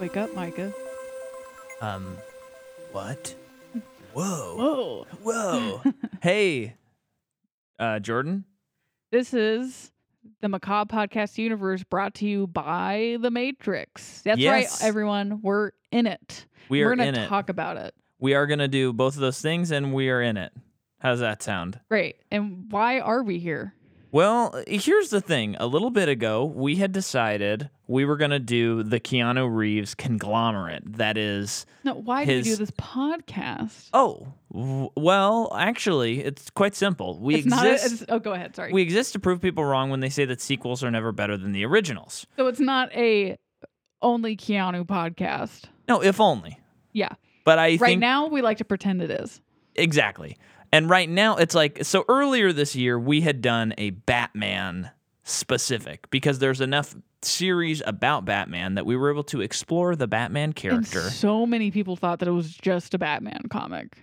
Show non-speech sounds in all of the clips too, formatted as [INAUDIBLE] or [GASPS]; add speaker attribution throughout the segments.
Speaker 1: Wake up, Micah.
Speaker 2: Um, what?
Speaker 1: Whoa.
Speaker 2: Whoa. Whoa. [LAUGHS] hey, uh, Jordan.
Speaker 1: This is the Macabre Podcast Universe brought to you by The Matrix. That's
Speaker 2: Yes.
Speaker 1: right, everyone. We're in it.
Speaker 2: We are
Speaker 1: We're gonna
Speaker 2: in it.
Speaker 1: talk about it.
Speaker 2: we are going to do both of those things and we are in it. How does that sound?
Speaker 1: Great. And why are we here?
Speaker 2: Well, here's the thing. A little bit ago, we had decided we were going to do the Keanu Reeves conglomerate. That is,
Speaker 1: No, why do we do
Speaker 2: His-
Speaker 1: this podcast?
Speaker 2: oh, w- well, actually, it's quite simple. We
Speaker 1: it's not. A,
Speaker 2: exist.
Speaker 1: it's, oh, go ahead. Sorry.
Speaker 2: we exist to prove people wrong when they say that sequels are never better than the originals.
Speaker 1: so it's not a only Keanu podcast.
Speaker 2: No, if only.
Speaker 1: Yeah.
Speaker 2: But I
Speaker 1: right
Speaker 2: think
Speaker 1: now, we like to pretend it is.
Speaker 2: Exactly. And right now, it's like so earlier this year, we had done a Batman specific because there's enough series about Batman that we were able to explore the Batman
Speaker 1: And
Speaker 2: character.
Speaker 1: so many people thought that it was just a Batman comic.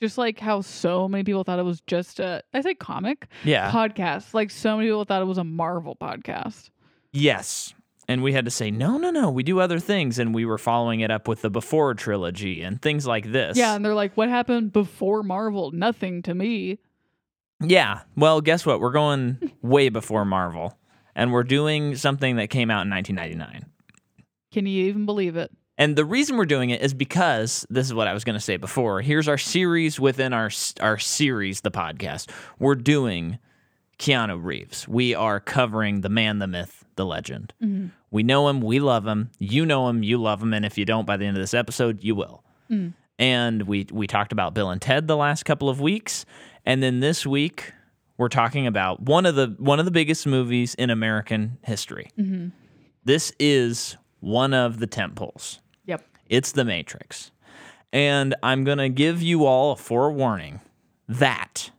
Speaker 1: Just like how so many people thought it was just a I say comic
Speaker 2: Yeah.
Speaker 1: podcast. Like so many people thought it was a Marvel podcast.
Speaker 2: Yes. And we had to say, no, no, no, we do other things. And we were following it up with the Before trilogy and things like this.
Speaker 1: Yeah, and they're like, what happened before Marvel? Nothing to me.
Speaker 2: Yeah. Well, guess what? We're going way before Marvel and we're doing something that came out in 1999.
Speaker 1: Can you even believe it?
Speaker 2: And the reason we're doing it is because this is what I was going to say before. Here's our series within our our series, the podcast. We're doing Keanu Reeves. We are covering the man, the myth, the legend.
Speaker 1: Mhm.
Speaker 2: We know him, we love him. You know him, you love him, and if you don't by the end of this episode, you will.
Speaker 1: Mm.
Speaker 2: And we we talked about Bill and Ted the last couple of weeks, and then this week we're talking about one of the one of the biggest movies in American history.
Speaker 1: Mhm.
Speaker 2: This is one of the temples.
Speaker 1: Yep.
Speaker 2: It's the Matrix. And I'm going to give you all a forewarning that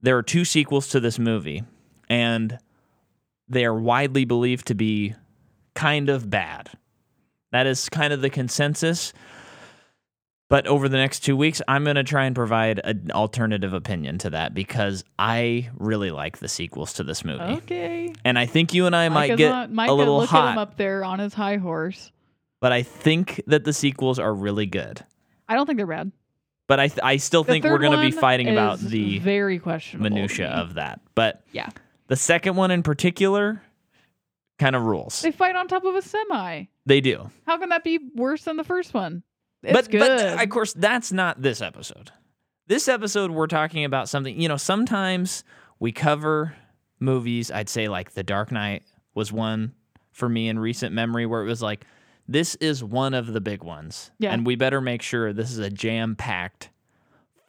Speaker 2: there are two sequels to this movie, and they are widely believed to be kind of bad. That is kind of the consensus. But over the next two weeks, I'm going to try and provide an alternative opinion to that because I really like the sequels to this movie.
Speaker 1: Okay.
Speaker 2: And I think you and I might
Speaker 1: Micah's
Speaker 2: get
Speaker 1: on-
Speaker 2: a
Speaker 1: Micah,
Speaker 2: little
Speaker 1: Oh. look
Speaker 2: hot,
Speaker 1: at him up there on his high horse.
Speaker 2: but I think that the sequels are really good.
Speaker 1: I don't think they're bad.
Speaker 2: but I th- I still
Speaker 1: The
Speaker 2: think we're
Speaker 1: third
Speaker 2: going to be
Speaker 1: one
Speaker 2: fighting about
Speaker 1: is
Speaker 2: the
Speaker 1: very questionable to
Speaker 2: minutia
Speaker 1: me.
Speaker 2: of that. But
Speaker 1: yeah.
Speaker 2: the second one in particular kind of rules.
Speaker 1: They fight on top of a semi.
Speaker 2: They do.
Speaker 1: How can that be worse than the first one? It's
Speaker 2: but
Speaker 1: good.
Speaker 2: but of course that's not this episode. This episode we're talking about something, you know, sometimes we cover movies, I'd say like The Dark Knight was one for me in recent memory where it was like this is one of the big ones.
Speaker 1: Yeah.
Speaker 2: And we better make sure this is a jam-packed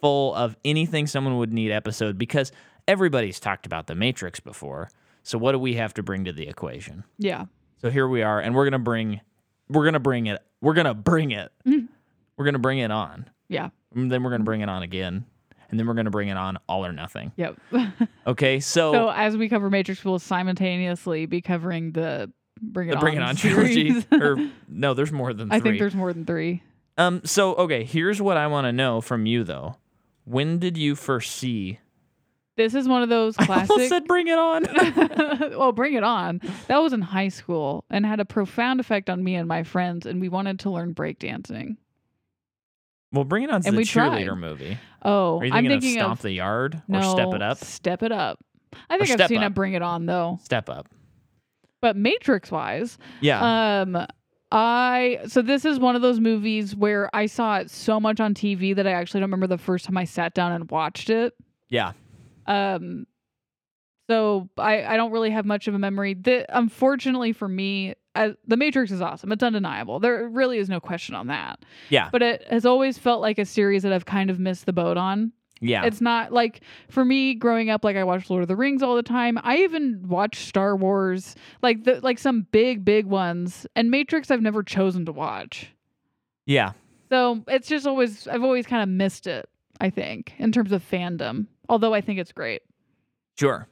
Speaker 2: full of anything someone would need episode because everybody's talked about the Matrix before. So what do we have to bring to the equation?
Speaker 1: yeah.
Speaker 2: So here we are, and we're gonna bring, we're gonna bring it, we're gonna bring it,
Speaker 1: Mm.
Speaker 2: we're gonna bring it on.
Speaker 1: Yeah.
Speaker 2: And then we're gonna bring it on again, and then we're gonna bring it on all or nothing.
Speaker 1: Yep. [LAUGHS]
Speaker 2: Oh. Okay, so,
Speaker 1: so as we cover Matrix, we'll simultaneously be covering the Bring It
Speaker 2: the
Speaker 1: On,
Speaker 2: Bring It On [LAUGHS] trilogy,
Speaker 1: [LAUGHS] series.
Speaker 2: or no, there's more than three.
Speaker 1: I think there's more than three.
Speaker 2: um. So okay, here's what I want to know from you though. When did you first see?
Speaker 1: This is one of those
Speaker 2: I almost
Speaker 1: classic. [LAUGHS]
Speaker 2: said Bring It On.
Speaker 1: well, Bring It On. That was in high school and had a profound effect on me and my friends, and we wanted to learn breakdancing.
Speaker 2: well, Bring It On's
Speaker 1: And
Speaker 2: the
Speaker 1: we tried.
Speaker 2: cheerleader movie.
Speaker 1: Oh,
Speaker 2: Are you
Speaker 1: I'm
Speaker 2: thinking,
Speaker 1: thinking
Speaker 2: of Stomp the Yard or
Speaker 1: no,
Speaker 2: Step It Up?
Speaker 1: Step It Up. I think I've
Speaker 2: Step
Speaker 1: seen
Speaker 2: Up.
Speaker 1: a Bring It On though,
Speaker 2: Step Up.
Speaker 1: but Matrix wise,
Speaker 2: Yeah.
Speaker 1: Um, I so this is one of those movies where I saw it so much on TV that I actually don't remember the first time I sat down and watched it.
Speaker 2: yeah.
Speaker 1: Um, so I I don't really have much of a memory. The, unfortunately for me, I, The Matrix is awesome. It's undeniable. There really is no question on that.
Speaker 2: Yeah.
Speaker 1: But it has always felt like a series that I've kind of missed the boat on.
Speaker 2: Yeah.
Speaker 1: It's not like for me growing up, like I watched Lord of the Rings all the time. I even watched Star Wars, like the like some big, big ones. And Matrix I've never chosen to watch.
Speaker 2: yeah.
Speaker 1: So it's just always I've always kind of missed it, I think, in terms of fandom. Although I think it's great.
Speaker 2: Sure.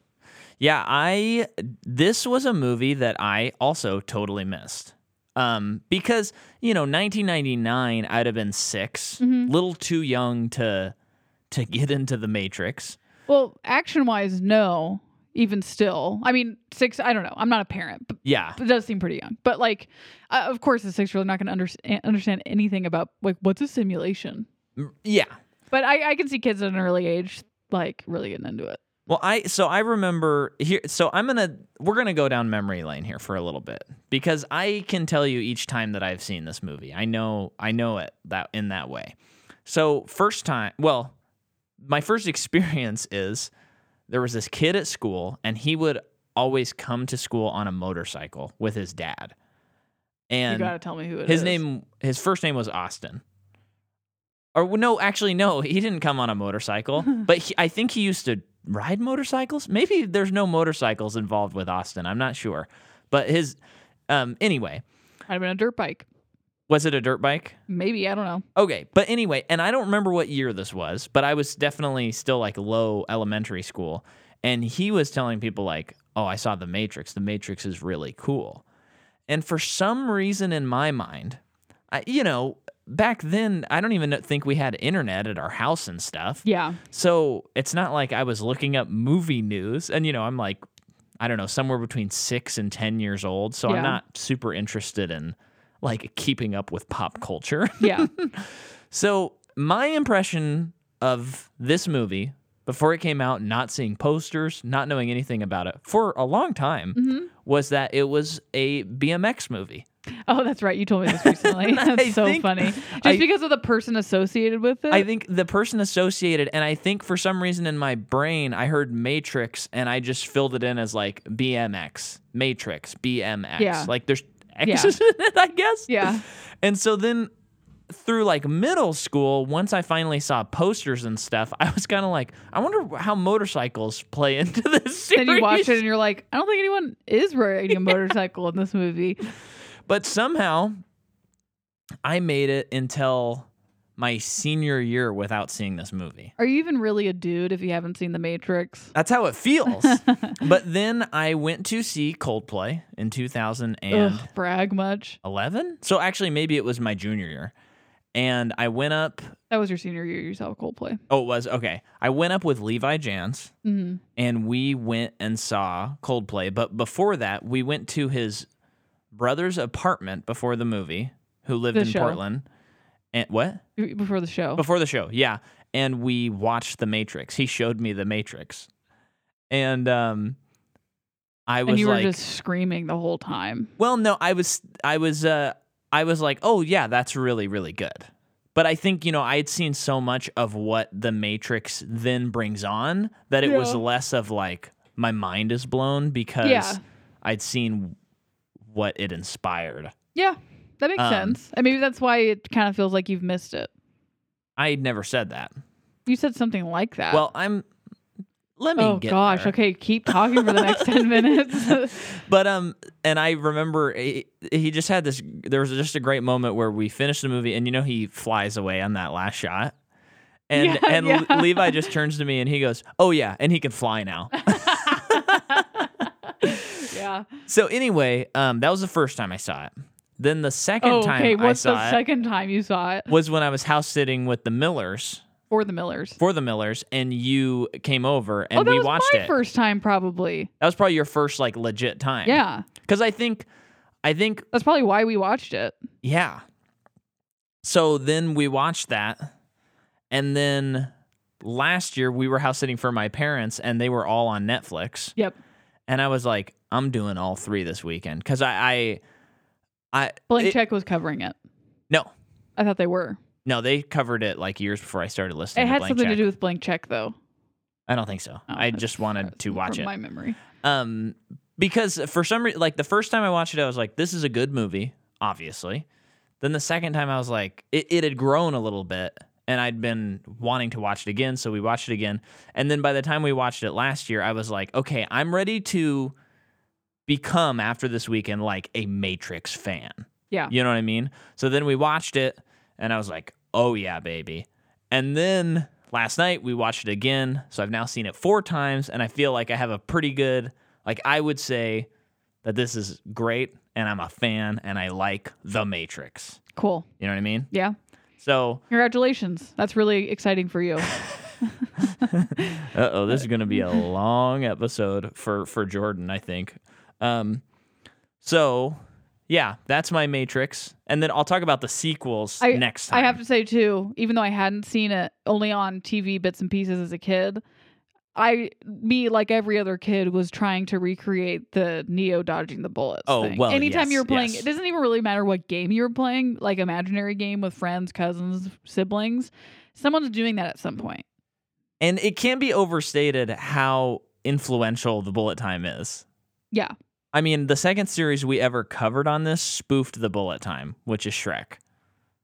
Speaker 2: Yeah, I this was a movie that I also totally missed. Um because, you know, 1999 I'd have been 6,
Speaker 1: Mhm.
Speaker 2: little too young to to get into the Matrix.
Speaker 1: Well, action wise, no. even still. I mean, six, I don't know. I'm not a parent, but
Speaker 2: Yeah.
Speaker 1: it does seem pretty young. But like, uh, of course, a six year old not going to understand, understand anything about like what's a simulation.
Speaker 2: M- Yeah.
Speaker 1: But I, I can see kids at an early age like really getting into it.
Speaker 2: Well, I so I remember here. So I'm gonna we're gonna go down memory lane here for a little bit because I can tell you each time that I've seen this movie, I know I know it that in that way. So first time, well, my first [LAUGHS] experience is there was this kid at school, and he would always come to school on a motorcycle with his dad,
Speaker 1: you
Speaker 2: and
Speaker 1: got to tell me who it is.
Speaker 2: his name his first name was austin or well, no actually no he didn't come on
Speaker 1: [LAUGHS]
Speaker 2: a motorcycle but he, i think he used to ride motorcycles maybe there's no motorcycles involved with austin i'm not sure but his um anyway
Speaker 1: I'd have been a dirt bike.
Speaker 2: was it a dirt bike
Speaker 1: Maybe. I don't know.
Speaker 2: okay but anyway and i don't remember what year this was but i was definitely still like low elementary school and he was telling people like oh i saw the matrix the matrix is really cool and for some reason in my mind, I, you know, back then, I don't even think we had internet at our house and stuff.
Speaker 1: Yeah.
Speaker 2: So it's not like I was looking up movie news. And, you know, I'm like, I don't know, somewhere between six and 10 years old. So
Speaker 1: Yeah.
Speaker 2: I'm not super interested in like keeping up with pop culture. [LAUGHS]
Speaker 1: Yeah.
Speaker 2: So my impression of this movie before it came out, not seeing posters, not knowing anything about it for a long time,
Speaker 1: Mm-hmm.
Speaker 2: was that it was a BMX movie.
Speaker 1: oh, that's right. You told me this recently.
Speaker 2: [LAUGHS] I
Speaker 1: that's so
Speaker 2: think-
Speaker 1: funny. Just
Speaker 2: I-
Speaker 1: because of the person associated with it.
Speaker 2: I think the person associated, and I think for some reason in my brain, I heard Matrix, and I just filled it in as like BMX, Matrix, BMX.
Speaker 1: Yeah.
Speaker 2: Like there's
Speaker 1: Yeah.
Speaker 2: X's [LAUGHS] in it, I guess. [LAUGHS]
Speaker 1: yeah.
Speaker 2: And so then through like middle school, once I finally saw posters and stuff, I was kind of like, I wonder how motorcycles play into this
Speaker 1: [LAUGHS]
Speaker 2: series.
Speaker 1: Then you watch it and you're like, I don't think anyone is
Speaker 2: [LAUGHS]
Speaker 1: riding a motorcycle in this movie.
Speaker 2: But somehow I made it until my senior year without seeing this movie.
Speaker 1: Are you even really a dude if you haven't seen The Matrix?
Speaker 2: That's how
Speaker 1: [LAUGHS]
Speaker 2: it feels. but then I went to see Coldplay in 2011.
Speaker 1: Ugh, brag much.
Speaker 2: So actually, maybe it was my junior year. And I went up.
Speaker 1: That was your senior year. You saw Coldplay.
Speaker 2: Oh, it was. Okay. I went up with Levi Jans
Speaker 1: Mhm.
Speaker 2: and we went and saw Coldplay. But before that, we went to his brother's apartment before the movie, who lived
Speaker 1: The
Speaker 2: in
Speaker 1: show.
Speaker 2: Portland. And what?
Speaker 1: B- Before the show.
Speaker 2: Before the show, yeah. And we watched The Matrix. He showed me The Matrix. And um I was
Speaker 1: and you were
Speaker 2: like
Speaker 1: just screaming the whole time.
Speaker 2: Well, no, I was I was uh I was like, "Oh yeah, that's really really good." But I think, you know, I had seen so much of what The Matrix then brings on that it was
Speaker 1: Yeah.
Speaker 2: less of like my mind is blown because
Speaker 1: Yeah.
Speaker 2: I'd seen what it inspired.
Speaker 1: Yeah, that makes
Speaker 2: Um,
Speaker 1: sense. And maybe that's why it kind of feels like you've missed it.
Speaker 2: I never said that.
Speaker 1: You said something like that.
Speaker 2: Well, I'm let me
Speaker 1: Uh, oh
Speaker 2: get
Speaker 1: gosh.
Speaker 2: there.
Speaker 1: Okay, keep talking for the next
Speaker 2: [LAUGHS]
Speaker 1: 10 minutes.
Speaker 2: But um, and I remember he, he just had this. There was just a great moment where we finished the movie, and you know he flies away on that last shot, and
Speaker 1: Yeah,
Speaker 2: and
Speaker 1: yeah.
Speaker 2: Le-
Speaker 1: [LAUGHS]
Speaker 2: Levi just turns to me and he goes, "Oh yeah," and he can fly now.
Speaker 1: yeah.
Speaker 2: so anyway, um, that was the first time I saw it. Then the second
Speaker 1: Oh,
Speaker 2: time
Speaker 1: okay.
Speaker 2: I
Speaker 1: What's
Speaker 2: saw
Speaker 1: the
Speaker 2: it
Speaker 1: second time you saw it?
Speaker 2: was when I was house sitting with the Millers
Speaker 1: For the Millers.
Speaker 2: for the Millers, and you came over and
Speaker 1: oh, that
Speaker 2: we
Speaker 1: was
Speaker 2: watched
Speaker 1: my
Speaker 2: it.
Speaker 1: first time probably.
Speaker 2: that was probably your first like legit time.
Speaker 1: Yeah.
Speaker 2: because I think, I think
Speaker 1: That's probably why we watched it.
Speaker 2: Yeah. So then we watched that. And then last year we were house sitting for my parents and they were all on Netflix.
Speaker 1: Yep.
Speaker 2: And I was like, I'm doing all three this weekend. Cause I, I, I
Speaker 1: Blank
Speaker 2: It-
Speaker 1: Check was covering it.
Speaker 2: no,
Speaker 1: I thought they were.
Speaker 2: no, they covered it like years before I started listening
Speaker 1: It
Speaker 2: to
Speaker 1: had
Speaker 2: Blank
Speaker 1: something to
Speaker 2: Check.
Speaker 1: do with Blank Check though.
Speaker 2: I don't think so. I
Speaker 1: that's-
Speaker 2: just wanted to
Speaker 1: from
Speaker 2: watch it.
Speaker 1: My memory.
Speaker 2: um because for some reason like the first time i watched it i was like this is a good movie obviously then the second time i was like it, it had grown a little bit and i'd been wanting to watch it again so we watched it again and then by the time we watched it last year i was like okay i'm ready to become after this weekend like a matrix fan
Speaker 1: Yeah.
Speaker 2: you know what i mean so then we watched it and i was like oh yeah baby and then last night we watched it again. So I've now seen it four times and I feel like I have a pretty good like I would say that this is great and I'm a fan and I like The Matrix.
Speaker 1: Cool.
Speaker 2: You know what I mean?
Speaker 1: Yeah.
Speaker 2: So [LAUGHS]
Speaker 1: Congratulations. That's really exciting for you.
Speaker 2: Uh oh, this is going to be a long episode for for Jordan, I think. Um, so yeah, that's my Matrix, and then I'll talk about the sequels
Speaker 1: I-
Speaker 2: next time.
Speaker 1: I have to say too, even though I hadn't seen it only on TV bits and pieces as a kid, I me like every other kid was trying to recreate the Neo dodging the bullets.
Speaker 2: Oh,
Speaker 1: thing.
Speaker 2: well,
Speaker 1: anytime
Speaker 2: yes,
Speaker 1: you're playing,
Speaker 2: yes.
Speaker 1: it doesn't even really matter what game you're playing, like imaginary game with friends, cousins, siblings. Someone's doing that at some point.
Speaker 2: and it can be overstated how influential the bullet time is.
Speaker 1: Yeah,
Speaker 2: I mean, the second series we ever covered on this spoofed the bullet time, which is Shrek.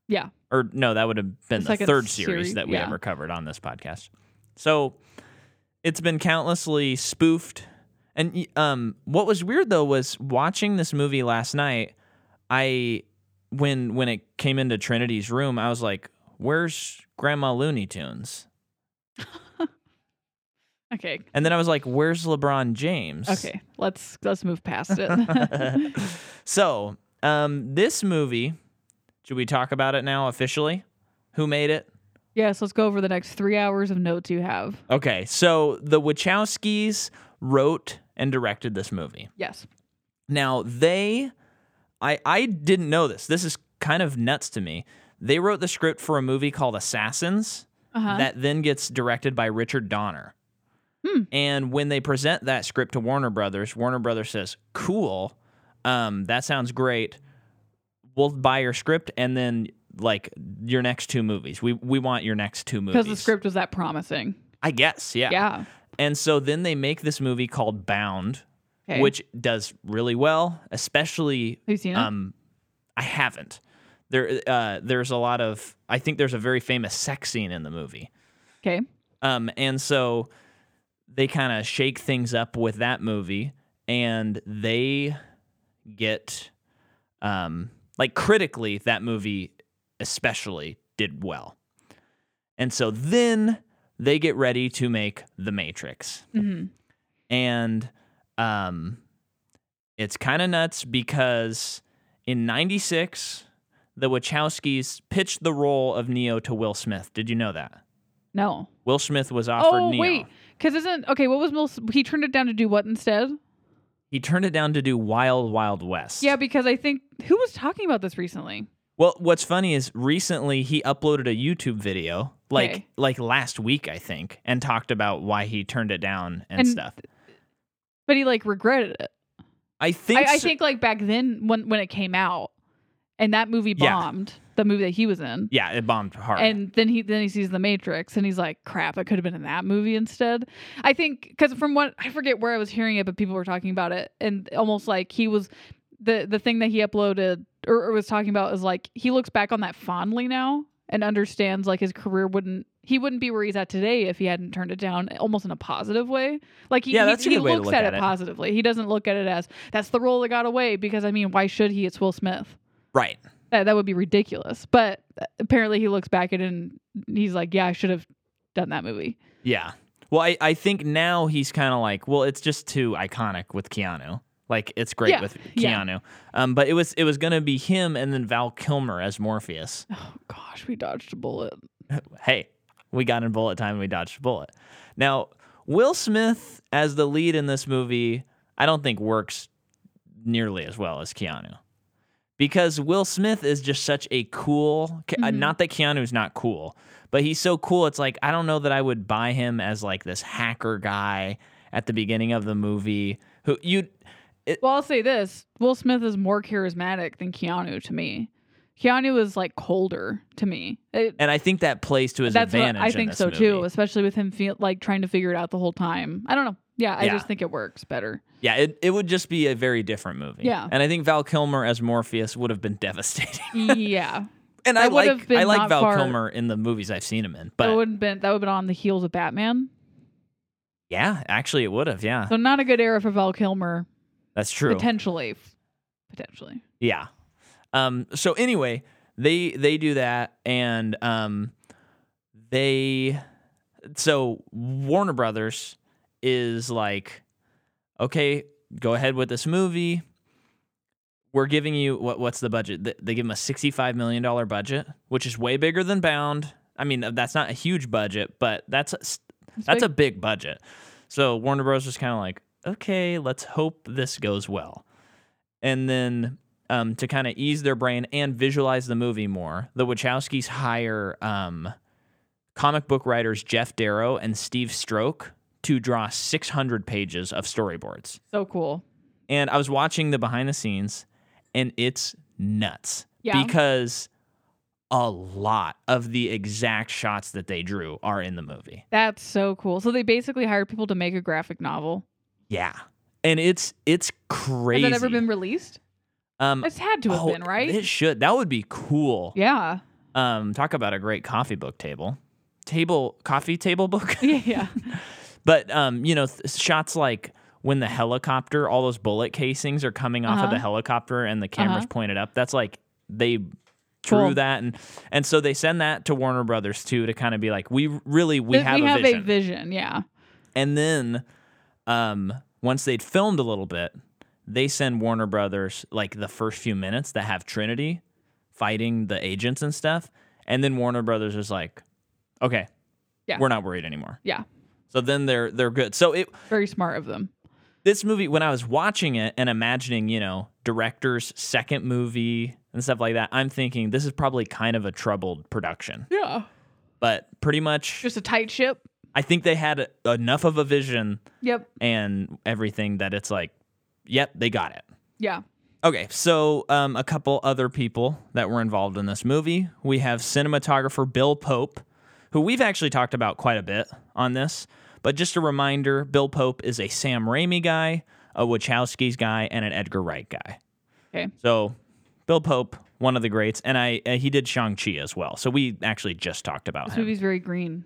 Speaker 1: Yeah.
Speaker 2: Or no, that would have been
Speaker 1: The
Speaker 2: the,
Speaker 1: second
Speaker 2: third series,
Speaker 1: series,
Speaker 2: that we
Speaker 1: yeah.
Speaker 2: ever covered on this podcast. So it's been countlessly spoofed. And y- um, what was weird though was watching this movie last night. I when when it came into Trinity's room, I was like, "Where's Grandma Looney Tunes?"
Speaker 1: Okay.
Speaker 2: And then I was like, "Where's LeBron James?"
Speaker 1: Okay. [LAUGHS] Let's let's move past it. [LAUGHS]
Speaker 2: [LAUGHS] so, um, this movie, should we talk about it now officially? Who made it?
Speaker 1: yes, let's go over the next three hours of notes you have.
Speaker 2: Okay, so the Wachowskis wrote and directed this movie.
Speaker 1: Yes.
Speaker 2: Now they, I I didn't know this. This is kind of nuts to me. They wrote the script for a movie called Assassins
Speaker 1: Uh-huh.
Speaker 2: that then gets directed by Richard Donner.
Speaker 1: Hmm.
Speaker 2: And when they present that script to Warner Brothers, Warner Brothers says, "Cool, um, that sounds great. We'll buy your script and then like your next two movies. We we want your next two movies."
Speaker 1: Because the script was that promising.
Speaker 2: I guess, yeah.
Speaker 1: Yeah.
Speaker 2: And so then they make this movie called Bound,
Speaker 1: Okay.
Speaker 2: which does really well, especially
Speaker 1: have you seen it?
Speaker 2: um I haven't. There uh there's a lot of I think there's a very famous sex scene in the movie.
Speaker 1: okay.
Speaker 2: Um and so they kind of shake things up with that movie and they get um like critically that movie especially did well. And so then they get ready to make The Matrix
Speaker 1: hmm
Speaker 2: and um, it's kind of nuts because in '96 the Wachowskis pitched the role of Neo to Will Smith. Did you know that
Speaker 1: No.
Speaker 2: Will Smith was offered
Speaker 1: Oh
Speaker 2: Neo?
Speaker 1: wait, because isn't okay? What was most? He turned it down to do what instead?
Speaker 2: He turned it down to do Wild Wild West.
Speaker 1: Yeah, because I think who was talking about this recently?
Speaker 2: Well, what's funny is recently he uploaded a YouTube video, like
Speaker 1: Okay.
Speaker 2: like last week I think, and talked about why he turned it down and,
Speaker 1: And
Speaker 2: stuff.
Speaker 1: But he like regretted it.
Speaker 2: I think
Speaker 1: I, I
Speaker 2: so-
Speaker 1: think like back then when when it came out, and that movie
Speaker 2: Yeah.
Speaker 1: bombed. The movie that he was in.
Speaker 2: yeah, it bombed hard.
Speaker 1: And then he then he sees the Matrix and he's like, "Crap, I could have been in that movie instead." I think because from what I forget where I was hearing it, but people were talking about it and almost like he was the the thing that he uploaded or, or was talking about is like he looks back on that fondly now and understands like his career wouldn't he wouldn't be where he's at today if he hadn't turned it down almost in a positive way like he,
Speaker 2: Yeah,
Speaker 1: he-
Speaker 2: that's a
Speaker 1: he
Speaker 2: good way to
Speaker 1: looks
Speaker 2: look
Speaker 1: at,
Speaker 2: at
Speaker 1: it
Speaker 2: it.
Speaker 1: positively he doesn't look at it as that's the role that got away because i mean why should he it's will smith
Speaker 2: right.
Speaker 1: that that would be ridiculous. But uh, apparently, he looks back at it and he's like, "Yeah, I should have done that movie."
Speaker 2: Yeah. Well, I, I think now he's kind of like, well, it's just too iconic with Keanu. Like it's great
Speaker 1: Yeah,
Speaker 2: with
Speaker 1: yeah.
Speaker 2: Keanu. Um, but it was it was gonna be him and then Val Kilmer as Morpheus.
Speaker 1: [LAUGHS] Oh gosh, we dodged a bullet.
Speaker 2: hey, we got in bullet time and we dodged a bullet. Now, Will Smith as the lead in this movie, I don't think works nearly as well as Keanu. Because Will Smith is just such a cool, Ke- uh,
Speaker 1: Mhm.
Speaker 2: not that Keanu's not cool, but he's so cool. It's like, I don't know that I would buy him as like this hacker guy at the beginning of the movie who you,
Speaker 1: Well, I'll say this: Will Smith is more charismatic than Keanu to me. Keanu is like colder to me. It-
Speaker 2: and I think that plays to his
Speaker 1: that's what
Speaker 2: advantage.
Speaker 1: I
Speaker 2: in
Speaker 1: think
Speaker 2: this
Speaker 1: so
Speaker 2: movie.
Speaker 1: too, especially with him feel like trying to figure it out the whole time. I don't know. Yeah, I
Speaker 2: Yeah.
Speaker 1: just think it works
Speaker 2: [LAUGHS]
Speaker 1: better.
Speaker 2: Yeah, it, it would just be a very different movie.
Speaker 1: Yeah.
Speaker 2: And I think Val Kilmer as Morpheus would have been [LAUGHS] devastating.
Speaker 1: yeah,
Speaker 2: and I
Speaker 1: That would
Speaker 2: like
Speaker 1: have been
Speaker 2: I like
Speaker 1: not
Speaker 2: Val
Speaker 1: far-
Speaker 2: Kilmer in the movies I've seen him in.
Speaker 1: that
Speaker 2: But
Speaker 1: wouldn't been that would have been on the heels of Batman.
Speaker 2: yeah, actually it would have, yeah.
Speaker 1: So not a good era for Val Kilmer
Speaker 2: That's true.
Speaker 1: potentially, potentially.
Speaker 2: yeah. Um so anyway, they they do that and um they so Warner Brothers is like okay, go ahead with this movie. We're giving you what what's the budget? They- They give them a $65 million budget, which is way bigger than Bound. I mean, uh, that's not a huge budget, but that's a, s-
Speaker 1: It's
Speaker 2: that's a
Speaker 1: big.
Speaker 2: big budget. So Warner Bros was kind of like, okay, let's hope this goes well. And then um, to kind of ease their brain and visualize the movie more, the Wachowskis hire um, comic book writers Jeff Darrow and Steve Stroke to draw 600 pages of storyboards.
Speaker 1: so cool.
Speaker 2: And I was watching the behind the scenes, and it's nuts
Speaker 1: Yeah.
Speaker 2: because a lot of the exact shots that they drew are in the movie.
Speaker 1: That's so cool. So they basically hired people to make a graphic novel.
Speaker 2: Yeah. And it's it's crazy.
Speaker 1: Has that ever been released?
Speaker 2: um
Speaker 1: It's had to have
Speaker 2: oh,
Speaker 1: been, right?
Speaker 2: It should. That would be cool.
Speaker 1: yeah. [LAUGHS]
Speaker 2: Um talk about a great coffee book table. Table coffee table book.
Speaker 1: Yeah. Yeah.
Speaker 2: [LAUGHS] but um you know th- shots like when the helicopter all those bullet casings are coming off of
Speaker 1: Uh-huh.
Speaker 2: the helicopter and the camera's
Speaker 1: Uh-huh.
Speaker 2: pointed up. That's like they drew
Speaker 1: Cool.
Speaker 2: that and and so they send that to Warner Brothers too to kind of be like we really we
Speaker 1: Th-
Speaker 2: have, a, vision.
Speaker 1: Yeah.
Speaker 2: And then um, once they'd filmed a little bit, they send Warner Brothers like the first few minutes that have Trinity fighting the agents and stuff. And then Warner Brothers is like, okay,
Speaker 1: Yeah.
Speaker 2: we're not worried anymore.
Speaker 1: Yeah.
Speaker 2: So then they're they're good. So it
Speaker 1: Very smart of them.
Speaker 2: this movie when I was watching it and imagining, you know, director's second movie and stuff like that, I'm thinking this is probably kind of a troubled production.
Speaker 1: Yeah.
Speaker 2: But pretty much
Speaker 1: Just a tight ship.
Speaker 2: I think they had enough of a vision
Speaker 1: Yep.
Speaker 2: and everything that it's like, yep, they got it.
Speaker 1: Yeah.
Speaker 2: Okay, so um, a couple other people that were involved in this movie. We have cinematographer Bill Pope, who we've actually talked about quite a bit on this. But just a reminder Bill Pope is a Sam Raimi guy, a Wachowski's guy, and an Edgar Wright guy.
Speaker 1: Okay.
Speaker 2: So Bill Pope, one of the greats. And I uh, he did Shang-Chi as well. So we actually just talked about
Speaker 1: This
Speaker 2: him
Speaker 1: movie's very green.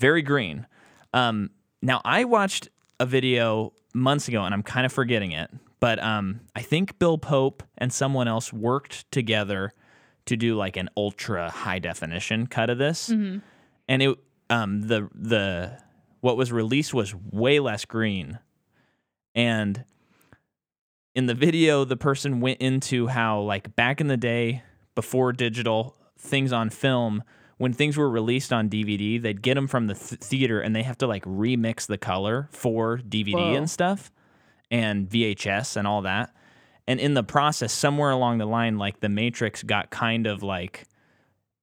Speaker 2: very green. Um, now I watched a video months ago, and I'm kind of forgetting it, but um, I think Bill Pope and someone else worked together to do like an ultra high definition cut of this, and it um, the the what was released was way less green, and in the video the person went into how like back in the day before digital things on film when things were released on dvd they'd get them from the th- theater and they have to like remix the color for dvd
Speaker 1: Whoa.
Speaker 2: and stuff and vhs and all that and in the process somewhere along the line like the matrix got kind of like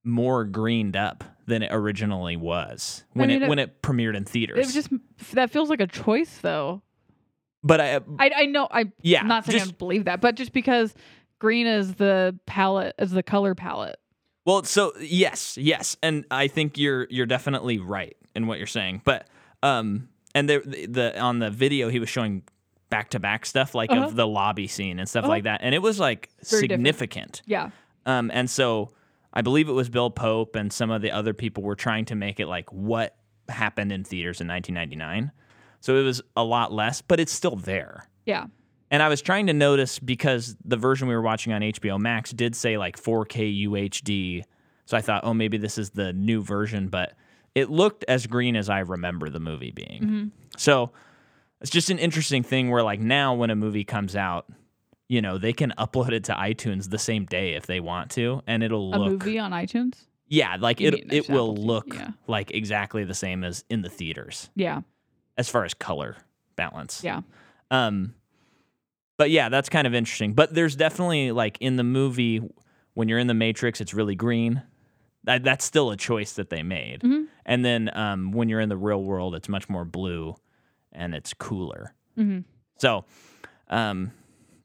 Speaker 2: more greened up than it originally was when
Speaker 1: mean,
Speaker 2: it,
Speaker 1: it-
Speaker 2: when it premiered in theaters
Speaker 1: It was just that feels like a choice though.
Speaker 2: but i
Speaker 1: I I know I
Speaker 2: yeah
Speaker 1: am not saying I
Speaker 2: just-
Speaker 1: don't believe that, but just because green is the palette is the color palette.
Speaker 2: Well, so yes, yes, and I think you're you're definitely right in what you're saying. But um, and there the, the on the video he was showing back to back stuff like
Speaker 1: Uh-huh.
Speaker 2: of the lobby scene and stuff
Speaker 1: Uh-huh.
Speaker 2: like that, and it was like
Speaker 1: Very different.
Speaker 2: significant.
Speaker 1: Yeah.
Speaker 2: Um, and so I believe it was Bill Pope and some of the other people were trying to make it like what happened in theaters in 1999. So it was a lot less, but it's still there.
Speaker 1: Yeah.
Speaker 2: And I was trying to notice because the version we were watching on HBO Max did say like 4K UHD. So I thought, oh, maybe this is the new version, but it looked as green as I remember the movie being.
Speaker 1: Mm-hmm.
Speaker 2: So it's just an interesting thing where like now when a movie comes out, you know, they can upload it to iTunes the same day if they want to, and
Speaker 1: A
Speaker 2: it'll look
Speaker 1: movie on iTunes.
Speaker 2: yeah, like
Speaker 1: You
Speaker 2: it
Speaker 1: mean it's
Speaker 2: it will
Speaker 1: Apple TV,
Speaker 2: look
Speaker 1: yeah.
Speaker 2: like exactly the same as in the theaters
Speaker 1: Yeah.
Speaker 2: as far as color balance.
Speaker 1: Yeah.
Speaker 2: Um but yeah, that's kind of interesting. But there's definitely like in the movie when you're in the matrix it's really green. That, that's still a choice that they made.
Speaker 1: Mhm.
Speaker 2: And then um when you're in the real world it's much more blue and it's cooler.
Speaker 1: Mhm.
Speaker 2: So um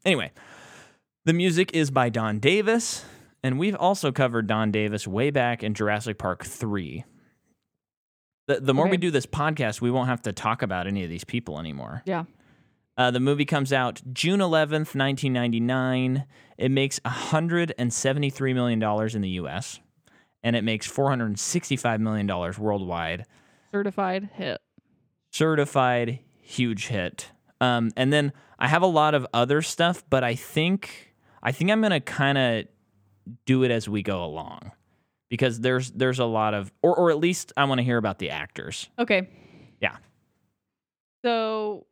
Speaker 2: anyway, the music is by Don Davis and we've also covered Don Davis way back in Jurassic Park 3. The, the more we
Speaker 1: Okay.
Speaker 2: do this podcast, we won't have to talk about any of these people anymore.
Speaker 1: Yeah.
Speaker 2: Uh, the movie comes out June 11th, 1999. It makes $173 million in the US and it makes $465 million worldwide.
Speaker 1: Certified hit.
Speaker 2: Certified huge hit. Um, and then I have a lot of other stuff, but I think I think I'm gonna kind of do it as we go along because there's there's a lot of or or at least I want to hear about the actors.
Speaker 1: Okay.
Speaker 2: Yeah.
Speaker 1: So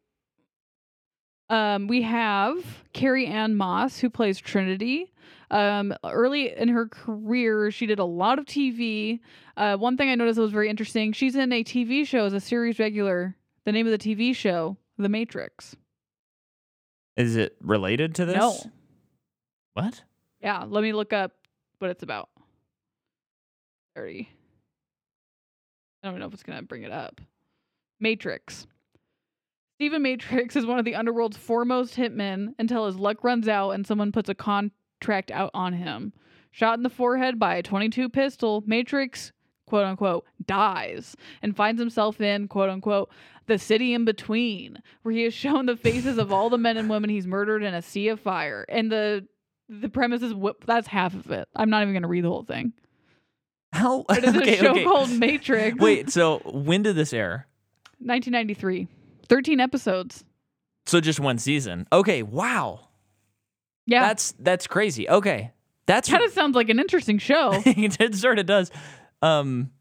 Speaker 1: Um, we have Carrie Ann Moss, who plays Trinity. Um, early in her career, she did a lot of TV. Uh, one thing I noticed that was very interesting she's in a TV show as a series regular. The name of the TV show, The Matrix.
Speaker 2: Is it related to this?
Speaker 1: No.
Speaker 2: What?
Speaker 1: Yeah, let me look up what it's about. 30. I don't know if it's going to bring it up. Matrix. Stephen Matrix is one of the underworld's foremost hitmen until his luck runs out and someone puts a contract out on him. Shot in the forehead by a 22 pistol, Matrix, quote unquote, dies and finds himself in, quote unquote, the city in between, where he is shown the faces of all the men and women he's murdered in a sea of fire. And the the premise is wh- that's half of it. I'm not even going to read the whole
Speaker 2: [LAUGHS]
Speaker 1: thing.
Speaker 2: How?
Speaker 1: But it's a show called Matrix.
Speaker 2: Wait, so when did this air?
Speaker 1: 1993. 13 episodes.
Speaker 2: So just one season. Okay, wow.
Speaker 1: Yeah.
Speaker 2: That's that's crazy. Okay. That's
Speaker 1: kind of sounds like an interesting show. Thank,
Speaker 2: [LAUGHS] it sort of does. Um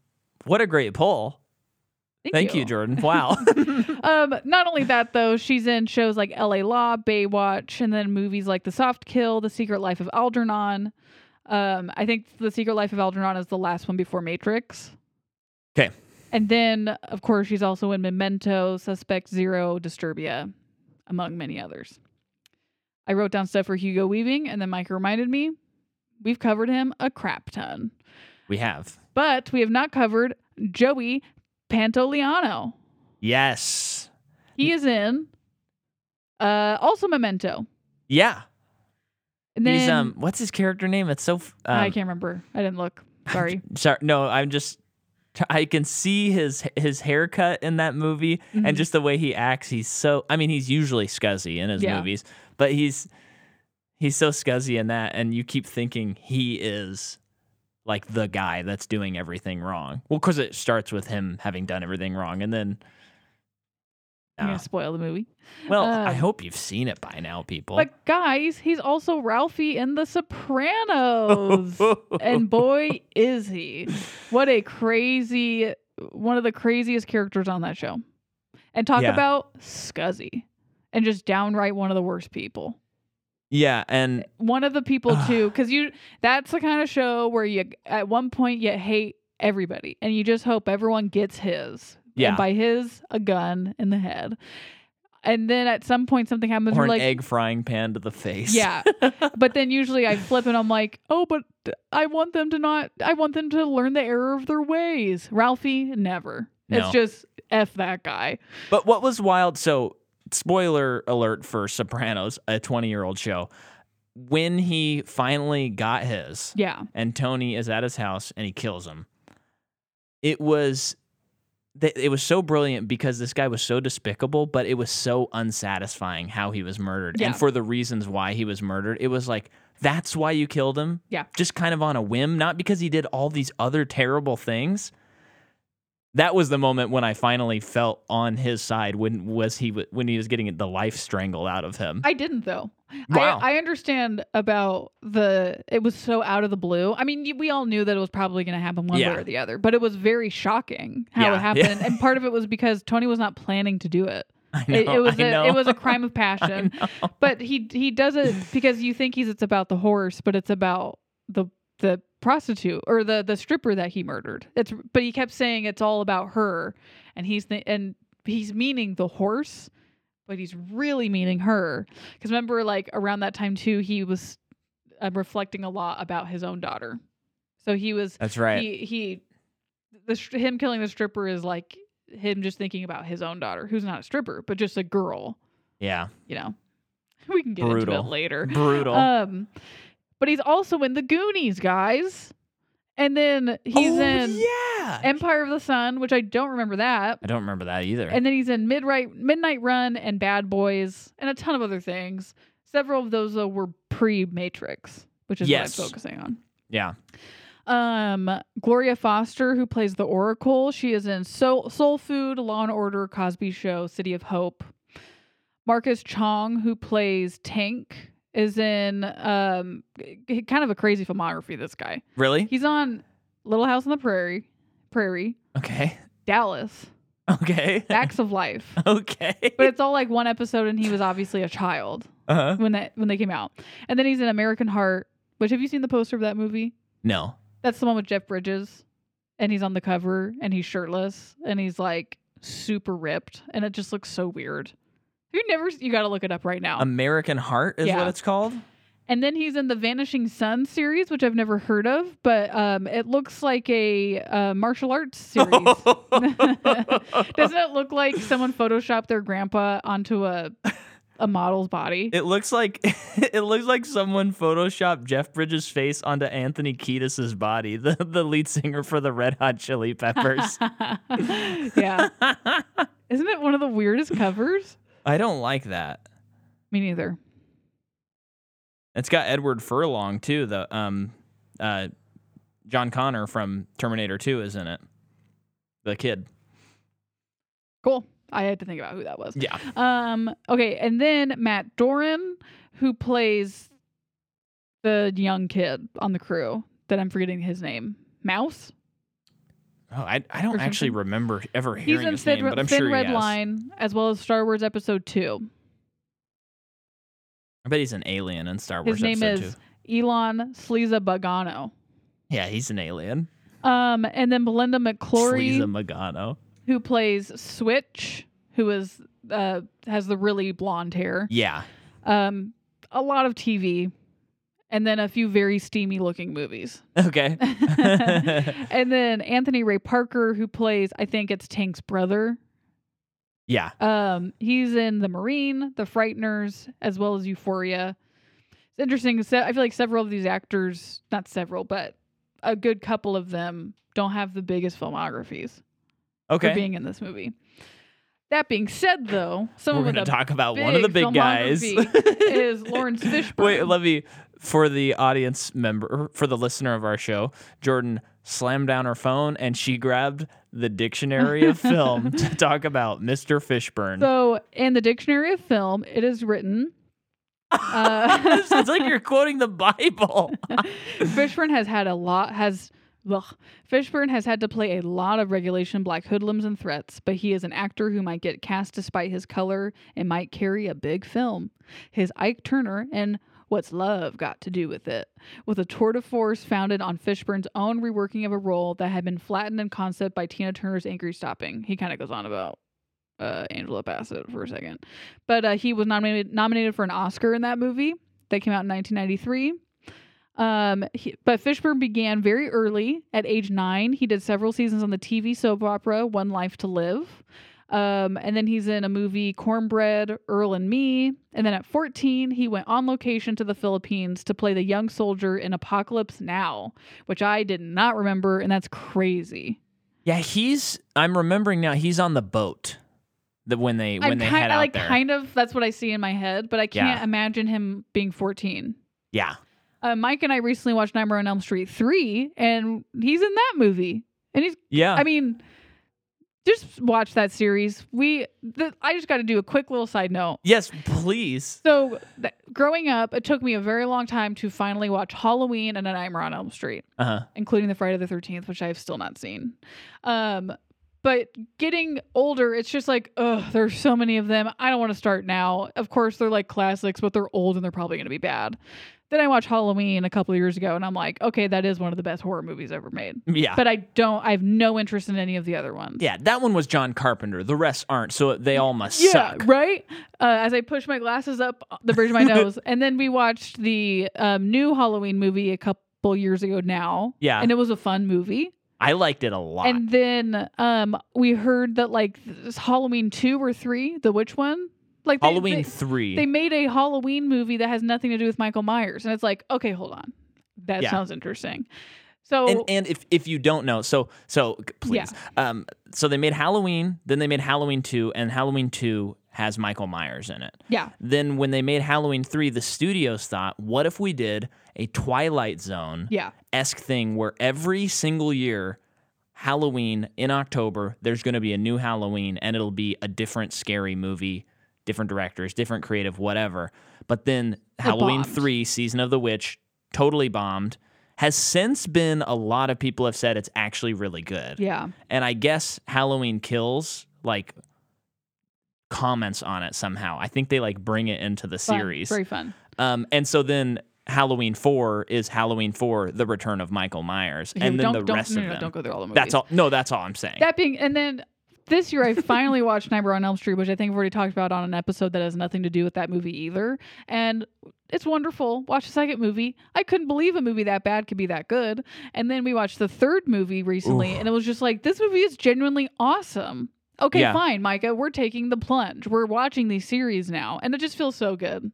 Speaker 2: what a great poll. Thank you,
Speaker 1: [LAUGHS]
Speaker 2: Jordan. Wow. [LAUGHS]
Speaker 1: Um, not only that, though, she's in shows like LA Law, Baywatch, and then movies like The Soft Kill, The Secret Life of Algernon. Um, I think The Secret Life of Algernon is the last one before Matrix.
Speaker 2: 'Kay.
Speaker 1: And then, of course, she's also in Memento, Suspect Zero, Disturbia, among many others. I wrote down stuff for Hugo Weaving, and then Mike reminded me we've covered him a crap ton.
Speaker 2: we have.
Speaker 1: But we have not covered Joey Pantoliano.
Speaker 2: Yes.
Speaker 1: He is in uh also Memento.
Speaker 2: Yeah.
Speaker 1: And then
Speaker 2: He's um what's his character name? It's so f- um,
Speaker 1: I can't remember. I didn't
Speaker 2: [LAUGHS]
Speaker 1: look. Sorry.
Speaker 2: Sorry, no, I'm just. I can see his his haircut in that movie,
Speaker 1: Mhm.
Speaker 2: and just the way he acts. He's so. I mean, he's usually scuzzy in his
Speaker 1: Yeah.
Speaker 2: movies, but he's he's so scuzzy in that, and you keep thinking he is like the guy that's doing everything wrong. Well, because it starts with him having done everything wrong, and then.
Speaker 1: I'm
Speaker 2: Ah.
Speaker 1: gonna spoil the movie.
Speaker 2: well,
Speaker 1: um,
Speaker 2: I hope you've seen it by now, people.
Speaker 1: But guys, he's also Ralphie in The
Speaker 2: [LAUGHS]
Speaker 1: Sopranos. and boy is he. What a crazy one of the craziest characters on that show. And talk
Speaker 2: Yeah.
Speaker 1: about scuzzy. And just downright one of the worst people.
Speaker 2: yeah, and
Speaker 1: one of the
Speaker 2: [SIGHS]
Speaker 1: people too because you that's the kind of show where you at one point you hate everybody and you just hope everyone gets his
Speaker 2: Yeah.
Speaker 1: and by his a gun in the head and then at some point something happens
Speaker 2: or
Speaker 1: we're
Speaker 2: an
Speaker 1: like
Speaker 2: egg frying pan to the face.
Speaker 1: yeah
Speaker 2: [LAUGHS]
Speaker 1: but then usually i flip and i'm like oh but i want them to not i want them to learn the error of their ways ralphie never
Speaker 2: No.
Speaker 1: it's just f that guy
Speaker 2: But what was wild? So, spoiler alert for Sopranos, a 20 year old show. When he finally got his,
Speaker 1: yeah
Speaker 2: and Tony is at his house and he kills him, it was. th- It was so brilliant because this guy was so despicable, but it was so unsatisfying how he was murdered
Speaker 1: Yeah.
Speaker 2: and for the reasons why he was murdered. It was like, that's why you killed him.
Speaker 1: Yeah.
Speaker 2: Just kind of on a whim, not because he did all these other terrible things that was the moment when I finally felt on his side when was he when he was getting the life strangled out of him. [LAUGHS]
Speaker 1: I didn't though.
Speaker 2: Wow.
Speaker 1: I, I understand about the. It was so out of the blue. I mean, y- we all knew that it was probably going to happen one
Speaker 2: Yeah.
Speaker 1: way or the other, but it was very shocking how
Speaker 2: Yeah, [LAUGHS]
Speaker 1: it
Speaker 2: yeah.
Speaker 1: happened. And part of it was because Tony was not planning to do it.
Speaker 2: I
Speaker 1: It, it was
Speaker 2: I
Speaker 1: a,
Speaker 2: know.
Speaker 1: it was
Speaker 2: [LAUGHS]
Speaker 1: a crime of passion. But he he does it because you think he's it's about the horse, but it's about the the prostitute or the the stripper that he murdered. It's but he kept saying it's all about her, and he's the, and he's meaning the horse, but he's really meaning her. Because remember, like around that time too, he was uh, reflecting a lot about his own daughter. So he was
Speaker 2: That's right.
Speaker 1: he he the str- him killing the stripper is like him just thinking about his own daughter, who's not a stripper, but just a girl [LAUGHS]
Speaker 2: yeah,
Speaker 1: you know, we can get
Speaker 2: Brutal.
Speaker 1: into it later.
Speaker 2: brutal.
Speaker 1: Um, but he's also in the Goonies, guys, and then he's
Speaker 2: Oh,
Speaker 1: in
Speaker 2: yeah.
Speaker 1: Empire of the Sun, which I don't remember that.
Speaker 2: I don't remember that either.
Speaker 1: And then he's in Midnight Midnight Run and Bad Boys and a ton of other things. Several of those though were pre Matrix, which is
Speaker 2: Yes.
Speaker 1: what I'm focusing on.
Speaker 2: yeah,
Speaker 1: Um, Gloria Foster, who plays the Oracle, she is in Soul, Soul Food, Law and Order, Cosby Show, City of Hope. Marcus Chong, who plays Tank, is in um g- kind of a crazy filmography. This guy,
Speaker 2: really?
Speaker 1: he's on Little House on the Prairie, Prairie,
Speaker 2: Okay. [LAUGHS]
Speaker 1: Dallas,
Speaker 2: Okay.
Speaker 1: Facts of Life.
Speaker 2: [LAUGHS] okay.
Speaker 1: [LAUGHS] But it's all like one episode, and he was obviously a child
Speaker 2: Uh-huh.
Speaker 1: when that when they came out. And then he's in American Heart, which have you seen the poster of that movie?
Speaker 2: No.
Speaker 1: That's the one with Jeff Bridges, and he's on the cover, and he's shirtless, and he's like super ripped, and it just looks so weird. You never, you got to look it up right
Speaker 2: Um,
Speaker 1: now.
Speaker 2: American Heart is what
Speaker 1: Yeah.
Speaker 2: it's called.
Speaker 1: And then he's in the Vanishing Sun series, which I've never heard of, but um, it looks like a uh, martial arts [LAUGHS] series. Doesn't it look like someone photoshopped their grandpa onto a a model's body?
Speaker 2: [LAUGHS] It looks like [LAUGHS] it looks like someone photoshopped Jeff Bridges' face onto Anthony Kiedis' body, the, the lead singer for the Red Hot Chili Peppers.
Speaker 1: [LAUGHS] yeah. Isn't it one of the weirdest covers?
Speaker 2: [LAUGHS] I don't like that.
Speaker 1: Me neither.
Speaker 2: It's got Edward Furlong too. The um, uh, John Connor from Terminator Two is in it. The kid.
Speaker 1: Cool. I had to think about who that was.
Speaker 2: Yeah.
Speaker 1: Um, okay, and then Matt Doran, who plays the young kid on the crew that I'm forgetting his name. Mouse?
Speaker 2: Oh, I, I don't
Speaker 1: Or
Speaker 2: actually
Speaker 1: something.
Speaker 2: remember ever
Speaker 1: He's
Speaker 2: hearing
Speaker 1: in
Speaker 2: his
Speaker 1: Thin,
Speaker 2: name, but I'm
Speaker 1: Thin
Speaker 2: sure
Speaker 1: Red
Speaker 2: he has.
Speaker 1: Line as well as Star Wars Episode 2.
Speaker 2: I bet he's an alien in Star Wars.
Speaker 1: His name
Speaker 2: episode
Speaker 1: is
Speaker 2: two.
Speaker 1: Elon Sliza Bagano.
Speaker 2: Yeah, he's an alien.
Speaker 1: Um, and then Belinda McClory,
Speaker 2: Sleaza Magano.
Speaker 1: who plays Switch, who is uh, has the really blonde hair.
Speaker 2: Yeah. [LAUGHS]
Speaker 1: Um, a lot of TV, and then a few very steamy looking movies. [LAUGHS]
Speaker 2: Okay.
Speaker 1: and then Anthony Ray Parker, who plays, I think it's Tank's brother.
Speaker 2: yeah.
Speaker 1: Um, he's in The Marine, The Frighteners, as well as Euphoria. It's interesting. Se- I feel like several of these actors, not several, but a good couple of them don't have the biggest filmographies
Speaker 2: Okay.
Speaker 1: for being in this movie. That being said, though, someone
Speaker 2: We're
Speaker 1: with
Speaker 2: going to
Speaker 1: a
Speaker 2: talk about one of the
Speaker 1: big
Speaker 2: big guys.
Speaker 1: filmography is Lawrence Fishburne.
Speaker 2: [LAUGHS] Wait, let me for the audience member for the listener of our show. Jordan slammed down her phone and she grabbed the dictionary
Speaker 1: [LAUGHS]
Speaker 2: of film to talk about Mr. Fishburne. [LAUGHS]
Speaker 1: so, in the Dictionary of Film, it is written. Uh,
Speaker 2: This sounds like you're quoting
Speaker 1: [LAUGHS]
Speaker 2: the Bible.
Speaker 1: Fishburne has had a lot has ugh. Fishburne has had to play a lot of regulation black hoodlums and threats, but he is an actor who might get cast despite his color and might carry a big film. His Ike Turner and What's Love Got to Do with It? With a tour de force founded on Fishburne's own reworking of a role that had been flattened in concept by Tina Turner's Angry Stopping. He kind of goes on about uh, Angela Bassett for a second. But uh, he was nominated, nominated for an Oscar in that movie that came out in 1993. Um, he- but Fishburne began very early at age nine. He did several seasons on the TV soap opera One Life to Live. Um, and then he's in a movie Cornbread, Earl and Me. And then at 14, he went on location to the Philippines to play the young soldier in Apocalypse Now, which I did not remember. And that's crazy.
Speaker 2: Yeah, he's I'm remembering now he's on the boat. That when they when
Speaker 1: I'm
Speaker 2: they
Speaker 1: kind,
Speaker 2: head
Speaker 1: I
Speaker 2: out
Speaker 1: like
Speaker 2: there.
Speaker 1: kind of, that's what I see in my head, but I can't
Speaker 2: Yeah.
Speaker 1: imagine him being 14.
Speaker 2: yeah.
Speaker 1: Uh, Mike and I recently watched Nightmare on Elm Street 3, and he's in that movie. And he's
Speaker 2: Yeah.
Speaker 1: I mean, just watch that series. We, the, I just got to do a quick little side note.
Speaker 2: yes, please.
Speaker 1: So, th- growing up, it took me a very long time to finally watch Halloween and A Nightmare on Elm Street,
Speaker 2: Uh-huh.
Speaker 1: including the Friday the Thirteenth, which I have still not seen. Um, but getting older, it's just like, ugh, there's so many of them. I don't want to start now. Of course, they're like classics, but they're old and they're probably going to be bad. Then I watched Halloween a couple of years ago, and I'm like, okay, that is one of the best horror movies ever made.
Speaker 2: Yeah.
Speaker 1: But I don't, I have no interest in any of the other ones.
Speaker 2: yeah, that one was John Carpenter. The rest aren't, so they all must
Speaker 1: Yeah,
Speaker 2: suck.
Speaker 1: right. Uh, as I push my glasses up uh, the bridge of
Speaker 2: [LAUGHS]
Speaker 1: my nose, and then we watched the um, new Halloween movie a couple years ago now.
Speaker 2: Yeah.
Speaker 1: and it was a fun movie.
Speaker 2: I liked it a lot.
Speaker 1: And then um, we heard that like this Halloween two or three, the which one? Like they-
Speaker 2: Halloween
Speaker 1: They,
Speaker 2: three.
Speaker 1: they made a Halloween movie that has nothing to do with Michael Myers, and it's like, okay, hold on, that
Speaker 2: Yeah.
Speaker 1: sounds interesting. So
Speaker 2: and and if if you don't know, so so c-
Speaker 1: Yeah.
Speaker 2: please. Um so they made Halloween, then they made Halloween 2 and Halloween 2 has Michael Myers in it.
Speaker 1: yeah,
Speaker 2: Then when they made Halloween 3, the studios thought, what if we did a Twilight Zone
Speaker 1: yeah,
Speaker 2: esque thing where every single year Halloween in October, there's going to be a new Halloween and it'll be a different scary movie, different directors, different creative, whatever. But then Halloween
Speaker 1: bombed.
Speaker 2: 3, Season of the Witch, totally bombed, has since been a lot of people have said it's actually really good.
Speaker 1: yeah.
Speaker 2: And I guess Halloween Kills like comments on it somehow. I think they like bring it into the
Speaker 1: Fun.
Speaker 2: series.
Speaker 1: Very fun.
Speaker 2: Um, and so then Halloween four is Halloween four, the return of Michael Myers,
Speaker 1: Okay,
Speaker 2: and then
Speaker 1: don't,
Speaker 2: the
Speaker 1: don't,
Speaker 2: rest
Speaker 1: no,
Speaker 2: of
Speaker 1: no,
Speaker 2: them.
Speaker 1: Don't go through all the movies.
Speaker 2: That's all. No, that's all I'm saying.
Speaker 1: That being, and then this year I finally watched Nightmare on Elm Street, which I think I've already talked about on an episode that has nothing to do with that movie either. And it's wonderful. Watch the second movie. I couldn't believe a movie that bad could be that good. And then we watched the third movie recently,
Speaker 2: Oof.
Speaker 1: and it was just like, this movie is genuinely awesome. Okay,
Speaker 2: Yeah.
Speaker 1: fine, Micah. We're taking the plunge. We're watching these series now, and it just feels so good.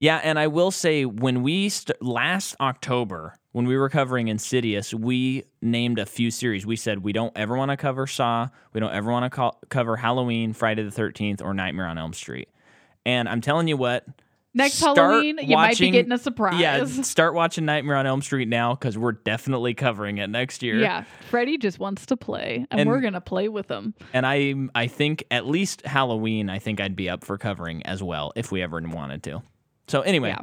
Speaker 2: yeah, and I will say when we st- last October when we were covering Insidious, we named a few series. We said we don't ever want to cover Saw, we don't ever want to co- cover Halloween, Friday the Thirteenth, or Nightmare on Elm Street. And I'm telling you what,
Speaker 1: Next
Speaker 2: Start
Speaker 1: Halloween, you might be
Speaker 2: watching-
Speaker 1: getting a surprise. [LAUGHS]
Speaker 2: yeah, start watching Nightmare on Elm Street now because we're definitely covering it next year.
Speaker 1: Yeah, Freddy just wants to play, and,
Speaker 2: And-
Speaker 1: we're gonna play with him.
Speaker 2: And I I think at least Halloween, I think I'd be up for covering as well if we ever wanted to. So anyway,
Speaker 1: Yeah.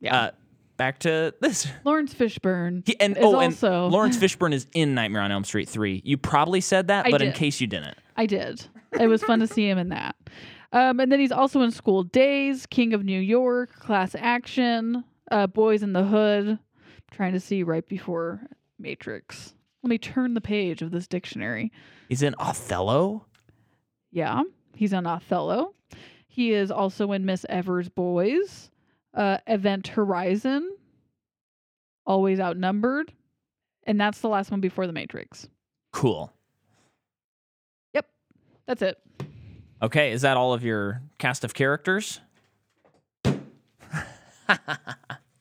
Speaker 1: Yeah.
Speaker 2: Uh, back to this.
Speaker 1: Lawrence Fishburne.
Speaker 2: He- and
Speaker 1: is
Speaker 2: oh,
Speaker 1: also- [LAUGHS]
Speaker 2: and Lawrence Fishburne is in Nightmare on Elm Street three. You probably said that,
Speaker 1: I
Speaker 2: but in
Speaker 1: did.
Speaker 2: case you didn't,
Speaker 1: I did. It was fun to see him in that. Um, and then he's also in School Days, King of New York, Class Action, uh, Boys in the Hood. trying to see right before Matrix. Let me turn the page of this dictionary.
Speaker 2: he's in Othello.
Speaker 1: Yeah, he's on Othello. He is also in Miss Evers' Boys, uh, Event Horizon, Always Outnumbered, and that's the last one before the Matrix.
Speaker 2: Cool.
Speaker 1: That's it.
Speaker 2: Okay, is that all of your cast of characters?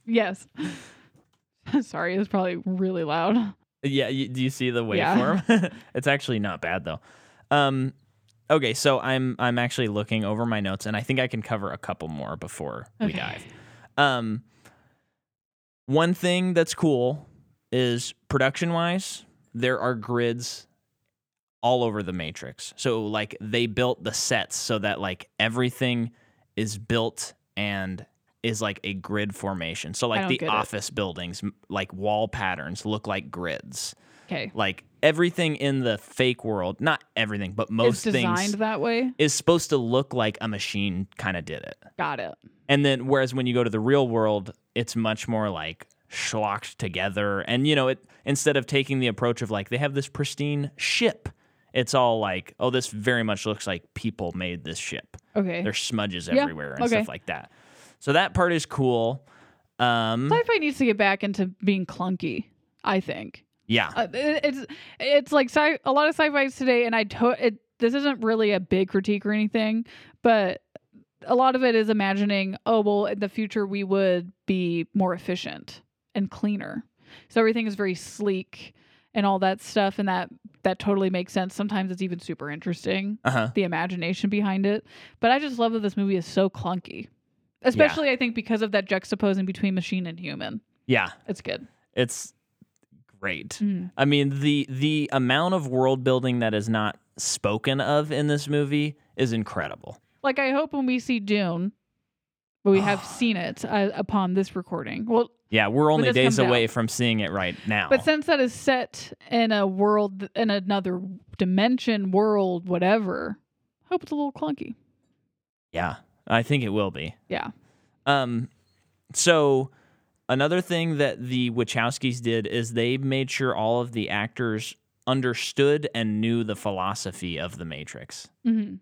Speaker 1: Yes. [LAUGHS] Sorry, it was probably really loud.
Speaker 2: Yeah, you, do you see the
Speaker 1: Yeah.
Speaker 2: waveform?
Speaker 1: [LAUGHS]
Speaker 2: [LAUGHS] it's actually not bad though. Um, okay, so I'm I'm actually looking over my notes, and I think I can cover a couple more before we
Speaker 1: Okay.
Speaker 2: dive. Um, one thing that's cool is production wise, there are grids all over the matrix. So like they built the sets so that like everything is built and is like a grid formation. So like
Speaker 1: don't
Speaker 2: the
Speaker 1: get it.
Speaker 2: office buildings m- like wall patterns look like grids.
Speaker 1: Okay.
Speaker 2: Like everything in the fake world, not everything, but
Speaker 1: It's
Speaker 2: most
Speaker 1: designed
Speaker 2: things
Speaker 1: that way.
Speaker 2: is supposed to look like a machine kind of did it.
Speaker 1: Got it.
Speaker 2: And then, whereas when you go to the real world, it's much more like schlocked together. And, you know, it instead of taking the approach of like, they have this pristine ship, it's all like, oh, this very much looks like people made this ship.
Speaker 1: Okay.
Speaker 2: There's smudges
Speaker 1: Yeah,
Speaker 2: everywhere and
Speaker 1: okay.
Speaker 2: stuff like that. So that part is cool. Um,
Speaker 1: Sci-fi needs to get back into being clunky. I think
Speaker 2: yeah.
Speaker 1: uh, it- it's it's like sci- a lot of sci-fi's today, and I to- it, this isn't really a big critique or anything, but a lot of it is imagining. Oh well, in the future we would be more efficient and cleaner, so everything is very sleek and all that stuff, and that that totally makes sense. Sometimes it's even super interesting.
Speaker 2: Uh huh.
Speaker 1: the imagination behind it. But I just love that this movie is so clunky. Especially I think because of that juxtaposing between machine and human.
Speaker 2: Yeah.
Speaker 1: It's good.
Speaker 2: It's great.
Speaker 1: Mm.
Speaker 2: I mean the the amount of world building that is not spoken of in this movie is incredible.
Speaker 1: Like I hope when we see Dune, but we
Speaker 2: [GASPS]
Speaker 1: have seen it uh, upon this recording. Well,
Speaker 2: Yeah, we're only
Speaker 1: this
Speaker 2: days
Speaker 1: comes out.
Speaker 2: away from seeing it right now.
Speaker 1: but since that is set in a world in another dimension, world, whatever, I hope it's a little clunky.
Speaker 2: yeah, I think it will be.
Speaker 1: Yeah.
Speaker 2: Um, so another thing that the Wachowskis did is they made sure all of the actors understood and knew the philosophy of the Matrix,
Speaker 1: hmm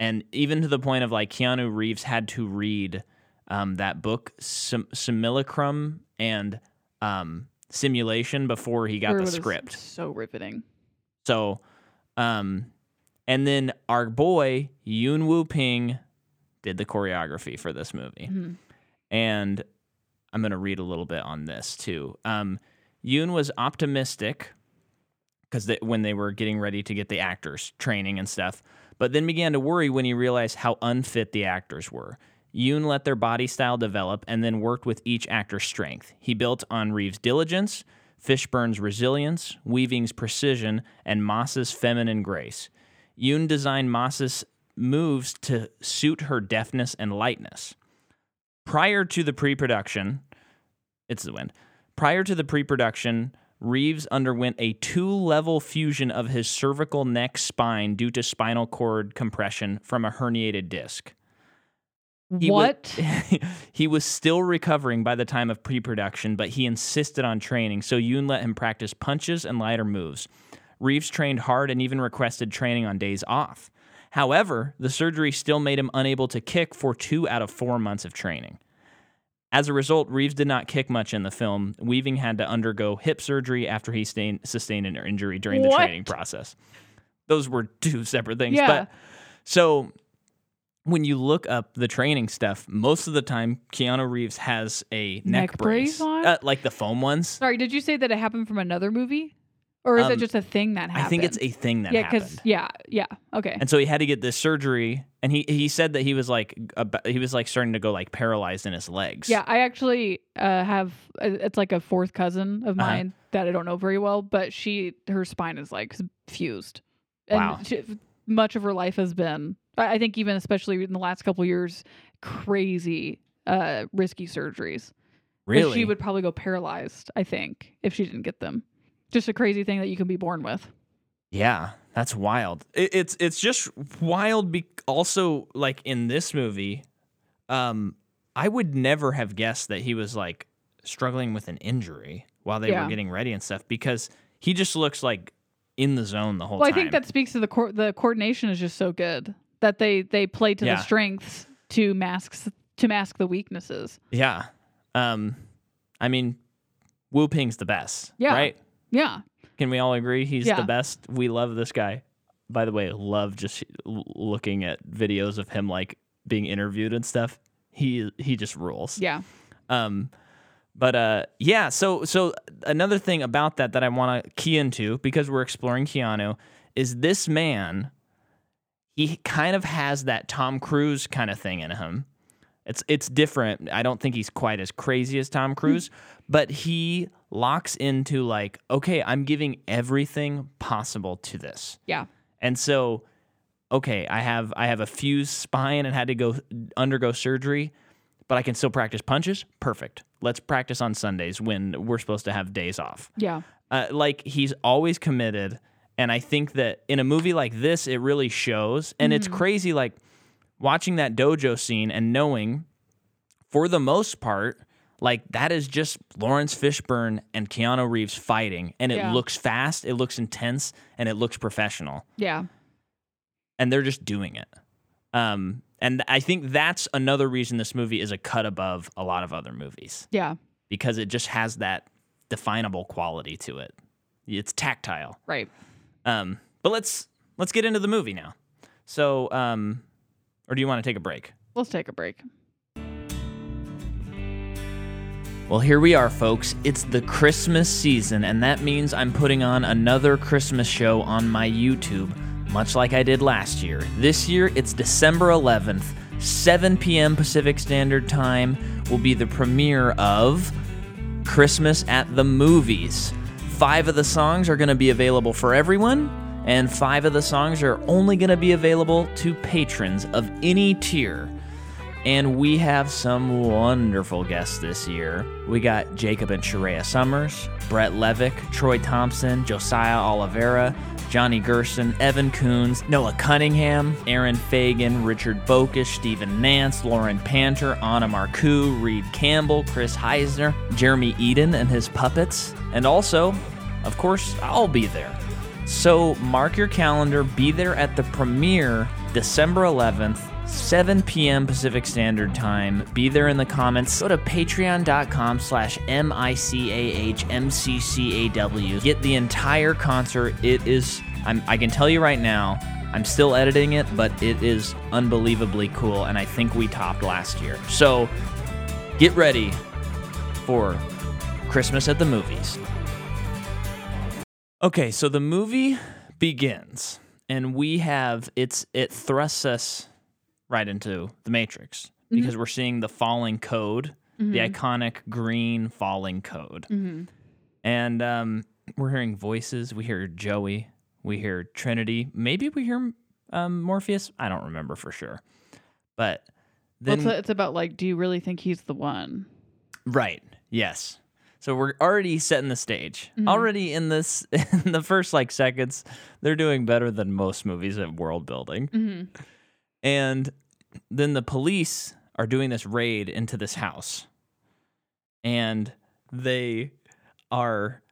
Speaker 2: and even to the point of like Keanu Reeves had to read um, that book Sim- Simulacrum and um, Simulation before he got the script.
Speaker 1: So riveting.
Speaker 2: So, um, and then our boy Yoon Woo Ping did the choreography for this movie,
Speaker 1: Mhm.
Speaker 2: and I'm gonna read a little bit on this too. Um, Yoon was optimistic because they, when they were getting ready to get the actors training and stuff, but then began to worry when he realized how unfit the actors were. Yoon let their body style develop and then worked with each actor's strength. He built on Reeves' diligence, Fishburne's resilience, Weaving's precision, and Moss's feminine grace. Yoon designed Moss's moves to suit her deftness and lightness. Prior to the pre production, it's the wind. Prior to the pre production, Reeves underwent a two level fusion of his cervical neck spine due to spinal cord compression from a herniated disc. He wa-
Speaker 1: what?
Speaker 2: [LAUGHS] he was still recovering by the time of pre production, but he insisted on training, so Yoon let him practice punches and lighter moves. Reeves trained hard and even requested training on days off. However, the surgery still made him unable to kick for two out of four months of training. As a result, Reeves did not kick much in the film. Weaving had to undergo hip surgery after he stain- sustained an injury during the
Speaker 1: What?
Speaker 2: training process. Those were two separate things.
Speaker 1: Yeah.
Speaker 2: But so when you look up the training stuff, most of the time Keanu Reeves has a neck,
Speaker 1: Neck brace
Speaker 2: brace,
Speaker 1: on?
Speaker 2: Uh, like the foam ones.
Speaker 1: Sorry, did you say that it happened from another movie, or is it
Speaker 2: Um,
Speaker 1: just a thing that happened?
Speaker 2: I think it's a thing that
Speaker 1: yeah,
Speaker 2: happened.
Speaker 1: yeah, yeah, okay.
Speaker 2: And so he had to get this surgery, and he he said that he was like ab- he was like starting to go like paralyzed in his legs.
Speaker 1: Yeah, I actually uh, have. It's like a fourth cousin of
Speaker 2: Uh-huh.
Speaker 1: mine that I don't know very well, but she her spine is like fused. And
Speaker 2: Wow.
Speaker 1: she- much of her life has been, I I think, even especially in the last couple years, crazy uh, risky surgeries. 'Cause
Speaker 2: really.
Speaker 1: she would probably go paralyzed. I think if she didn't get them, just a crazy thing that you can be born with.
Speaker 2: Yeah, that's wild. It, it's it's just wild. Be- also, like in this movie, um, I would never have guessed that he was like struggling with an injury while they
Speaker 1: Yeah.
Speaker 2: were getting ready and stuff because he just looks like in the zone the whole
Speaker 1: well, I
Speaker 2: time.
Speaker 1: think that speaks to the co- the coordination is just so good that they they play to
Speaker 2: Yeah.
Speaker 1: the strengths to masks to mask the weaknesses.
Speaker 2: yeah. Um, I mean, Wu Ping's the best.
Speaker 1: Yeah.
Speaker 2: Right?
Speaker 1: Yeah.
Speaker 2: Can we all agree he's
Speaker 1: Yeah.
Speaker 2: the best? We love this guy. By the way, love just l- looking at videos of him like being interviewed and stuff. He he just rules.
Speaker 1: Yeah.
Speaker 2: Um, but uh, yeah. So so another thing about that that I want to key into because we're exploring Keanu is this man. He kind of has that Tom Cruise kind of thing in him. It's it's different. I don't think he's quite as crazy as Tom Cruise, but he locks into like, okay, I'm giving everything possible to this.
Speaker 1: Yeah.
Speaker 2: And so, okay, I have I have a fused spine and had to go undergo surgery, but I can still practice punches. Perfect. Let's practice on Sundays when we're supposed to have days off.
Speaker 1: Yeah.
Speaker 2: Uh, like he's always committed, and I think that in a movie like this, it really shows. And it's crazy, like watching that dojo scene and knowing, for the most part. Like that is just Lawrence Fishburne and Keanu Reeves fighting, and it
Speaker 1: Yeah.
Speaker 2: looks fast, it looks intense, and it looks professional
Speaker 1: Yeah.
Speaker 2: and they're just doing it. Um, and I think that's another reason this movie is a cut above a lot of other movies
Speaker 1: Yeah.
Speaker 2: because it just has that definable quality to it. It's tactile.
Speaker 1: Right.
Speaker 2: Um, but let's let's get into the movie now. So, um, or do you want to take a break?
Speaker 1: Let's take a break.
Speaker 2: Well, here we are, folks. It's the Christmas season, and that means I'm putting on another Christmas show on my YouTube, much like I did last year. This year, it's December 11th, 7 p.m. Pacific Standard Time, will be the premiere of Christmas at the Movies. Five of the songs are going to be available for everyone, and five of the songs are only going to be available to patrons of any tier. And we have some wonderful guests this year. We got Jacob and Sharia Summers, Brett Levick, Troy Thompson, Josiah Oliveira, Johnny Gerson, Evan Coons, Noah Cunningham, Aaron Fagan, Richard Bokish, Stephen Nance, Lauren Panter, Anna Marcoux, Reed Campbell, Chris Heisner, Jeremy Eden and his puppets. And also, of course, I'll be there. So mark your calendar, be there at the premiere December 11th, 7 p.m. Pacific Standard Time. Be there in the comments. Go to patreon.com slash M-I-C-A-H-M-C-C-A-W. Get the entire concert. It is, I'm, I can tell you right now, I'm still editing it, but it is unbelievably cool, and I think we topped last year. So get ready for Christmas at the Movies. Okay, so the movie begins, and we have it's it thrusts us right into the Matrix because we're seeing the falling code, the iconic green falling code, and um, we're hearing voices. We hear Joey, we hear Trinity, maybe we hear um, Morpheus. I don't remember for sure, but
Speaker 1: Well,
Speaker 2: then
Speaker 1: it's, it's about like, do you really think he's the one?
Speaker 2: Right. Yes. So we're already setting the stage. Already in this, [LAUGHS] in the first like seconds, they're doing better than most movies at world building. And then the police are doing this raid into this house, and they are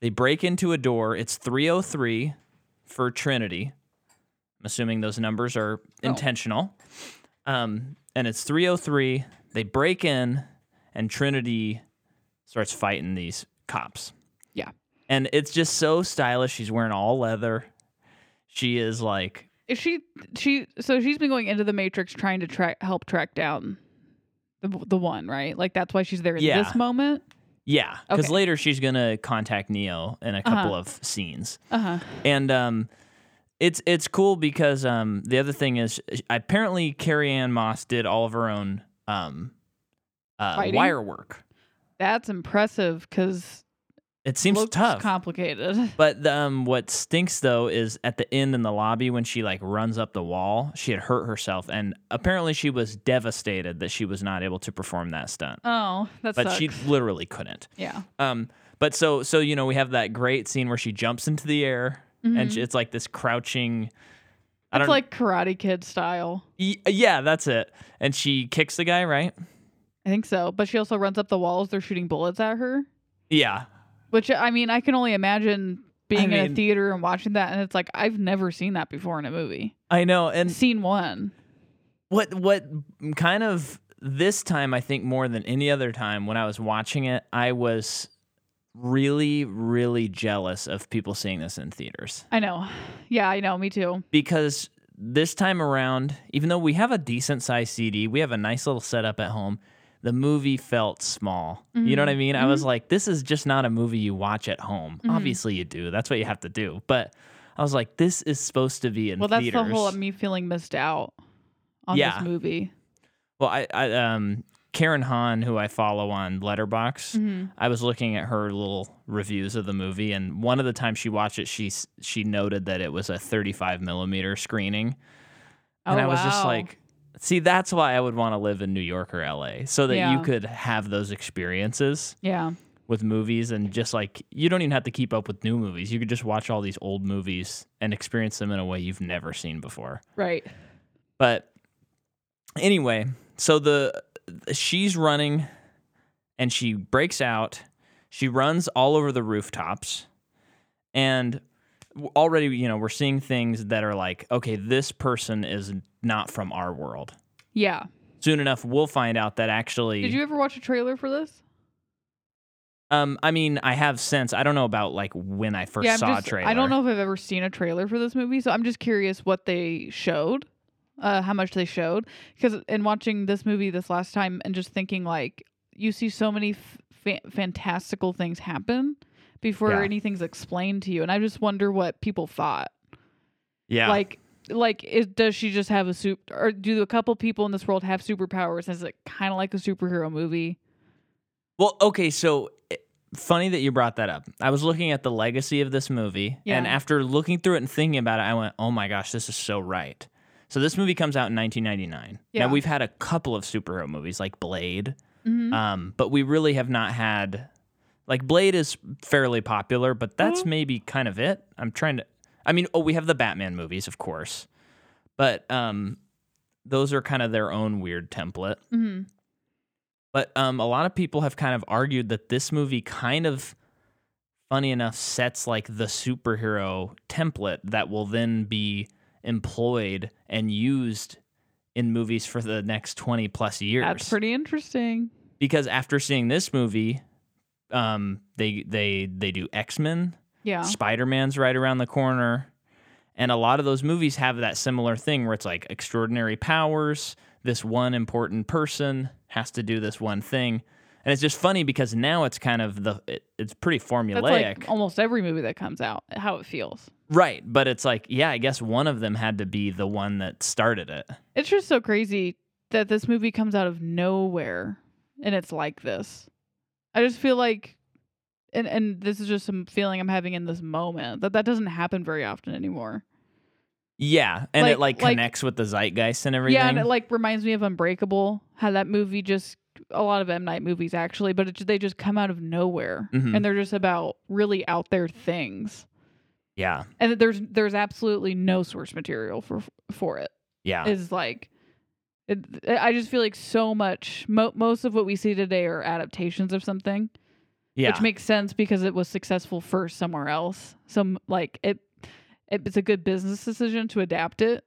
Speaker 2: they break into a door. It's 303 for Trinity. I'm assuming those numbers are intentional. Um, and it's 303. They break in, and Trinity starts fighting these cops.
Speaker 1: Yeah.
Speaker 2: And it's just so stylish. She's wearing all leather. She is like,
Speaker 1: Is she she so she's been going into the matrix trying to track help track down the the one, right? Like that's why she's there in
Speaker 2: Yeah.
Speaker 1: this moment.
Speaker 2: yeah. Because
Speaker 1: Okay.
Speaker 2: later she's going to contact Neo in a couple of scenes.
Speaker 1: Uh-huh.
Speaker 2: And um, it's it's cool because um, the other thing is apparently Carrie Ann Moss did all of her own um, uh,
Speaker 1: Fighting?
Speaker 2: wire work.
Speaker 1: That's impressive cuz
Speaker 2: It seems
Speaker 1: looks
Speaker 2: tough.
Speaker 1: complicated.
Speaker 2: But the, um, what stinks though is at the end in the lobby when she like runs up the wall, she had hurt herself, and apparently she was devastated that she was not able to perform that stunt.
Speaker 1: Oh, that
Speaker 2: But
Speaker 1: sucks.
Speaker 2: she literally couldn't.
Speaker 1: yeah.
Speaker 2: Um, but so so you know we have that great scene where she jumps into the air and she, it's like this crouching. I
Speaker 1: Mm-hmm. It's
Speaker 2: don't
Speaker 1: like Karate Kid style.
Speaker 2: Y- yeah, that's it. And she kicks the guy, right?
Speaker 1: I think so. But she also runs up the walls. They're shooting bullets at her,
Speaker 2: Yeah,
Speaker 1: which I mean, I can only imagine being in a
Speaker 2: mean-
Speaker 1: theater and watching that. And it's like, I've never seen that before in a movie.
Speaker 2: I know. And
Speaker 1: Scene one.
Speaker 2: what what kind of this time I think more than any other time when I was watching it, I was really really jealous of people seeing this in theaters
Speaker 1: I know. Yeah, I know. Me too.
Speaker 2: because this time around, even though we have a decent sized CD, we have a nice little setup at home. The movie felt small. You know
Speaker 1: Mm-hmm.
Speaker 2: what I mean? I was like, this is just not a movie you watch at home. Obviously, you do. That's what you have to do. But I was like, this is supposed to be in
Speaker 1: Well, that's
Speaker 2: theaters.
Speaker 1: the whole of me feeling missed out on
Speaker 2: Yeah.
Speaker 1: this movie.
Speaker 2: Well, I, I um Karen Hahn, who I follow on Letterbox,
Speaker 1: Mm-hmm.
Speaker 2: I was looking at her little reviews of the movie, and one of the times she watched it, she s- she noted that it was a 35 millimeter screening, and
Speaker 1: Oh,
Speaker 2: I was just
Speaker 1: wow.
Speaker 2: like, see, that's why I would want to live in New York or LA, so that you
Speaker 1: Yeah.
Speaker 2: could have those experiences
Speaker 1: Yeah.
Speaker 2: with movies, and just like you don't even have to keep up with new movies, you could just watch all these old movies and experience them in a way you've never seen before.
Speaker 1: Right.
Speaker 2: But anyway, so the she's running and she breaks out. She runs all over the rooftops and w- already you know we're seeing things that are like okay this person is not from our world
Speaker 1: Yeah.
Speaker 2: soon enough we'll find out that actually
Speaker 1: Did you ever watch a trailer for this?
Speaker 2: um i mean i have since i don't know about like when i first
Speaker 1: yeah, I'm
Speaker 2: saw
Speaker 1: just-
Speaker 2: a trailer
Speaker 1: I don't know if I've ever seen a trailer for this movie, so I'm just curious what they showed, uh, how much they showed. Because in watching this movie this last time and just thinking like, you see so many f- fa- fantastical things happen before
Speaker 2: Yeah.
Speaker 1: anything's explained to you, and I just wonder what people thought.
Speaker 2: yeah
Speaker 1: Like, like is, does she just have a soup, or do a couple people in this world have superpowers? Is it kind of like a superhero movie?
Speaker 2: Well, okay, so eh, funny that you brought that up. I was looking at the legacy of this movie, and
Speaker 1: Yeah.
Speaker 2: after looking through it and thinking about it, I went, "Oh my gosh, this is so right." So this movie comes out in 1999.
Speaker 1: Yeah.
Speaker 2: Now we've had a couple of superhero movies like Blade,
Speaker 1: Mhm.
Speaker 2: um, but we really have not had like Blade is fairly popular, but that's
Speaker 1: Mm-hmm.
Speaker 2: maybe kind of it. I'm trying to. I mean, oh, we have the Batman movies, of course, but um, those are kind of their own weird template.
Speaker 1: Mm-hmm.
Speaker 2: But um, a lot of people have kind of argued that this movie kind of, funny enough, sets like the superhero template that will then be employed and used in movies for the next 20 plus years.
Speaker 1: That's pretty interesting.
Speaker 2: because after seeing this movie, um, they they they do X Men,
Speaker 1: Yeah.
Speaker 2: Spider Man's right around the corner. And a lot of those movies have that similar thing where it's like extraordinary powers. This one important person has to do this one thing. And it's just funny because now it's kind of the, it, it's pretty
Speaker 1: That's
Speaker 2: formulaic.
Speaker 1: like almost every movie that comes out, how it feels.
Speaker 2: right. But it's like, yeah, I guess one of them had to be the one that started it.
Speaker 1: It's just so crazy that this movie comes out of nowhere and it's like this. I just feel like and and this is just some feeling I'm having in this moment that that doesn't happen very often anymore.
Speaker 2: Yeah. And it like
Speaker 1: Like- like-
Speaker 2: connects with the zeitgeist and everything.
Speaker 1: Yeah, and it like reminds me of Unbreakable, how that movie just a lot of M Night movies actually, but it, they just come out of nowhere
Speaker 2: Mhm.
Speaker 1: and they're just about really out there things,
Speaker 2: Yeah.
Speaker 1: and that there's there's absolutely no source material for for it.
Speaker 2: Yeah.
Speaker 1: Is like, it, I just feel like so much mo- most of what we see today are adaptations of something,
Speaker 2: yeah.
Speaker 1: which makes sense because it was successful first somewhere else. So m- like it, it it's a good business decision to adapt it,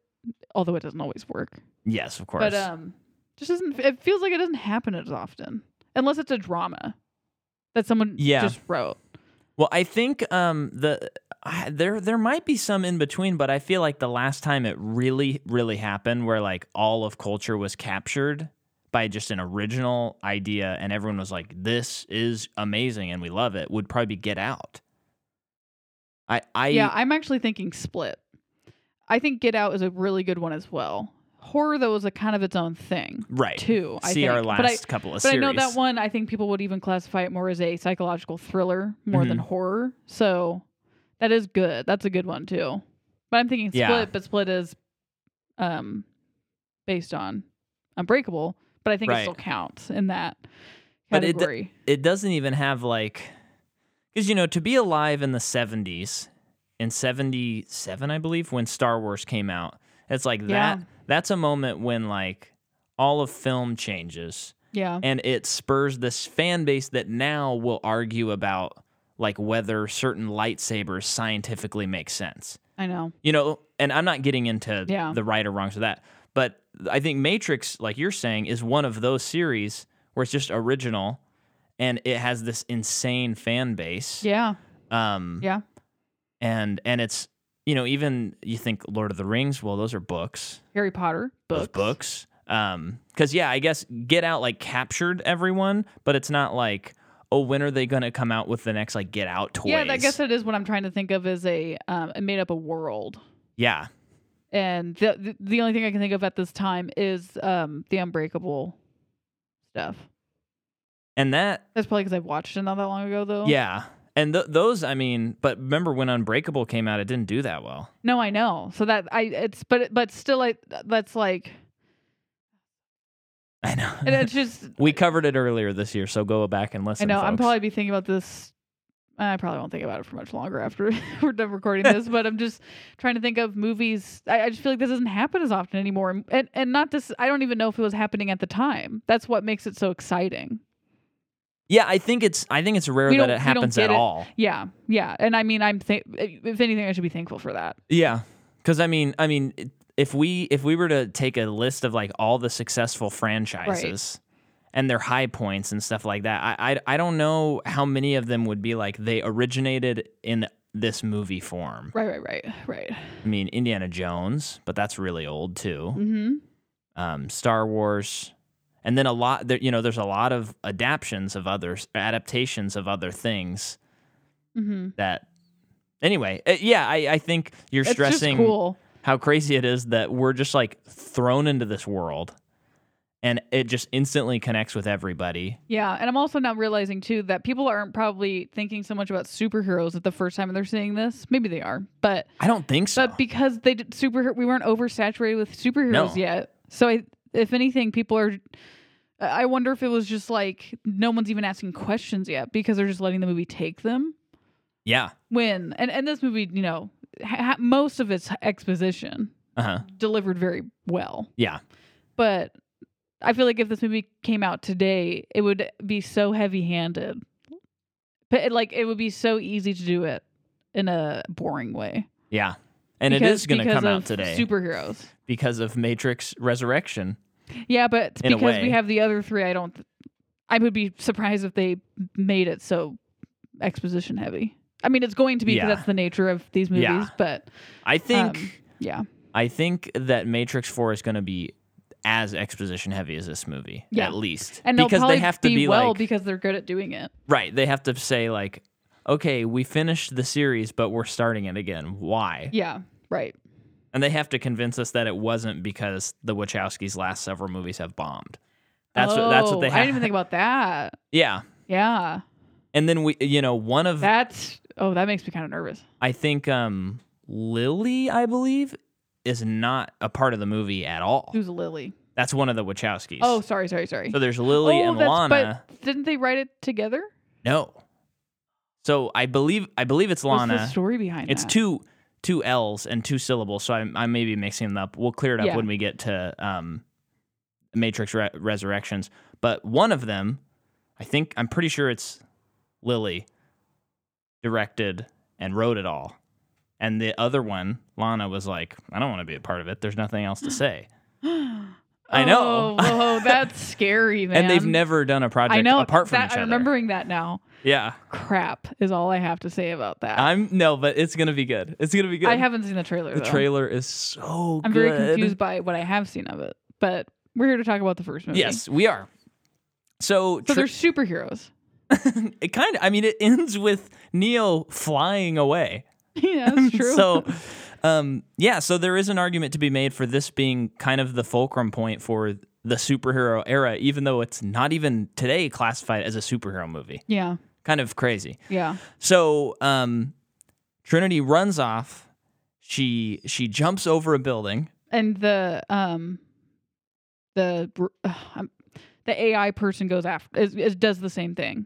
Speaker 1: although it doesn't always work.
Speaker 2: yes, of course.
Speaker 1: But um, just doesn't. It feels like it doesn't happen as often, unless it's a drama that someone
Speaker 2: Yeah.
Speaker 1: just wrote.
Speaker 2: well, I think um the I, there there might be some in between, but I feel like the last time it really really happened where like all of culture was captured by just an original idea and everyone was like this is amazing and we love it would probably be Get Out. I I
Speaker 1: yeah, I'm actually thinking Split. I think Get Out is a really good one as well. Horror though is a kind of its own thing
Speaker 2: right.
Speaker 1: too. I
Speaker 2: See our
Speaker 1: think.
Speaker 2: last
Speaker 1: but I,
Speaker 2: couple of
Speaker 1: but I
Speaker 2: series.
Speaker 1: know that one. I think people would even classify it more as a psychological thriller more than
Speaker 2: Mm-hmm.
Speaker 1: horror. So that is good. That's a good one too. But I'm thinking Split.
Speaker 2: Yeah.
Speaker 1: But Split is um based on Unbreakable. But I think
Speaker 2: Right.
Speaker 1: it still counts in that
Speaker 2: But it d-
Speaker 1: category.
Speaker 2: it doesn't even have like because you know to be alive in the 70s in 77 i believe when star wars came out it's like
Speaker 1: Yeah.
Speaker 2: that that's a moment when like all of film changes
Speaker 1: yeah.
Speaker 2: and it spurs this fan base that now will argue about like whether certain lightsabers scientifically make sense
Speaker 1: I know.
Speaker 2: you know and i'm not getting into
Speaker 1: Yeah.
Speaker 2: the right or wrongs of that but i think matrix like you're saying is one of those series where it's just original and it has this insane fan base
Speaker 1: Yeah.
Speaker 2: um
Speaker 1: Yeah.
Speaker 2: and and it's you know even you think lord of the rings well those are books
Speaker 1: Harry Potter
Speaker 2: those
Speaker 1: books.
Speaker 2: books um because yeah i guess get out like captured everyone but it's not like oh when are they gonna come out with the next like get out toys
Speaker 1: Yeah, I guess that is what I'm trying to think of as a um, it made up a world.
Speaker 2: yeah
Speaker 1: And the, the the only thing I can think of at this time is um the Unbreakable stuff.
Speaker 2: and that
Speaker 1: That's probably because I've watched it not that long ago though.
Speaker 2: Yeah. And th- those, I mean, but remember when Unbreakable came out, it didn't do that well. [LAUGHS]
Speaker 1: No, I know. So that I it's but but still I that's like
Speaker 2: I know.
Speaker 1: and it's just
Speaker 2: [LAUGHS] we covered it earlier this year, so go back and
Speaker 1: I
Speaker 2: listen.
Speaker 1: know I'm
Speaker 2: folks.
Speaker 1: probably be thinking about this. I probably won't think about it for much longer after [LAUGHS] we're done recording this, but I'm just trying to think of movies. I, I just feel like this doesn't happen as often anymore, and, and and not this. I don't even know if it was happening at the time. That's what makes it so exciting.
Speaker 2: Yeah, I think it's I think it's rare
Speaker 1: We don't-
Speaker 2: that
Speaker 1: we
Speaker 2: it
Speaker 1: don't
Speaker 2: happens at
Speaker 1: get it.
Speaker 2: all.
Speaker 1: Yeah, yeah, and I mean, I'm th- if anything, I should be thankful for that.
Speaker 2: Yeah, because I mean, I mean, it- if we if we were to take a list of like all the successful franchises and their high points and stuff like that, I, I I don't know how many of them would be like they originated in this movie form.
Speaker 1: Right, right, right, right.
Speaker 2: I mean, Indiana Jones, but that's really old too.
Speaker 1: Mm-hmm.
Speaker 2: um, Star Wars, and then a lot. There, you know, there's a lot of adaptions of others, adaptations of other things
Speaker 1: Mm-hmm.
Speaker 2: that. Anyway, uh, yeah, I, I think you're
Speaker 1: It's just
Speaker 2: stressing
Speaker 1: cool.
Speaker 2: how crazy it is that we're just like thrown into this world, and it just instantly connects with everybody.
Speaker 1: Yeah, and I'm also now realizing too that people aren't probably thinking so much about superheroes at the first time they're seeing this. Maybe they are, but
Speaker 2: I don't think so.
Speaker 1: But because they did super, we weren't oversaturated with superheroes
Speaker 2: No.
Speaker 1: yet. So I, if anything, people are. I wonder if it was just like no one's even asking questions yet because they're just letting the movie take them.
Speaker 2: yeah.
Speaker 1: When and and this movie, you know, ha- ha- most of its exposition
Speaker 2: Uh huh.
Speaker 1: delivered very well,
Speaker 2: Yeah.
Speaker 1: but. I feel like if this movie came out today, it would be so heavy-handed. But it, like it would be so easy to do it in a boring way.
Speaker 2: Yeah. And it
Speaker 1: Because-
Speaker 2: is going to
Speaker 1: because
Speaker 2: come out
Speaker 1: of
Speaker 2: today
Speaker 1: Superheroes.
Speaker 2: because of Matrix Resurrection.
Speaker 1: Yeah, but it's
Speaker 2: In a
Speaker 1: because
Speaker 2: way.
Speaker 1: we have the other three, I don't. I would be surprised if they made it so exposition heavy. I mean, it's going to be 'cause
Speaker 2: Yeah.
Speaker 1: that's the nature of these movies.
Speaker 2: Yeah.
Speaker 1: But
Speaker 2: I think.
Speaker 1: um, yeah,
Speaker 2: I think that Matrix Four is going to be as exposition heavy as this movie,
Speaker 1: Yeah.
Speaker 2: at least,
Speaker 1: and they'll
Speaker 2: because
Speaker 1: probably
Speaker 2: they have to be,
Speaker 1: well
Speaker 2: like
Speaker 1: because they're good at doing it.
Speaker 2: right. They have to say like, okay, we finished the series, but we're starting it again. Why?
Speaker 1: Yeah, right.
Speaker 2: And they have to convince us that it wasn't because the Wachowskis' last several movies have bombed. That's what. That's
Speaker 1: Oh,
Speaker 2: what they. Have.
Speaker 1: I didn't even think about that.
Speaker 2: [LAUGHS] Yeah,
Speaker 1: Yeah,
Speaker 2: and then we, you know, one of
Speaker 1: that's. Oh, that makes me kind of nervous.
Speaker 2: I think um Lily, I believe, is not a part of the movie at all.
Speaker 1: Who's Lily?
Speaker 2: That's one of the Wachowskis.
Speaker 1: Mm. Oh, sorry, sorry, sorry.
Speaker 2: so there's Lily
Speaker 1: oh,
Speaker 2: and
Speaker 1: that's-
Speaker 2: Lana.
Speaker 1: But didn't they write it together?
Speaker 2: No. So I believe I believe it's Lana.
Speaker 1: What's the story behind
Speaker 2: It's
Speaker 1: that? [GASPS]
Speaker 2: two two L's and two syllables, so I, I may be mixing them up. We'll clear it up
Speaker 1: Yeah.
Speaker 2: when we get to um, Matrix Re- Resurrections. But one of them, I think I'm pretty sure it's Lily directed and wrote it all, and the other one, Lana, was like, "I don't want to be a part of it. There's nothing else
Speaker 1: [GASPS]
Speaker 2: to say." I know.
Speaker 1: Oh, whoa,
Speaker 2: [LAUGHS]
Speaker 1: that's scary, man.
Speaker 2: And they've never done a project
Speaker 1: I know.
Speaker 2: apart from
Speaker 1: that,
Speaker 2: each other.
Speaker 1: I'm remembering that now.
Speaker 2: Yeah,
Speaker 1: Crap is all I have to say about that.
Speaker 2: I'm no, but it's gonna be good. It's gonna be good.
Speaker 1: I haven't seen the trailer.
Speaker 2: the
Speaker 1: though.
Speaker 2: trailer is so.
Speaker 1: I'm very
Speaker 2: good.
Speaker 1: confused by what I have seen of it, but we're here to talk about the first movie.
Speaker 2: Yes, we are. So,
Speaker 1: So
Speaker 2: tr-
Speaker 1: they're superheroes. [LAUGHS]
Speaker 2: it kind of, I mean, it [LAUGHS] ends with Neo flying away.
Speaker 1: yeah,
Speaker 2: [LAUGHS]
Speaker 1: that's true.
Speaker 2: So,
Speaker 1: [LAUGHS]
Speaker 2: um, yeah, so there is an argument to be made for this being kind of the fulcrum point for the superhero era, even though it's not even today classified as a superhero movie.
Speaker 1: yeah,
Speaker 2: Kind of crazy.
Speaker 1: yeah.
Speaker 2: So um, Trinity runs off. She she jumps over a building.
Speaker 1: And the um, the uh, I'm- the AI person goes after is, is does the same thing.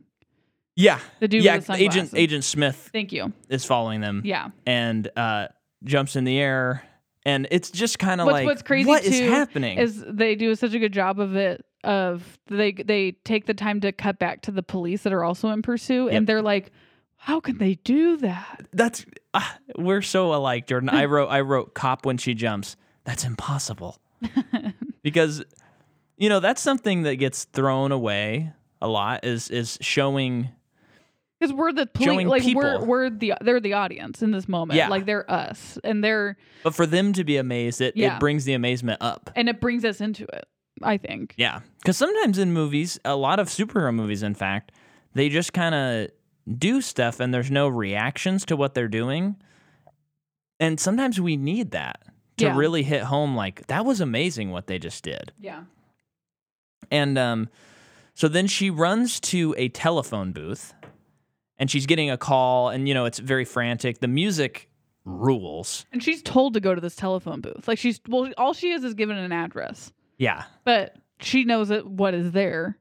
Speaker 2: Yeah,
Speaker 1: The dude
Speaker 2: yeah.
Speaker 1: with the
Speaker 2: Agent
Speaker 1: sunglasses.
Speaker 2: Agent Smith
Speaker 1: Thank you.
Speaker 2: is following them.
Speaker 1: Yeah.
Speaker 2: and uh, jumps in the air, and it's just kind of
Speaker 1: What's-
Speaker 2: like
Speaker 1: what's crazy
Speaker 2: what is
Speaker 1: too
Speaker 2: happening?
Speaker 1: is they do such a good job of it of they they take the time to cut back to the police that are also in pursuit
Speaker 2: Yep.
Speaker 1: and they're like how can they do that
Speaker 2: That's ah, we're so alike, Jordan.
Speaker 1: [LAUGHS]
Speaker 2: I wrote I wrote cop when she jumps. That's impossible because you know that's something that gets thrown away a lot is is showing
Speaker 1: because we're the police
Speaker 2: Showing
Speaker 1: like we're
Speaker 2: people.
Speaker 1: we're the they're the audience in this moment
Speaker 2: Yeah.
Speaker 1: like they're us and they're
Speaker 2: but for them to be amazed it,
Speaker 1: Yeah.
Speaker 2: it brings the amazement up
Speaker 1: and it brings us into it i think
Speaker 2: yeah because sometimes in movies a lot of superhero movies in fact they just kind of do stuff and there's no reactions to what they're doing and sometimes we need that to
Speaker 1: Yeah.
Speaker 2: really hit home like that was amazing what they just did
Speaker 1: yeah
Speaker 2: And um, so then she runs to a telephone booth and she's getting a call, and you know, it's very frantic. The music rules.
Speaker 1: and she's told to go to this telephone booth like she's well all she is is given an address
Speaker 2: Yeah.
Speaker 1: but she knows it, what is there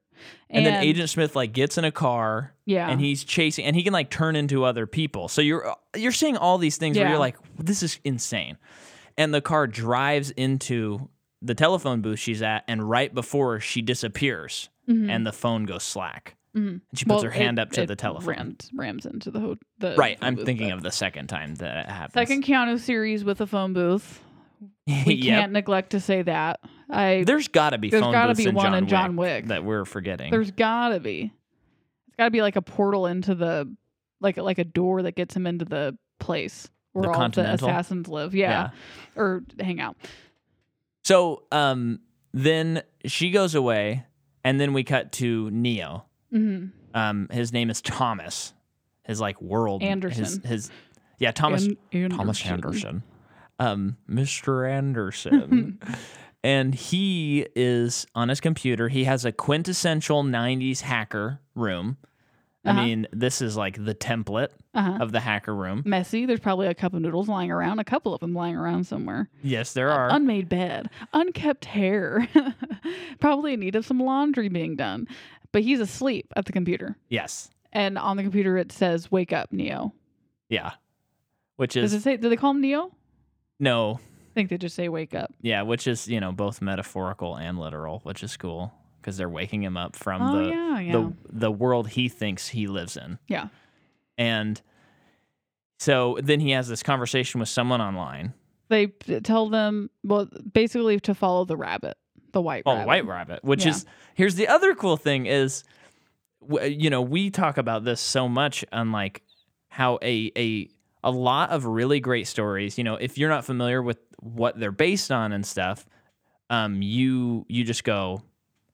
Speaker 2: And, then Agent Smith like gets in a car
Speaker 1: yeah
Speaker 2: and he's chasing and he can like turn into other people. So you're uh, you're seeing all these things where
Speaker 1: Yeah.
Speaker 2: you're like, this is insane. And the car drives into the telephone booth she's at, and right before she disappears
Speaker 1: Mhm.
Speaker 2: and the phone goes slack.
Speaker 1: Mhm.
Speaker 2: And she puts
Speaker 1: Well,
Speaker 2: her hand
Speaker 1: it-
Speaker 2: up to
Speaker 1: it
Speaker 2: the telephone.
Speaker 1: rams, rams into the, ho- the
Speaker 2: Right.
Speaker 1: phone
Speaker 2: I'm
Speaker 1: booth,
Speaker 2: thinking
Speaker 1: but-
Speaker 2: of the second time that it happens. [LAUGHS]
Speaker 1: Second Keanu series with a phone booth. We
Speaker 2: Yep.
Speaker 1: can't neglect to say that. I
Speaker 2: There's got to be
Speaker 1: there's
Speaker 2: phone
Speaker 1: gotta
Speaker 2: booths
Speaker 1: be
Speaker 2: in
Speaker 1: one
Speaker 2: John
Speaker 1: in John
Speaker 2: Wick
Speaker 1: Wick.
Speaker 2: that we're forgetting.
Speaker 1: there's gotta be. It's gotta be like a portal into the like like a door that gets him into the place where
Speaker 2: The
Speaker 1: all of the
Speaker 2: Continental?
Speaker 1: assassins live. Yeah. Or hang out.
Speaker 2: So um, then she goes away, and then we cut to Neo.
Speaker 1: hmm
Speaker 2: Um, his name is Thomas. His like world
Speaker 1: Anderson.
Speaker 2: His, his yeah, Thomas Thomas Anderson. Um, Mr.
Speaker 1: [LAUGHS]
Speaker 2: Anderson. and he is on his computer. He has a quintessential 90s hacker room.
Speaker 1: Uh-huh.
Speaker 2: I mean, this is like the template
Speaker 1: Uh-huh.
Speaker 2: of the hacker room.
Speaker 1: Messy. There's probably a cup of noodles lying around, a couple of them lying around somewhere.
Speaker 2: Yes,
Speaker 1: Uh,
Speaker 2: there are.
Speaker 1: Unmade bed, unkept hair, [LAUGHS] probably in need of some laundry being done. But he's asleep at the computer.
Speaker 2: yes.
Speaker 1: and on the computer it says "Wake up, Neo."
Speaker 2: Yeah. Which
Speaker 1: Does
Speaker 2: is
Speaker 1: it say? Do they call him Neo?
Speaker 2: no,
Speaker 1: I think they just say "Wake up."
Speaker 2: yeah, which is, you know, both metaphorical and literal, which is cool because they're waking him up from
Speaker 1: oh
Speaker 2: Um, the
Speaker 1: yeah, yeah,
Speaker 2: the the world he thinks he lives in.
Speaker 1: yeah.
Speaker 2: And so then he has this conversation with someone online.
Speaker 1: They p- tell them well, basically to follow the rabbit, the white
Speaker 2: Oh,
Speaker 1: rabbit.
Speaker 2: White Rabbit, which
Speaker 1: Yeah.
Speaker 2: is here's the other cool thing is w- you know, we talk about this so much on like how a a a lot of really great stories, you know, if you're not familiar with what they're based on and stuff, um you you just go,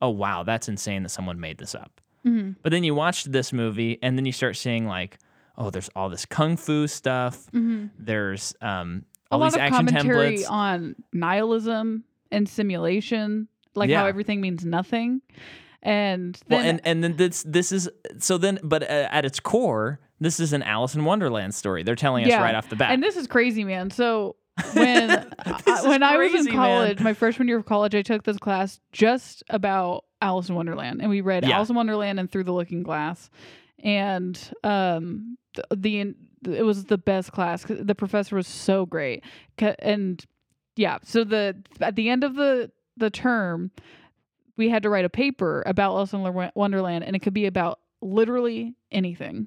Speaker 2: "Oh wow, that's insane that someone made this up."
Speaker 1: Mhm.
Speaker 2: But then you watch this movie and then you start seeing like, "Oh, there's all this kung fu stuff.
Speaker 1: Mhm.
Speaker 2: There's um
Speaker 1: A
Speaker 2: all
Speaker 1: lot
Speaker 2: these
Speaker 1: of
Speaker 2: action
Speaker 1: commentary
Speaker 2: templates."
Speaker 1: on nihilism and simulation, like how
Speaker 2: Yeah.
Speaker 1: everything means nothing, and then
Speaker 2: Well, and and then this this is so then, but uh, at its core, this is an Alice in Wonderland story. They're telling us
Speaker 1: Yeah.
Speaker 2: [LAUGHS] right off the bat.
Speaker 1: and this is crazy, man. So
Speaker 2: [LAUGHS]
Speaker 1: when uh,
Speaker 2: This is
Speaker 1: when I was
Speaker 2: crazy,
Speaker 1: in
Speaker 2: man.
Speaker 1: college, my freshman year of college, I took this class just about Alice in Wonderland, and we read
Speaker 2: Yeah.
Speaker 1: Alice in Wonderland and Through the Looking Glass, and um, th- the, it was the best class. 'cause The professor was so great, Ca- and yeah, so the at the end of the the term, we had to write a paper about Alice in Wonder- Wonderland, and it could be about literally anything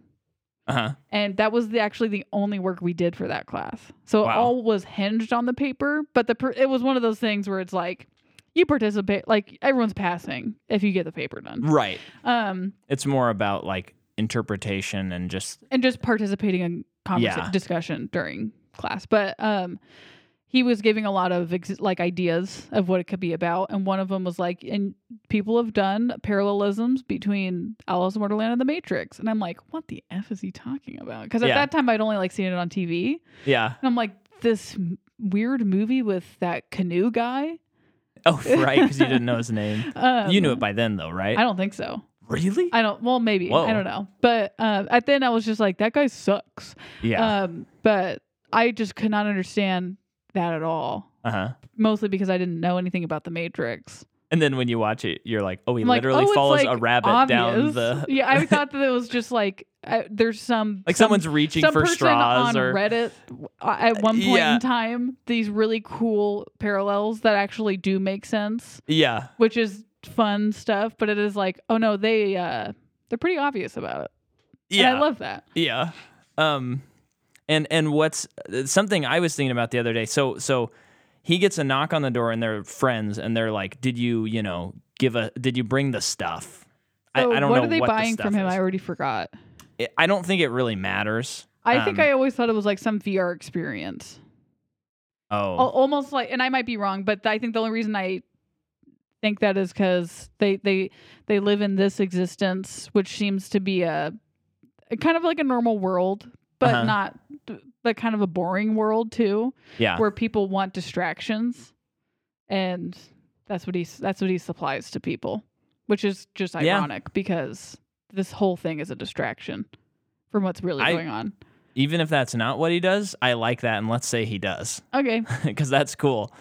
Speaker 2: Uh-huh.
Speaker 1: and that was the, actually the only work we did for that class. So it
Speaker 2: Wow.
Speaker 1: all was hinged on the paper, but the per- it was one of those things where it's like you participate, like everyone's passing if you get the paper done,
Speaker 2: Right.
Speaker 1: um,
Speaker 2: It's more about like interpretation and just
Speaker 1: and just participating in conversa-
Speaker 2: Yeah.
Speaker 1: discussion during class. But um, he was giving a lot of ex- like ideas of what it could be about, and one of them was like, and people have done parallelisms between Alice in Wonderland and The Matrix, and I'm like, what the f is he talking about? Because at
Speaker 2: Yeah.
Speaker 1: that time I'd only like seen it on TV.
Speaker 2: yeah.
Speaker 1: And I'm like, this m- weird movie with that canoe guy.
Speaker 2: Oh, [LAUGHS] right, because you didn't know his name.
Speaker 1: [LAUGHS] Um,
Speaker 2: You knew it by then, though, right?
Speaker 1: I don't think so.
Speaker 2: really?
Speaker 1: I don't. Well, maybe.
Speaker 2: Whoa.
Speaker 1: I don't know. But uh, at then I was just like, that guy sucks.
Speaker 2: yeah.
Speaker 1: Um, but I just could not understand that at all.
Speaker 2: Uh huh.
Speaker 1: Mostly because I didn't know anything about the Matrix.
Speaker 2: And then when you watch it, you're like, oh, he
Speaker 1: I'm like,
Speaker 2: literally
Speaker 1: oh, it's,
Speaker 2: follows a
Speaker 1: like,
Speaker 2: rabbit down
Speaker 1: obvious.
Speaker 2: the.
Speaker 1: [LAUGHS] yeah, I thought that it was just like I, there's some
Speaker 2: Like
Speaker 1: some-
Speaker 2: someone's reaching
Speaker 1: some
Speaker 2: for
Speaker 1: person
Speaker 2: straws
Speaker 1: on
Speaker 2: or.
Speaker 1: Reddit w- at one point
Speaker 2: Yeah.
Speaker 1: in time these really cool parallels that actually do make sense.
Speaker 2: Yeah.
Speaker 1: which is fun stuff, but it is like, oh no, they uh they're pretty obvious about it.
Speaker 2: Yeah.
Speaker 1: And I love that.
Speaker 2: Yeah. Um and and what's uh, something I was thinking about the other day. So so he gets a knock on the door and they're friends and they're like, "Did you, you know, give a did you bring the stuff?"
Speaker 1: So
Speaker 2: I, I don't
Speaker 1: what
Speaker 2: know
Speaker 1: are they
Speaker 2: what the
Speaker 1: buying from
Speaker 2: stuff
Speaker 1: him?
Speaker 2: is.
Speaker 1: I already forgot.
Speaker 2: It- I don't think it really matters.
Speaker 1: I think
Speaker 2: Um,
Speaker 1: I always thought it was like some VR experience.
Speaker 2: Oh.
Speaker 1: Al- Almost like and I might be wrong, but I think the only reason I think that is cuz they they they live in this existence which seems to be a kind of like a normal world, but
Speaker 2: Uh-huh.
Speaker 1: not but kind of a boring world too.
Speaker 2: yeah.
Speaker 1: where people want distractions, and that's what he that's what he supplies to people, which is just
Speaker 2: Yeah.
Speaker 1: ironic because this whole thing is a distraction from what's really
Speaker 2: I-
Speaker 1: going on.
Speaker 2: Even if that's not what he does, I like that and let's say he does
Speaker 1: Okay,
Speaker 2: [LAUGHS] because that's cool.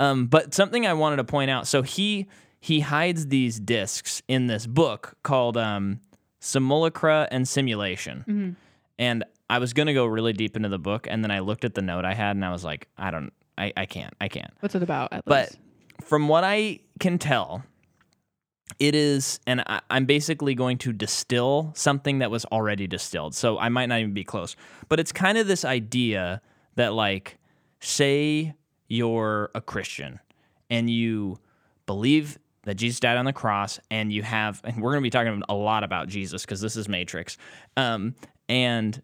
Speaker 2: Um but something I wanted to point out. So he he hides these discs in this book called um Simulacra and Simulation.
Speaker 1: Mhm.
Speaker 2: And I was gonna go really deep into the book, and then I looked at the note I had, and I was like, I don't, I, I can't, I can't.
Speaker 1: what's it about? At
Speaker 2: But
Speaker 1: least?
Speaker 2: from what I can tell, it is, and I, I'm basically going to distill something that was already distilled. So I might not even be close, but it's kind of this idea that, like, say you're a Christian and you believe that Jesus died on the cross, and you have, and we're going to be talking a lot about Jesus because this is Matrix. Um, and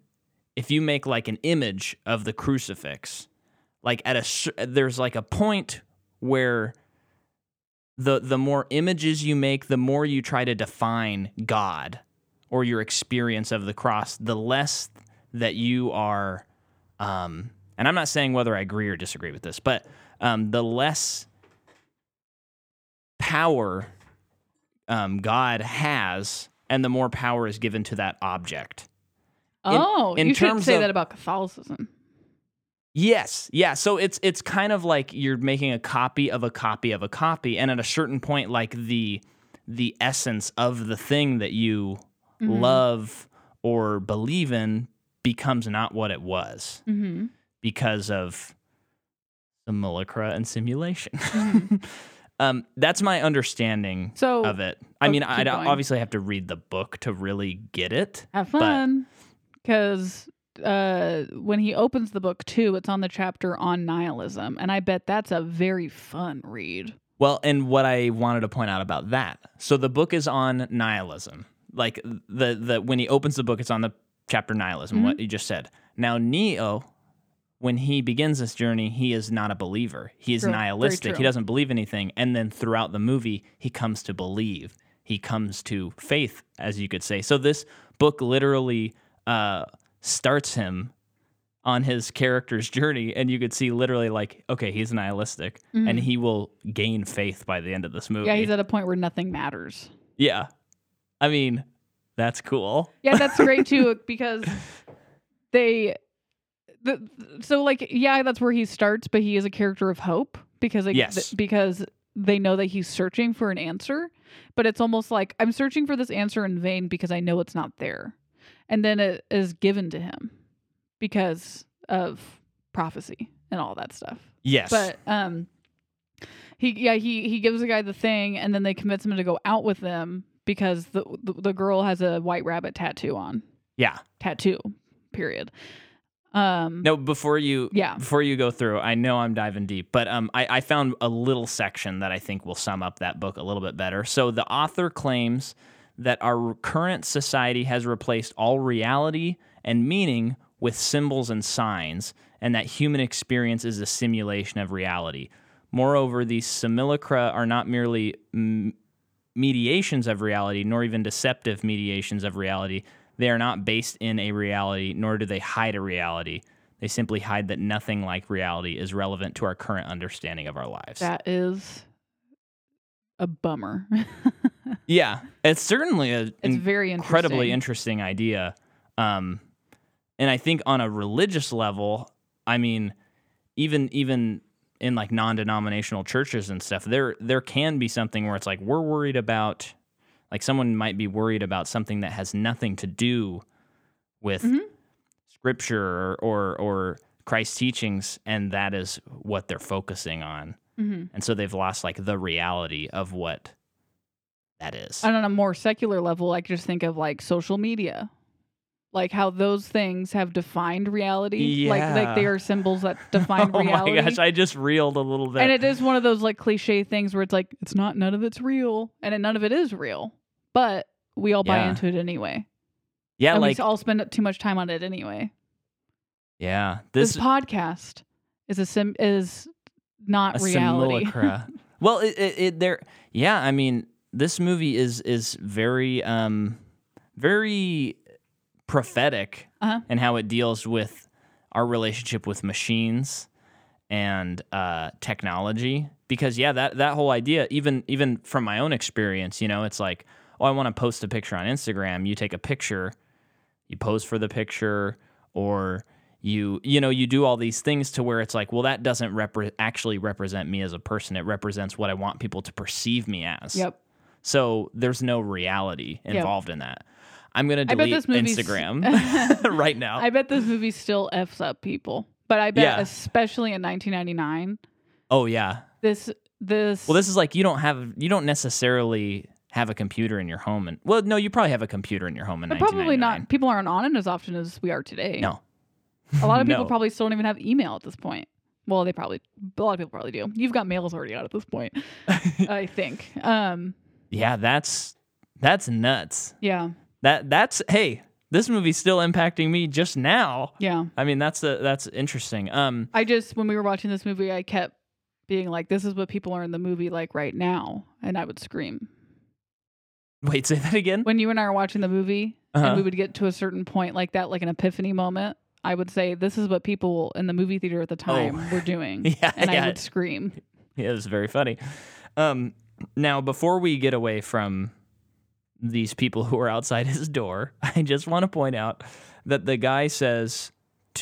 Speaker 2: if you make like an image of the crucifix, like at a sh- there's like a point where the the more images you make, the more you try to define God or your experience of the cross, the less that you are. Um, and I'm not saying whether I agree or disagree with this, but um, the less power um, God has, and the more power is given to that object. in-
Speaker 1: oh,
Speaker 2: in
Speaker 1: you should
Speaker 2: terms
Speaker 1: say
Speaker 2: of-
Speaker 1: that about Catholicism.
Speaker 2: Yes, yeah. So it's it's kind of like you're making a copy of a copy of a copy, and at a certain point, like the the essence of the thing that you
Speaker 1: Mhm.
Speaker 2: love or believe in becomes not what it was
Speaker 1: hmm
Speaker 2: because of simulacra and simulation. [LAUGHS] um, that's my understanding
Speaker 1: So
Speaker 2: of it. I
Speaker 1: oh,
Speaker 2: mean,
Speaker 1: keep
Speaker 2: I'd
Speaker 1: going.
Speaker 2: obviously have to read the book to really get it.
Speaker 1: have fun, because uh, when he opens the book too, it's on the chapter on nihilism, and I bet that's a very fun read.
Speaker 2: Well, and what I wanted to point out about that. So the book is on nihilism. Like the the when he opens the book, it's on the chapter nihilism.
Speaker 1: Mm-hmm.
Speaker 2: What you just said. Now Neo, when he begins this journey, he is not a believer. He is
Speaker 1: True. Very
Speaker 2: nihilistic. He
Speaker 1: true.
Speaker 2: doesn't believe anything. And then throughout the movie, he comes to believe. He comes to faith, as you could say. So this book literally uh, starts him on his character's journey and you could see literally like okay he's nihilistic and he will gain faith by the end of this movie
Speaker 1: Mm-hmm. Yeah, he's at a point where nothing matters.
Speaker 2: Yeah. i mean that's cool
Speaker 1: Yeah, that's great too because they the, so like yeah, that's where he starts, but he is a character of hope because like,
Speaker 2: Yes.
Speaker 1: th- because they know that he's searching for an answer, but it's almost like I'm searching for this answer in vain because I know it's not there. And then it is given to him because of prophecy and all that stuff.
Speaker 2: Yes.
Speaker 1: But um he yeah, he he gives the guy the thing and then they convince him to go out with them because the the, the girl has a white rabbit tattoo on.
Speaker 2: yeah.
Speaker 1: Tattoo. Period. Um
Speaker 2: No, before you
Speaker 1: yeah.
Speaker 2: before you go through, I know I'm diving deep, but um, I, I found a little section that I think will sum up that book a little bit better. So the author claims that our current society has replaced all reality and meaning with symbols and signs, and that human experience is a simulation of reality. Moreover, these simulacra are not merely mm, mediations of reality, nor even deceptive mediations of reality. They are not based in a reality, nor do they hide a reality. They simply hide that nothing like reality is relevant to our current understanding of our lives.
Speaker 1: That is a bummer. [LAUGHS]
Speaker 2: yeah, it's certainly a
Speaker 1: it's very
Speaker 2: incredibly interesting idea. Um, and I think on a religious level, I mean, even even in like non-denominational churches and stuff, there there can be something where it's like we're worried about, like someone might be worried about something that has nothing to do with
Speaker 1: Mhm.
Speaker 2: scripture or, or or Christ's teachings, and that is what they're focusing on,
Speaker 1: hmm
Speaker 2: and so they've lost like the reality of what that is.
Speaker 1: And on a more secular level, I could just think of like social media, like how those things have defined reality. Like,
Speaker 2: Yeah.
Speaker 1: like they are symbols that define
Speaker 2: [LAUGHS] oh
Speaker 1: reality.
Speaker 2: my gosh, I just reeled a little bit.
Speaker 1: and it is one of those like cliche things where it's like it's not none of it's real, and then none of it is real, but we all buy
Speaker 2: Yeah.
Speaker 1: into it anyway,
Speaker 2: yeah,
Speaker 1: and
Speaker 2: like
Speaker 1: we all spend too much time on it anyway.
Speaker 2: yeah,
Speaker 1: This,
Speaker 2: this,
Speaker 1: podcast is a sim is not
Speaker 2: a
Speaker 1: reality. [LAUGHS]
Speaker 2: simulacra. well, it, it, it there. Yeah, I mean, this movie is is very um very prophetic
Speaker 1: Uh-huh.
Speaker 2: in how it deals with our relationship with machines and uh, technology. Because yeah, that that whole idea, even even from my own experience, you know, it's like, oh, I want to post a picture on Instagram. You take a picture, you pose for the picture, or you you know you do all these things to where it's like, well, that doesn't repre- actually represent me as a person. It represents what I want people to perceive me as.
Speaker 1: Yep.
Speaker 2: So there's no reality
Speaker 1: Yep.
Speaker 2: involved in that. I'm gonna
Speaker 1: I bet
Speaker 2: delete
Speaker 1: this movie's- [LAUGHS]
Speaker 2: Instagram [LAUGHS] right now.
Speaker 1: I bet this movie still f's up people, but I bet
Speaker 2: Oh. Yeah.
Speaker 1: especially in 1999,
Speaker 2: oh yeah.
Speaker 1: this this
Speaker 2: Well, this is like you don't have you don't necessarily have a computer in your home, and well, no, you probably have a computer in your home in
Speaker 1: But probably not.
Speaker 2: 1999.
Speaker 1: People aren't on it as often as we are today.
Speaker 2: No.
Speaker 1: a lot of people
Speaker 2: No.
Speaker 1: probably still don't even have email at this point. Well, they probably a lot of people probably do. You've got mails already out at this
Speaker 2: [LAUGHS]
Speaker 1: point, I think. Um,
Speaker 2: Yeah, that's that's nuts.
Speaker 1: yeah,
Speaker 2: That that's hey, this movie's still impacting me just now.
Speaker 1: yeah.
Speaker 2: I mean, that's a, that's interesting. Um, [LAUGHS]
Speaker 1: I just when we were watching this movie, I kept being like, "This is what people are in the movie like right now," and I would scream.
Speaker 2: wait, say that again.
Speaker 1: When you and I are watching the movie,
Speaker 2: Uh-huh.
Speaker 1: and we would get to a certain point like that, like an epiphany moment, I would say, "This is what people in the movie theater at the time were doing,"
Speaker 2: Oh. [LAUGHS] Yeah,
Speaker 1: and
Speaker 2: yeah.
Speaker 1: I would scream.
Speaker 2: Yeah, it was very funny. Um, now, before we get away from these people who are outside [LAUGHS] his door, I just want to point out that the guy says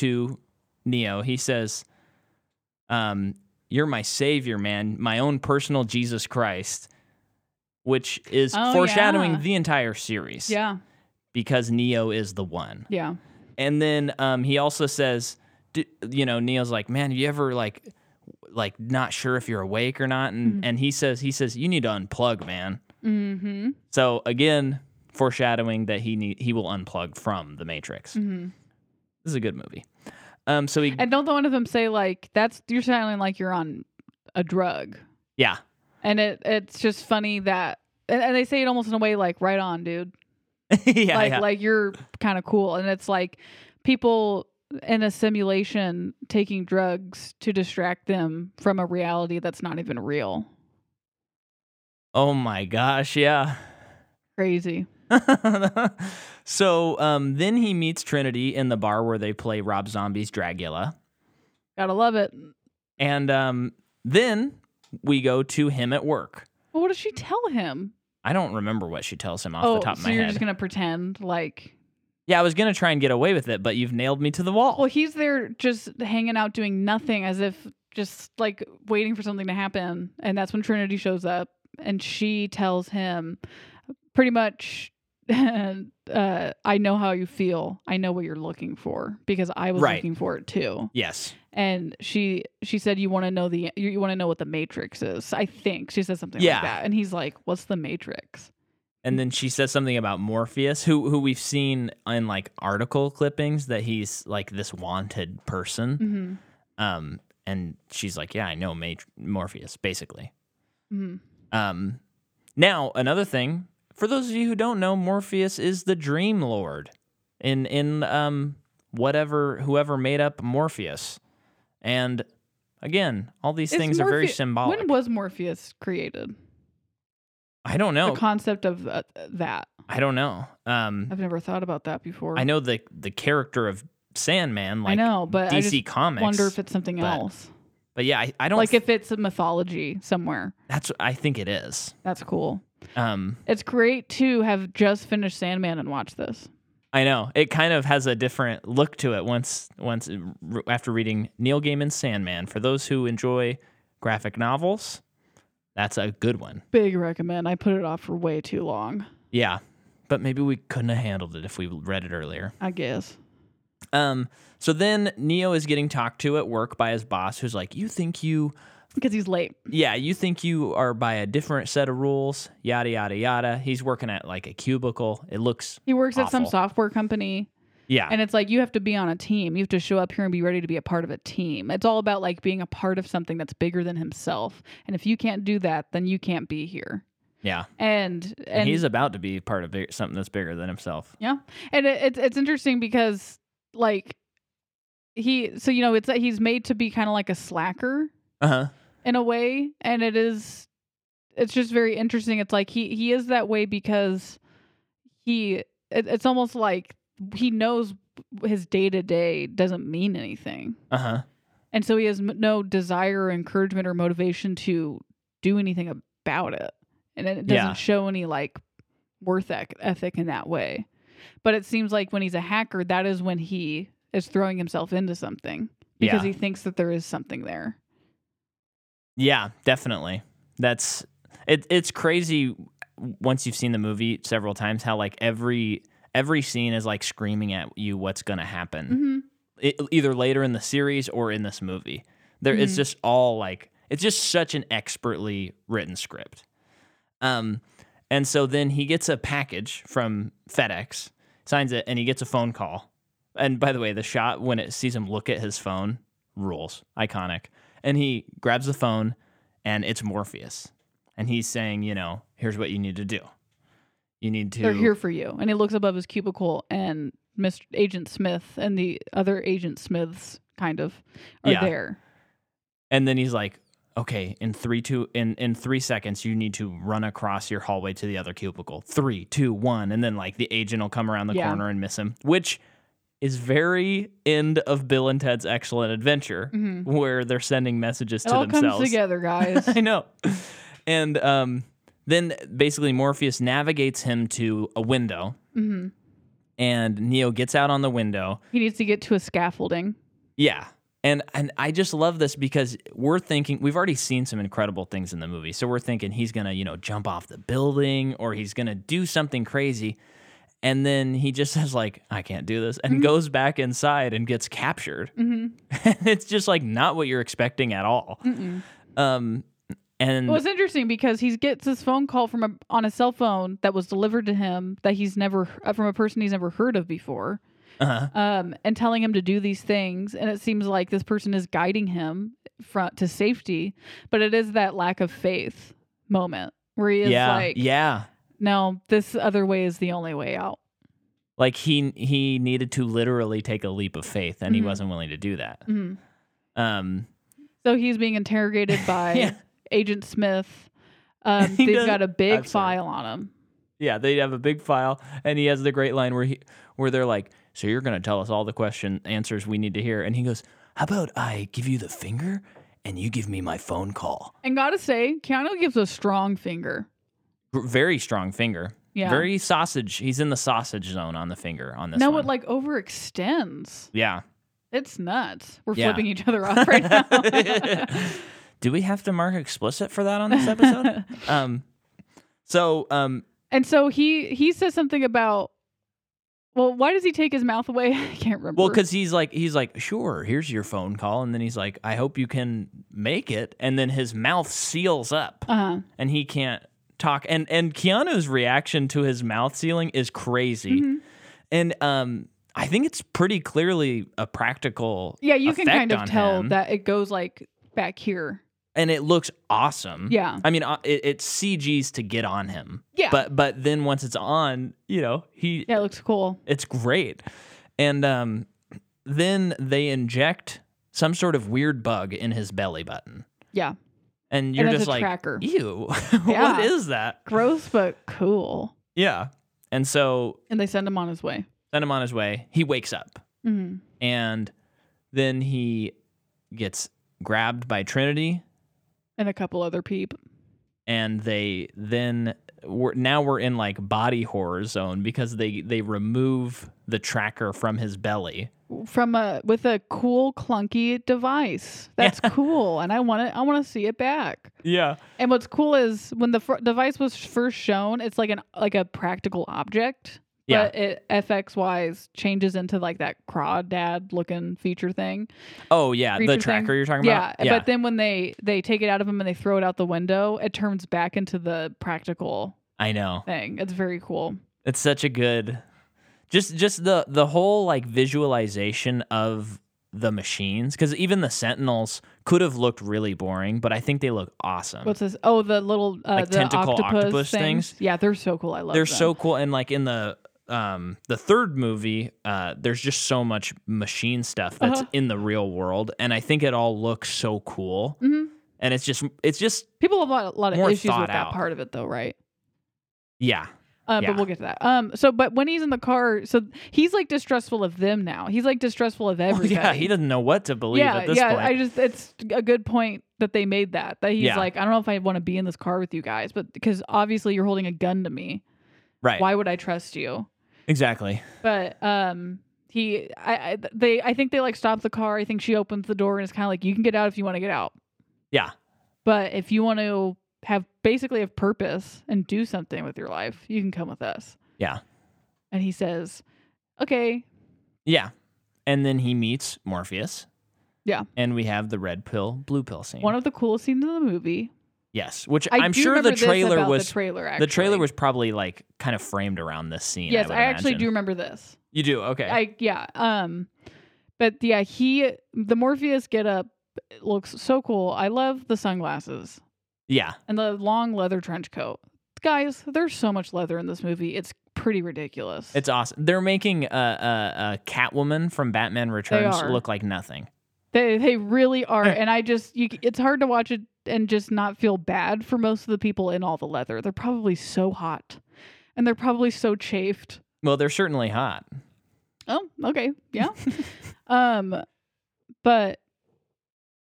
Speaker 2: to Neo, he says, um, You're my savior, man, my own personal Jesus Christ, which is
Speaker 1: Oh,
Speaker 2: foreshadowing
Speaker 1: yeah.
Speaker 2: the entire series
Speaker 1: Yeah,
Speaker 2: because Neo is the one.
Speaker 1: yeah.
Speaker 2: And then um, he also says, D- you know, Neil's like, man, have you ever like, like not sure if you're awake or not? And and he says, he says, you need to unplug, man.
Speaker 1: Mm-hmm.
Speaker 2: So again, foreshadowing that he need, he will unplug from the Matrix.
Speaker 1: Mm-hmm.
Speaker 2: This is a good movie. Um, so he,
Speaker 1: And don't the one of them say like that's you're sounding like you're on a drug,
Speaker 2: yeah, [LAUGHS]
Speaker 1: and it it's just funny that and, and they say it almost in a way like right on, dude,
Speaker 2: yeah,
Speaker 1: like
Speaker 2: yeah.
Speaker 1: like you're kind of cool, and it's like people in a simulation taking drugs to distract them from a reality that's not even real.
Speaker 2: oh my gosh, yeah. [LAUGHS]
Speaker 1: Crazy.
Speaker 2: so um, then he meets Trinity in the bar where they play Rob Zombie's Dragula.
Speaker 1: Gotta love it.
Speaker 2: And um, then we go to him at work.
Speaker 1: Well, what does she tell him?
Speaker 2: I don't remember what she tells him off
Speaker 1: oh,
Speaker 2: the top of
Speaker 1: so
Speaker 2: my
Speaker 1: you're
Speaker 2: head.
Speaker 1: just gonna pretend like
Speaker 2: Yeah, I was gonna try and get away with it, but you've nailed me to the wall.
Speaker 1: Well, he's there just hanging out doing nothing as if just like waiting for something to happen. And that's when Trinity shows up and she tells him pretty much [LAUGHS] uh, I know how you feel. I know what you're looking for because I was
Speaker 2: Right.
Speaker 1: looking for it too.
Speaker 2: yes.
Speaker 1: And she she said you want to know the you, you want to know what the matrix is. I think she said something
Speaker 2: Yeah.
Speaker 1: like that. And he's like, "What's the matrix?"
Speaker 2: And then she says something about Morpheus, who who we've seen in like article clippings that he's like this wanted person.
Speaker 1: Mm-hmm.
Speaker 2: Um, and she's like, yeah, I know Mat- Morpheus, basically.
Speaker 1: Mm-hmm.
Speaker 2: Um, now another thing for those of you who don't know, Morpheus is the Dream Lord in in um whatever whoever made up Morpheus, and again, all these
Speaker 1: Is
Speaker 2: things are very
Speaker 1: Morphe-
Speaker 2: symbolic.
Speaker 1: When was Morpheus created?
Speaker 2: I don't
Speaker 1: The
Speaker 2: know.
Speaker 1: concept of uh, that.
Speaker 2: I don't know. Um,
Speaker 1: I've never thought about that before.
Speaker 2: I know the the character of Sandman,
Speaker 1: I
Speaker 2: like
Speaker 1: know, but I
Speaker 2: DC
Speaker 1: just
Speaker 2: Comics.
Speaker 1: wonder if it's something
Speaker 2: but
Speaker 1: else.
Speaker 2: but yeah, I, I don't
Speaker 1: Like
Speaker 2: th-
Speaker 1: if it's a mythology somewhere.
Speaker 2: that's I think it is.
Speaker 1: That's cool.
Speaker 2: Um,
Speaker 1: It's great to have just finished Sandman and watch this.
Speaker 2: I know it kind of has a different look to it once once uh, r- after reading Neil Gaiman's Sandman. For those who enjoy graphic novels, that's a good one.
Speaker 1: Big recommend. I put it off for way too long,
Speaker 2: Yeah, but maybe we couldn't have handled it if we read it earlier.
Speaker 1: I guess.
Speaker 2: Um, so then Neo is getting talked to at work by his boss, who's like, "You think you
Speaker 1: Because he's late.
Speaker 2: yeah, you think you are by a different set of rules, yada yada yada. He's working at like a cubicle. It looks
Speaker 1: He works at some
Speaker 2: Awful.
Speaker 1: software company,
Speaker 2: yeah,
Speaker 1: and it's like you have to be on a team. You have to show up here and be ready to be a part of a team. It's all about like being a part of something that's bigger than himself. And if you can't do that, then you can't be here.
Speaker 2: yeah.
Speaker 1: And
Speaker 2: And,
Speaker 1: and
Speaker 2: he's about to be part of big, something that's bigger than himself.
Speaker 1: Yeah, and it, it's it's interesting because like he so you know it's he's made to be kind of like a slacker
Speaker 2: Uh huh.
Speaker 1: in a way, and it is it's just very interesting. It's like he he is that way because he it, it's almost like he knows his day to day doesn't mean anything,
Speaker 2: Uh huh.
Speaker 1: and so he has m- no desire, or encouragement, or motivation to do anything about it, and it doesn't
Speaker 2: Yeah.
Speaker 1: show any like worth ec- ethic in that way. But it seems like when he's a hacker, that is when he is throwing himself into something because
Speaker 2: Yeah.
Speaker 1: he thinks that there is something there.
Speaker 2: Yeah, definitely. That's it. It's crazy once you've seen the movie several times how like every every scene is like screaming at you what's gonna happen.
Speaker 1: [LAUGHS] Mm-hmm.
Speaker 2: it, e, either later in the series or in this movie. There, it's
Speaker 1: Mhm.
Speaker 2: just all like it's just such an expertly written script. Um, and so then he gets a package from FedEx, signs it, and he gets a phone call. And by the way, the shot when it sees him look at his phone rules, iconic. And he grabs the phone, and it's Morpheus, and he's saying, you know, here's what you need to do. You need to
Speaker 1: They're here for you. And he looks above his cubicle, and Mr. Agent Smith and the other Agent Smiths kind of are
Speaker 2: Yeah.
Speaker 1: there.
Speaker 2: And then he's like, "Okay, in three two in in three seconds, you need to run across your hallway to the other cubicle. Three, two, one, and then like the agent will come around the
Speaker 1: Yeah.
Speaker 2: corner and miss him, which is very end of Bill and Ted's Excellent Adventure,
Speaker 1: Mhm.
Speaker 2: where they're sending messages
Speaker 1: It
Speaker 2: to
Speaker 1: all
Speaker 2: themselves.
Speaker 1: comes together, guys.
Speaker 2: [LAUGHS] I know. And um, then basically Morpheus navigates him to a window,
Speaker 1: hmm
Speaker 2: and Neo gets out on the window,
Speaker 1: He needs to get to a scaffolding.
Speaker 2: yeah. And and I just love this because we're thinking we've already seen some incredible things in the movie. So we're thinking he's going to, you know, jump off the building or he's going to do something crazy. And then he just [LAUGHS] says like, I can't do this and goes back inside and gets captured. [LAUGHS]
Speaker 1: Mm-hmm.
Speaker 2: it's just like not what you're expecting at all. Um and
Speaker 1: Well, it's interesting because he gets this phone call from a on a cell phone that was delivered to him that he's never uh, from a person he's never heard of before,
Speaker 2: uh-huh.
Speaker 1: um, and telling him to do these things. And it seems like this person is guiding him front to safety, but it is that lack of faith moment where he is
Speaker 2: yeah.
Speaker 1: like,
Speaker 2: yeah.
Speaker 1: "No, this other way is the only way out."
Speaker 2: Like he he needed to literally take a leap of faith and
Speaker 1: Mhm.
Speaker 2: he wasn't willing to do that.
Speaker 1: Mhm.
Speaker 2: Um
Speaker 1: So he's being
Speaker 2: [LAUGHS]
Speaker 1: interrogated by
Speaker 2: Yeah.
Speaker 1: Agent
Speaker 2: [LAUGHS]
Speaker 1: Smith. Um,
Speaker 2: He
Speaker 1: they've
Speaker 2: does-
Speaker 1: got a big
Speaker 2: I'm sorry.
Speaker 1: file on him.
Speaker 2: Yeah, they have a big file, and he has the great line where he where they're like, "So you're gonna tell us all the question answers we need to hear?" And he goes, "How about I give you the finger, and you give me my phone call?"
Speaker 1: And gotta say, Keanu gives a strong finger.
Speaker 2: Gr- Very strong finger.
Speaker 1: Yeah.
Speaker 2: Very sausage. He's in the sausage zone on the finger on this
Speaker 1: now
Speaker 2: one.
Speaker 1: it like overextends.
Speaker 2: yeah.
Speaker 1: It's nuts. We're
Speaker 2: Yeah.
Speaker 1: flipping each other off right
Speaker 2: [LAUGHS]
Speaker 1: [LAUGHS] now.
Speaker 2: Do we have to mark explicit for that on this episode? um, so um,
Speaker 1: and so he he says something about well, why does he take his mouth away? [LAUGHS] I can't remember.
Speaker 2: Well, because he's like, he's like, sure, here's your phone call, and then he's like, I hope you can make it, and then his mouth seals up,
Speaker 1: uh-huh.
Speaker 2: and he can't talk. And and Keanu's reaction to his mouth sealing is crazy,
Speaker 1: Mm-hmm.
Speaker 2: and um, I think it's pretty clearly a practical,
Speaker 1: yeah, you can
Speaker 2: effect
Speaker 1: kind of
Speaker 2: on
Speaker 1: tell
Speaker 2: him.
Speaker 1: that it goes like back here.
Speaker 2: and it looks awesome.
Speaker 1: Yeah.
Speaker 2: I mean, uh, it, it's CG's to get on him,
Speaker 1: Yeah.
Speaker 2: but but then once it's on, you know, he
Speaker 1: Yeah, it looks cool.
Speaker 2: It's great. And um, then they inject some sort of weird bug in his belly button.
Speaker 1: Yeah.
Speaker 2: And you're
Speaker 1: and it's
Speaker 2: just
Speaker 1: a
Speaker 2: like,
Speaker 1: tracker.
Speaker 2: ew, [LAUGHS]
Speaker 1: Yeah.
Speaker 2: what is that?
Speaker 1: Gross but cool.
Speaker 2: Yeah. And so
Speaker 1: And they send him on his way.
Speaker 2: send him on his way. He wakes up
Speaker 1: Mhm.
Speaker 2: and then he gets grabbed by Trinity
Speaker 1: And a couple other peep.
Speaker 2: and they then we're, now we're in like body horror zone because they they remove the tracker from his belly
Speaker 1: from a with a cool clunky device. That's cool, and I want to I want to see it back.
Speaker 2: yeah
Speaker 1: And what's cool is when the fr- device was first shown, it's like an like a practical object.
Speaker 2: Yeah.
Speaker 1: But it FX wise changes into like that crawdad looking feature thing.
Speaker 2: oh yeah
Speaker 1: Creature
Speaker 2: the
Speaker 1: thing.
Speaker 2: tracker you're talking
Speaker 1: Yeah,
Speaker 2: about yeah
Speaker 1: But then when they they take it out of him and they throw it out the window, it turns back into the practical
Speaker 2: i know
Speaker 1: thing. It's very cool.
Speaker 2: It's such a good just just the the whole like visualization of the machines cuz even the sentinels could have looked really boring, but I think they look awesome.
Speaker 1: What's this? Oh, the little uh,
Speaker 2: Um, Like
Speaker 1: the
Speaker 2: tentacle
Speaker 1: octopus,
Speaker 2: octopus
Speaker 1: things.
Speaker 2: things?
Speaker 1: Yeah, they're so cool. I love
Speaker 2: They're
Speaker 1: them.
Speaker 2: so cool and like in the um the third movie, uh there's just so much machine stuff that's
Speaker 1: Uh-huh.
Speaker 2: in the real world and I think it all looks so cool.
Speaker 1: Mhm.
Speaker 2: And it's just it's just
Speaker 1: People have a lot, a lot of
Speaker 2: More
Speaker 1: issues
Speaker 2: thought
Speaker 1: with that
Speaker 2: out.
Speaker 1: part of it, though, right?
Speaker 2: yeah. [LAUGHS]
Speaker 1: Uh,
Speaker 2: Yeah.
Speaker 1: But we'll get to that. Um. So, but when he's in the car, so he's like distrustful of them now. He's like distrustful of
Speaker 2: Well,
Speaker 1: everybody.
Speaker 2: Oh, yeah, he doesn't know what to believe
Speaker 1: yeah,
Speaker 2: at this
Speaker 1: yeah.
Speaker 2: point.
Speaker 1: I just it's a good point that they made that that he's
Speaker 2: Yeah.
Speaker 1: like I don't know if I want to be in this car with you guys, but because obviously you're holding a gun to me,
Speaker 2: right.
Speaker 1: why would I trust you?
Speaker 2: Exactly.
Speaker 1: But um. He, I, I, they, I think they like stop the car. I think she opens the door and it's kind of like, you can get out if you want to get out.
Speaker 2: Yeah.
Speaker 1: But if you want to have basically have purpose and do something with your life, you can come with us.
Speaker 2: Yeah.
Speaker 1: And he says, "Okay,
Speaker 2: Yeah. And then he meets Morpheus.
Speaker 1: Yeah.
Speaker 2: And we have the red pill, blue pill scene.
Speaker 1: one of the coolest scenes in the movie."
Speaker 2: yes, which
Speaker 1: I
Speaker 2: I'm
Speaker 1: do
Speaker 2: sure
Speaker 1: remember
Speaker 2: the
Speaker 1: this
Speaker 2: trailer
Speaker 1: about
Speaker 2: was
Speaker 1: the trailer.
Speaker 2: the trailer
Speaker 1: actually.
Speaker 2: was probably like kind of framed around this scene.
Speaker 1: Yes,
Speaker 2: I,
Speaker 1: I,
Speaker 2: would
Speaker 1: actually do
Speaker 2: imagine.
Speaker 1: remember this.
Speaker 2: You do okay.
Speaker 1: I yeah. Um, but yeah, he the Morpheus get up looks so cool. I love the sunglasses
Speaker 2: yeah,
Speaker 1: and the long leather trench coat. Guys, there's so much leather in this movie. It's pretty ridiculous.
Speaker 2: it's awesome. They're making a uh, uh, Catwoman from Batman Returns
Speaker 1: are.
Speaker 2: look like nothing.
Speaker 1: They they really are, and I just you, c- it's hard to watch it and just not feel bad for most of the people in all the leather. They're probably so hot, and they're probably so chafed.
Speaker 2: Well, they're certainly hot.
Speaker 1: Oh, okay,
Speaker 2: [LAUGHS]
Speaker 1: yeah. um, but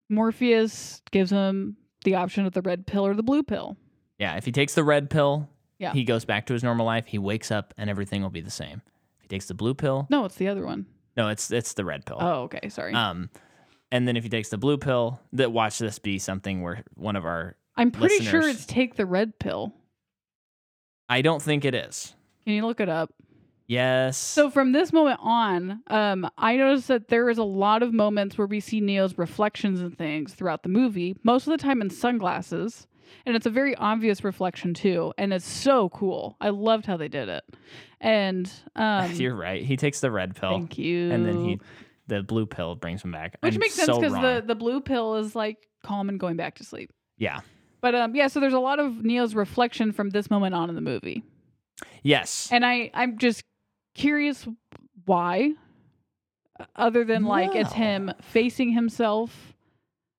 Speaker 1: Morpheus gives him the option of the red pill or the blue pill.
Speaker 2: Yeah, if he takes the red pill,
Speaker 1: Yeah.
Speaker 2: he goes back to his normal life. He wakes up and everything will be the same. If he takes the blue pill,
Speaker 1: No, it's the other one.
Speaker 2: no, it's it's the red pill.
Speaker 1: Oh, okay, sorry.
Speaker 2: Um, and then if he takes the blue pill, that watch this be something where one of our
Speaker 1: I'm pretty sure
Speaker 2: listeners.
Speaker 1: it's take the red pill.
Speaker 2: I don't think it is.
Speaker 1: Can you look it up?
Speaker 2: Yes.
Speaker 1: So
Speaker 2: [LAUGHS]
Speaker 1: from this moment on, um, I noticed that there is a lot of moments where we see Neo's reflections and things throughout the movie, most of the time in sunglasses. And it's a very obvious reflection too, and it's so cool. I loved how they did it. And um,
Speaker 2: you're right. He takes the red pill,
Speaker 1: thank you.
Speaker 2: and then he, the blue pill brings him back.
Speaker 1: which
Speaker 2: I'm
Speaker 1: makes sense
Speaker 2: so
Speaker 1: because
Speaker 2: wrong.
Speaker 1: the the blue pill is like calm and going back to sleep.
Speaker 2: yeah,
Speaker 1: But um, yeah, so there's a lot of Neo's reflection from this moment on in the movie,
Speaker 2: yes,
Speaker 1: and I I'm just curious why, other than like it's
Speaker 2: Wow.
Speaker 1: him facing himself.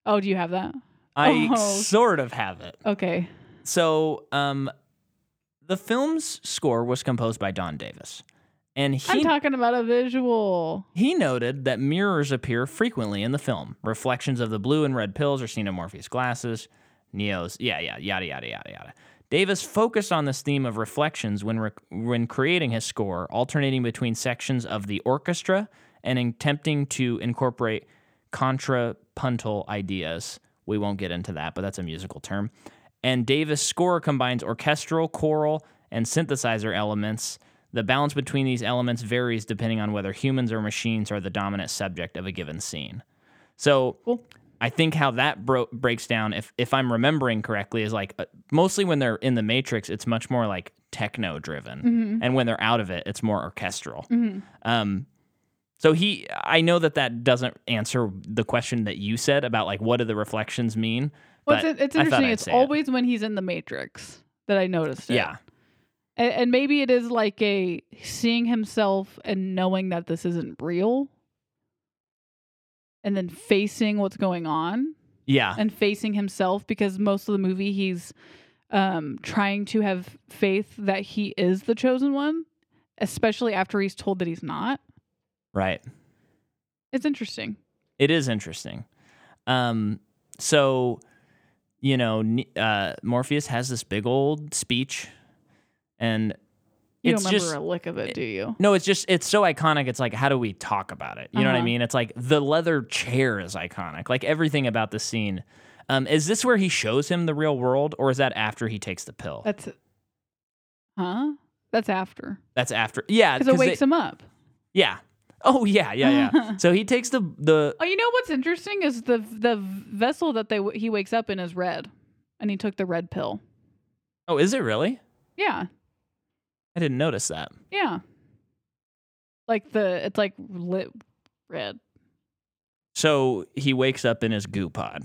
Speaker 1: Oh, do you have that?
Speaker 2: I
Speaker 1: [LAUGHS] Oh.
Speaker 2: sort of have it.
Speaker 1: Okay,
Speaker 2: So, um, the film's score was composed by Don Davis, and he
Speaker 1: I'm talking about a visual.
Speaker 2: He noted that mirrors appear frequently in the film. Reflections of the blue and red pills are seen in Morpheus' glasses, Neo's, yeah, yeah, yada, yada, yada, yada. Davis focused on this theme of reflections when, rec- when creating his score, alternating between sections of the orchestra and attempting to incorporate contrapuntal ideas. We won't get into that, but that's a musical term. And Davis' score combines orchestral, choral, and synthesizer elements. The balance between these elements varies depending on whether humans or machines are the dominant subject of a given scene. So I think how that bro- breaks down, if if I'm remembering correctly, is like uh, mostly when they're in the Matrix, it's much more like techno driven, and when they're out of it, it's more orchestral.
Speaker 1: Mm-hmm.
Speaker 2: Um, so he, I know that that doesn't answer the question that you said about like what do the reflections mean.
Speaker 1: Well,
Speaker 2: but
Speaker 1: it's, it's
Speaker 2: I thought
Speaker 1: interesting.
Speaker 2: I'd
Speaker 1: It's
Speaker 2: say it.
Speaker 1: always when he's in the Matrix that I noticed it.
Speaker 2: yeah,
Speaker 1: A- And, maybe it is like a seeing himself and knowing that this isn't real and then facing what's going on
Speaker 2: yeah,
Speaker 1: and facing himself because most of the movie he's um, trying to have faith that he is the chosen one, especially after he's told that he's not.
Speaker 2: right.
Speaker 1: It's interesting.
Speaker 2: It is interesting. Um, so, you know, Ne- uh, Morpheus has this big old speech, and
Speaker 1: You
Speaker 2: It's
Speaker 1: don't remember
Speaker 2: just-
Speaker 1: a lick of it, do you?
Speaker 2: No, it's just it's so iconic. It's like how do we talk about it? You know what I
Speaker 1: Uh-huh.
Speaker 2: mean? It's like the leather chair is iconic. Like everything about the scene. Um, is this where he shows him the real world, or is that after he takes the pill?
Speaker 1: That's huh? That's after
Speaker 2: That's after. Yeah,
Speaker 1: because it
Speaker 2: Uh, 'cause they-
Speaker 1: wakes him up.
Speaker 2: yeah. Oh yeah,
Speaker 1: [LAUGHS]
Speaker 2: yeah, yeah. so he takes the the.
Speaker 1: Oh, you know what's interesting is the the vessel that they he wakes up in is red, and he took the red pill.
Speaker 2: Oh, is it really?
Speaker 1: Yeah,
Speaker 2: I didn't notice that.
Speaker 1: yeah. Like the it's like lit red. [LAUGHS]
Speaker 2: So he wakes up in his goo pod.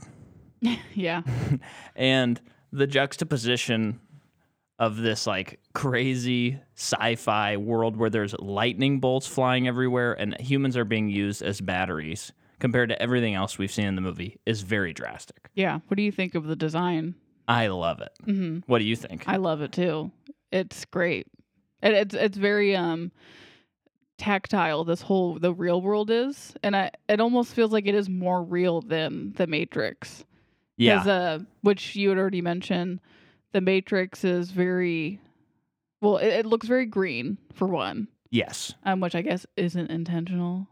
Speaker 1: yeah,
Speaker 2: and the juxtaposition of this like crazy sci-fi world where there's lightning bolts flying everywhere and humans are being used as batteries compared to everything else we've seen in the movie is very drastic.
Speaker 1: yeah. What do you think of the design?
Speaker 2: I love it.
Speaker 1: hmm
Speaker 2: What do you think?
Speaker 1: I love it too. It's great. It, it's it's very um tactile. This whole the real world is, and I it almost feels like it is more real than the Matrix.
Speaker 2: yeah.
Speaker 1: Because, uh, which you had already mentioned, the Matrix is very, well, it, it looks very green for one,
Speaker 2: yes.
Speaker 1: um, which I guess isn't intentional.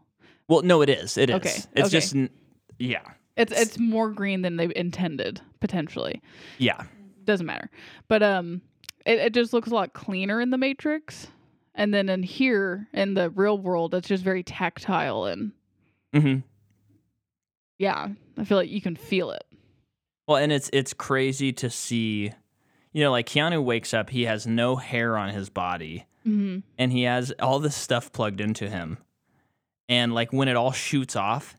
Speaker 2: Well, no it is. It is.
Speaker 1: Okay,
Speaker 2: It's
Speaker 1: okay.
Speaker 2: just n- yeah.
Speaker 1: It's it's more green than they intended potentially.
Speaker 2: Yeah.
Speaker 1: Doesn't matter, but um, it it just looks a lot cleaner in the Matrix, and then in here in the real world, it's just very tactile and
Speaker 2: Mhm.
Speaker 1: yeah, I feel like you can feel it.
Speaker 2: Well, and it's it's crazy to see you know like Keanu wakes up, he has no hair on his body.
Speaker 1: hmm
Speaker 2: and he has all this stuff plugged into him. And like when it all shoots off,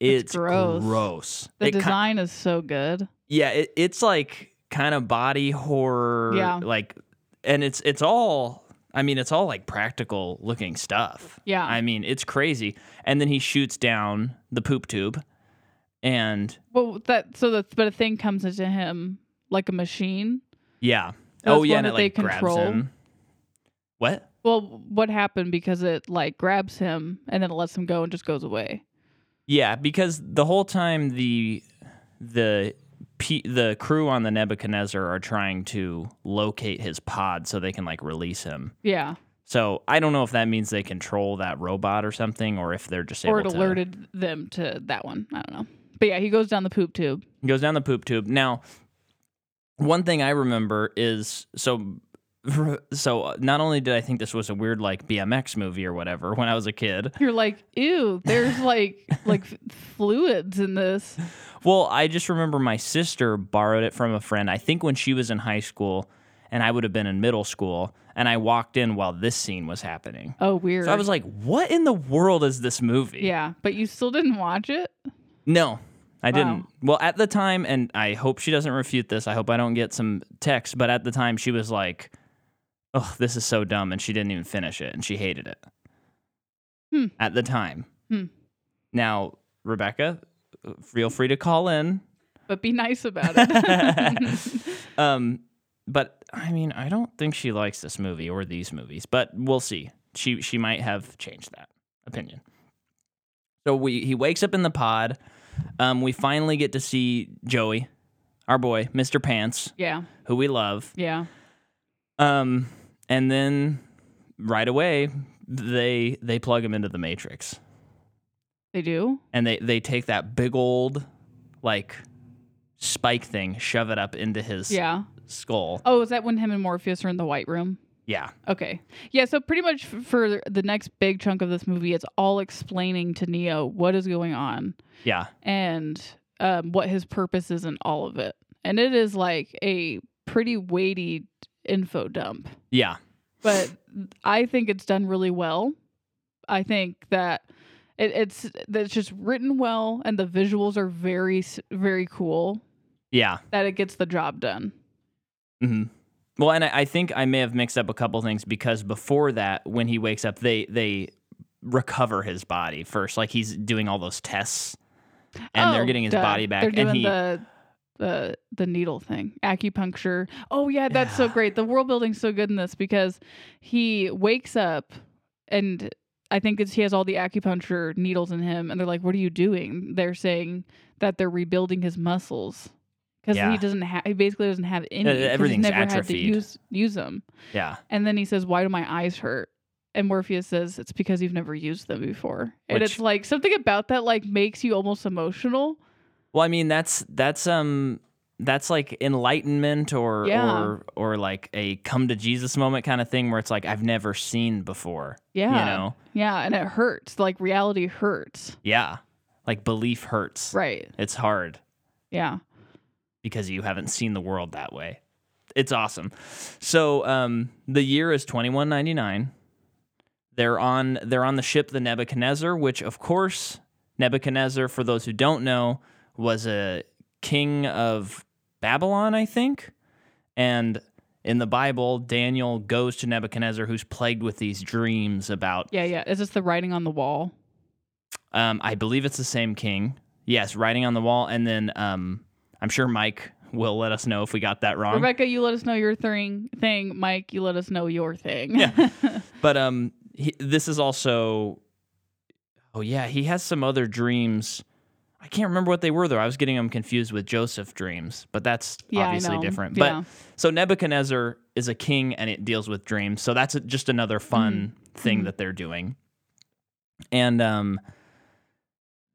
Speaker 1: That's
Speaker 2: it's
Speaker 1: gross.
Speaker 2: gross.
Speaker 1: The
Speaker 2: It ki-
Speaker 1: design is so good.
Speaker 2: yeah, it, it's like kind of body horror.
Speaker 1: Yeah.
Speaker 2: Like, and it's it's all. I mean, it's all like practical looking stuff.
Speaker 1: Yeah.
Speaker 2: I mean, it's crazy. And then he shoots down the poop tube, and
Speaker 1: Well, that so that but a thing comes into him like a machine.
Speaker 2: yeah.
Speaker 1: That's
Speaker 2: oh yeah,
Speaker 1: one
Speaker 2: and it
Speaker 1: that they
Speaker 2: like grabs
Speaker 1: control.
Speaker 2: him. What?
Speaker 1: Well, what happened because it like grabs him and then it lets him go and just goes away.
Speaker 2: Yeah, because the whole time the the pe the crew on the Nebuchadnezzar are trying to locate his pod so they can like release him.
Speaker 1: Yeah,
Speaker 2: So I don't know if that means they control that robot or something, or if they're just
Speaker 1: or it
Speaker 2: able to.
Speaker 1: alerted them to that one. I don't know, but yeah, he goes down the poop tube.
Speaker 2: He goes down the poop tube. Now, one thing I remember is so. [LAUGHS] So not only did I think this was a weird like BMX movie or whatever when I was a kid,
Speaker 1: You're like, ew. There's
Speaker 2: [LAUGHS]
Speaker 1: like like f- fluids in this.
Speaker 2: Well, I just remember my sister borrowed it from a friend, I think when she was in high school, and I would have been in middle school, and I walked in while this scene was happening.
Speaker 1: Oh, weird.
Speaker 2: So I was like, what in the world is this movie?
Speaker 1: yeah, but you still didn't watch it.
Speaker 2: No, I
Speaker 1: Wow.
Speaker 2: didn't. Well, at the time, and I hope she doesn't refute this, I hope I don't get some text, but at the time, she was like, oh, this is so dumb, and she didn't even finish it, and she hated it.
Speaker 1: Hmm.
Speaker 2: At the time.
Speaker 1: Hmm.
Speaker 2: Now, Rebecca, feel free to call in.
Speaker 1: But be nice about
Speaker 2: [LAUGHS]
Speaker 1: it. [LAUGHS]
Speaker 2: um, but I mean, I don't think she likes this movie or these movies, but we'll see. She she might have changed that opinion. So we he wakes up in the pod. Um, we finally get to see Joey, our boy, Mr. Pants,
Speaker 1: yeah,
Speaker 2: who we love.
Speaker 1: yeah.
Speaker 2: Um, and then right away they they plug him into the Matrix,
Speaker 1: They do.
Speaker 2: and they they take that big old like spike thing, shove it up into his
Speaker 1: Yeah.
Speaker 2: skull.
Speaker 1: Oh, is that when him and Morpheus are in the white room?
Speaker 2: Yeah,
Speaker 1: Okay. Yeah, so pretty much f- for the next big chunk of this movie, it's all explaining to Neo what is going on
Speaker 2: yeah,
Speaker 1: and um, what his purpose is in all of it. And it is like a pretty weighty info dump,
Speaker 2: yeah,
Speaker 1: but I think it's done really well. I think that it, it's that it's just written well, and the visuals are very s- very cool.
Speaker 2: yeah.
Speaker 1: That it gets the job done.
Speaker 2: hmm Well, and I, I think I may have mixed up a couple things because before that, when he wakes up, they they recover his body first. Like he's doing all those tests, and they're
Speaker 1: Oh,
Speaker 2: getting his
Speaker 1: duh.
Speaker 2: body back.
Speaker 1: They're doing
Speaker 2: and he,
Speaker 1: the the the needle thing, acupuncture. Oh yeah, that's so
Speaker 2: Yeah.
Speaker 1: great. The world building's so good in this because he wakes up and I think it's he has all the acupuncture needles in him, and they're like, "What are you doing?" They're saying that they're rebuilding his muscles because
Speaker 2: Yeah.
Speaker 1: he doesn't have. He basically doesn't have any. 'cause he's
Speaker 2: everything's
Speaker 1: never had to
Speaker 2: atrophied.
Speaker 1: use use them.
Speaker 2: yeah,
Speaker 1: And then he says, Why do my eyes hurt? And Morpheus says, It's because you've never used them before. and
Speaker 2: Which-
Speaker 1: it's like something about that like makes you almost emotional.
Speaker 2: Well, I mean that's that's um that's like enlightenment or
Speaker 1: Yeah.
Speaker 2: or or like a come to Jesus moment kind of thing where it's like I've never seen before.
Speaker 1: Yeah.
Speaker 2: You know?
Speaker 1: Yeah. And it hurts. Like reality hurts.
Speaker 2: Yeah. Like belief hurts.
Speaker 1: Right.
Speaker 2: It's hard
Speaker 1: Yeah.
Speaker 2: because you haven't seen the world that way. It's awesome. So um the year is 2199. They're on they're on the ship the Nebuchadnezzar, which of course Nebuchadnezzar for those who don't know was a king of Babylon, I think. And in the Bible, Daniel goes to Nebuchadnezzar who's plagued with these dreams about
Speaker 1: Yeah. Yeah. Is this the writing on the wall?
Speaker 2: um, I believe it's the same king. Yes, writing on the wall and then um I'm sure Mike will let us know if we got that wrong.
Speaker 1: Rebecca, you let us know your thing. Thing. Mike, you let us know your thing.
Speaker 2: Yeah. But um, he, this is also. Oh yeah, he has some other dreams. I can't remember what they were though. I was getting them confused with Joseph dreams, but that's
Speaker 1: [LAUGHS] Yeah, I
Speaker 2: obviously
Speaker 1: know.
Speaker 2: different.
Speaker 1: Yeah.
Speaker 2: But so Nebuchadnezzar is a king, and it deals with dreams. So that's just another fun thing
Speaker 1: Mhm.
Speaker 2: that they're doing. And um,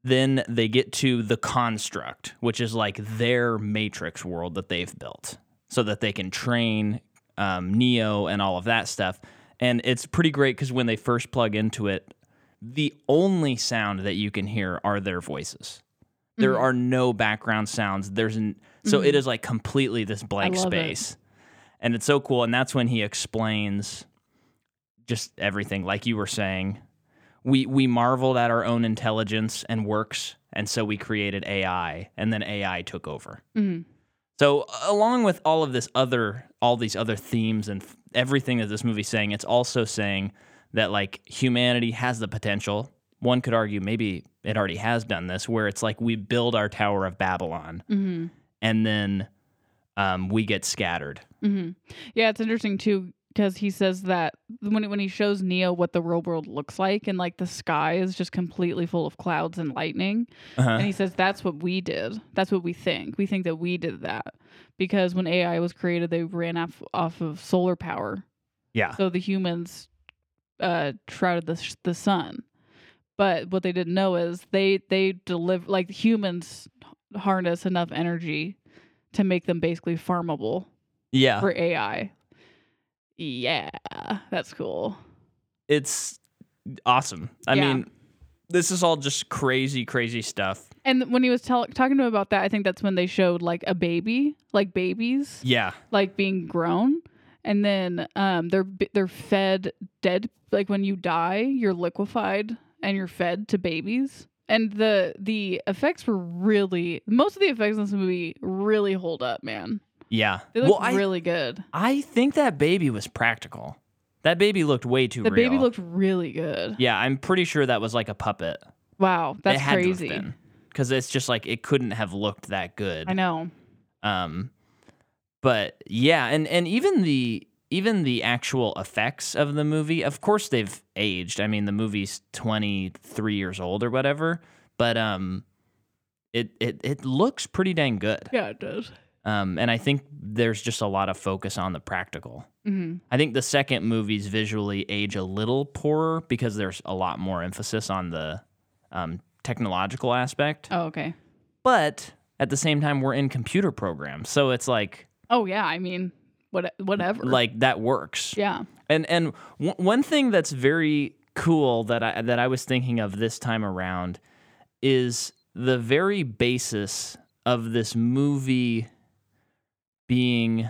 Speaker 2: then they get to the construct, which is like their matrix world that they've built, so that they can train um, Neo and all of that stuff. And it's pretty great because when they first plug into it, the only sound that you can hear are their voices. There
Speaker 1: Mhm.
Speaker 2: are no background sounds. There's n- so it is like completely this blank
Speaker 1: love it.
Speaker 2: space, and it's so cool. And that's when he explains just everything, like you were saying. We we marveled at our own intelligence and works, and so we created AI, and then AI took over.
Speaker 1: Mhm.
Speaker 2: So along with all of this other all these other themes and f- everything that this movie's saying, it's also saying that like humanity has the potential. One could argue maybe it already has done this where it's like we build our tower of Babylon
Speaker 1: Mhm.
Speaker 2: and then um, we get scattered.
Speaker 1: Mhm. Yeah, it's interesting too because he says that when when he shows Neo what the real world looks like and like the sky is just completely full of clouds and lightning, and
Speaker 2: Uh-huh.
Speaker 1: he says that's what we did. That's what we think. We think that we did that because when AI was created, they ran off off of solar power.
Speaker 2: Yeah.
Speaker 1: So the humans uh, shrouded the sh- the sun. But what they didn't know is they they deliver like humans harness enough energy to make them basically farmable
Speaker 2: Yeah.
Speaker 1: for AI. Yeah, that's cool.
Speaker 2: It's awesome. I
Speaker 1: Yeah.
Speaker 2: mean, this is all just crazy, crazy stuff.
Speaker 1: And when he was tell- talking to him about that, I think that's when they showed like a baby, like babies,
Speaker 2: Yeah.
Speaker 1: like being grown, and then um, they're b- they're fed dead. Like when you die, you're liquefied and you're fed to babies. And the the effects were really most of the effects in this movie really hold up, man.
Speaker 2: Yeah.
Speaker 1: They look
Speaker 2: I,
Speaker 1: really good.
Speaker 2: I think that baby was practical. That baby looked way too
Speaker 1: The
Speaker 2: real.
Speaker 1: baby looked really good.
Speaker 2: Yeah, I'm pretty sure that was like a puppet.
Speaker 1: Wow, that's
Speaker 2: it had
Speaker 1: crazy.
Speaker 2: Because it's just like it couldn't have looked that good.
Speaker 1: I know.
Speaker 2: Um, but yeah, and and even the even the actual effects of the movie, of course they've aged. I mean, the movie's 23 years old or whatever, but um, it it it looks pretty dang good.
Speaker 1: Yeah, it does.
Speaker 2: Um, and I think there's just a lot of focus on the practical.
Speaker 1: hmm
Speaker 2: I think the second movies visually age a little poorer because there's a lot more emphasis on the um, technological aspect.
Speaker 1: Oh, okay.
Speaker 2: But at the same time, we're in computer programs, so it's like
Speaker 1: Oh, yeah. I mean, what, whatever.
Speaker 2: like that works.
Speaker 1: yeah.
Speaker 2: And and w- one thing that's very cool that I that I was thinking of this time around is the very basis of this movie being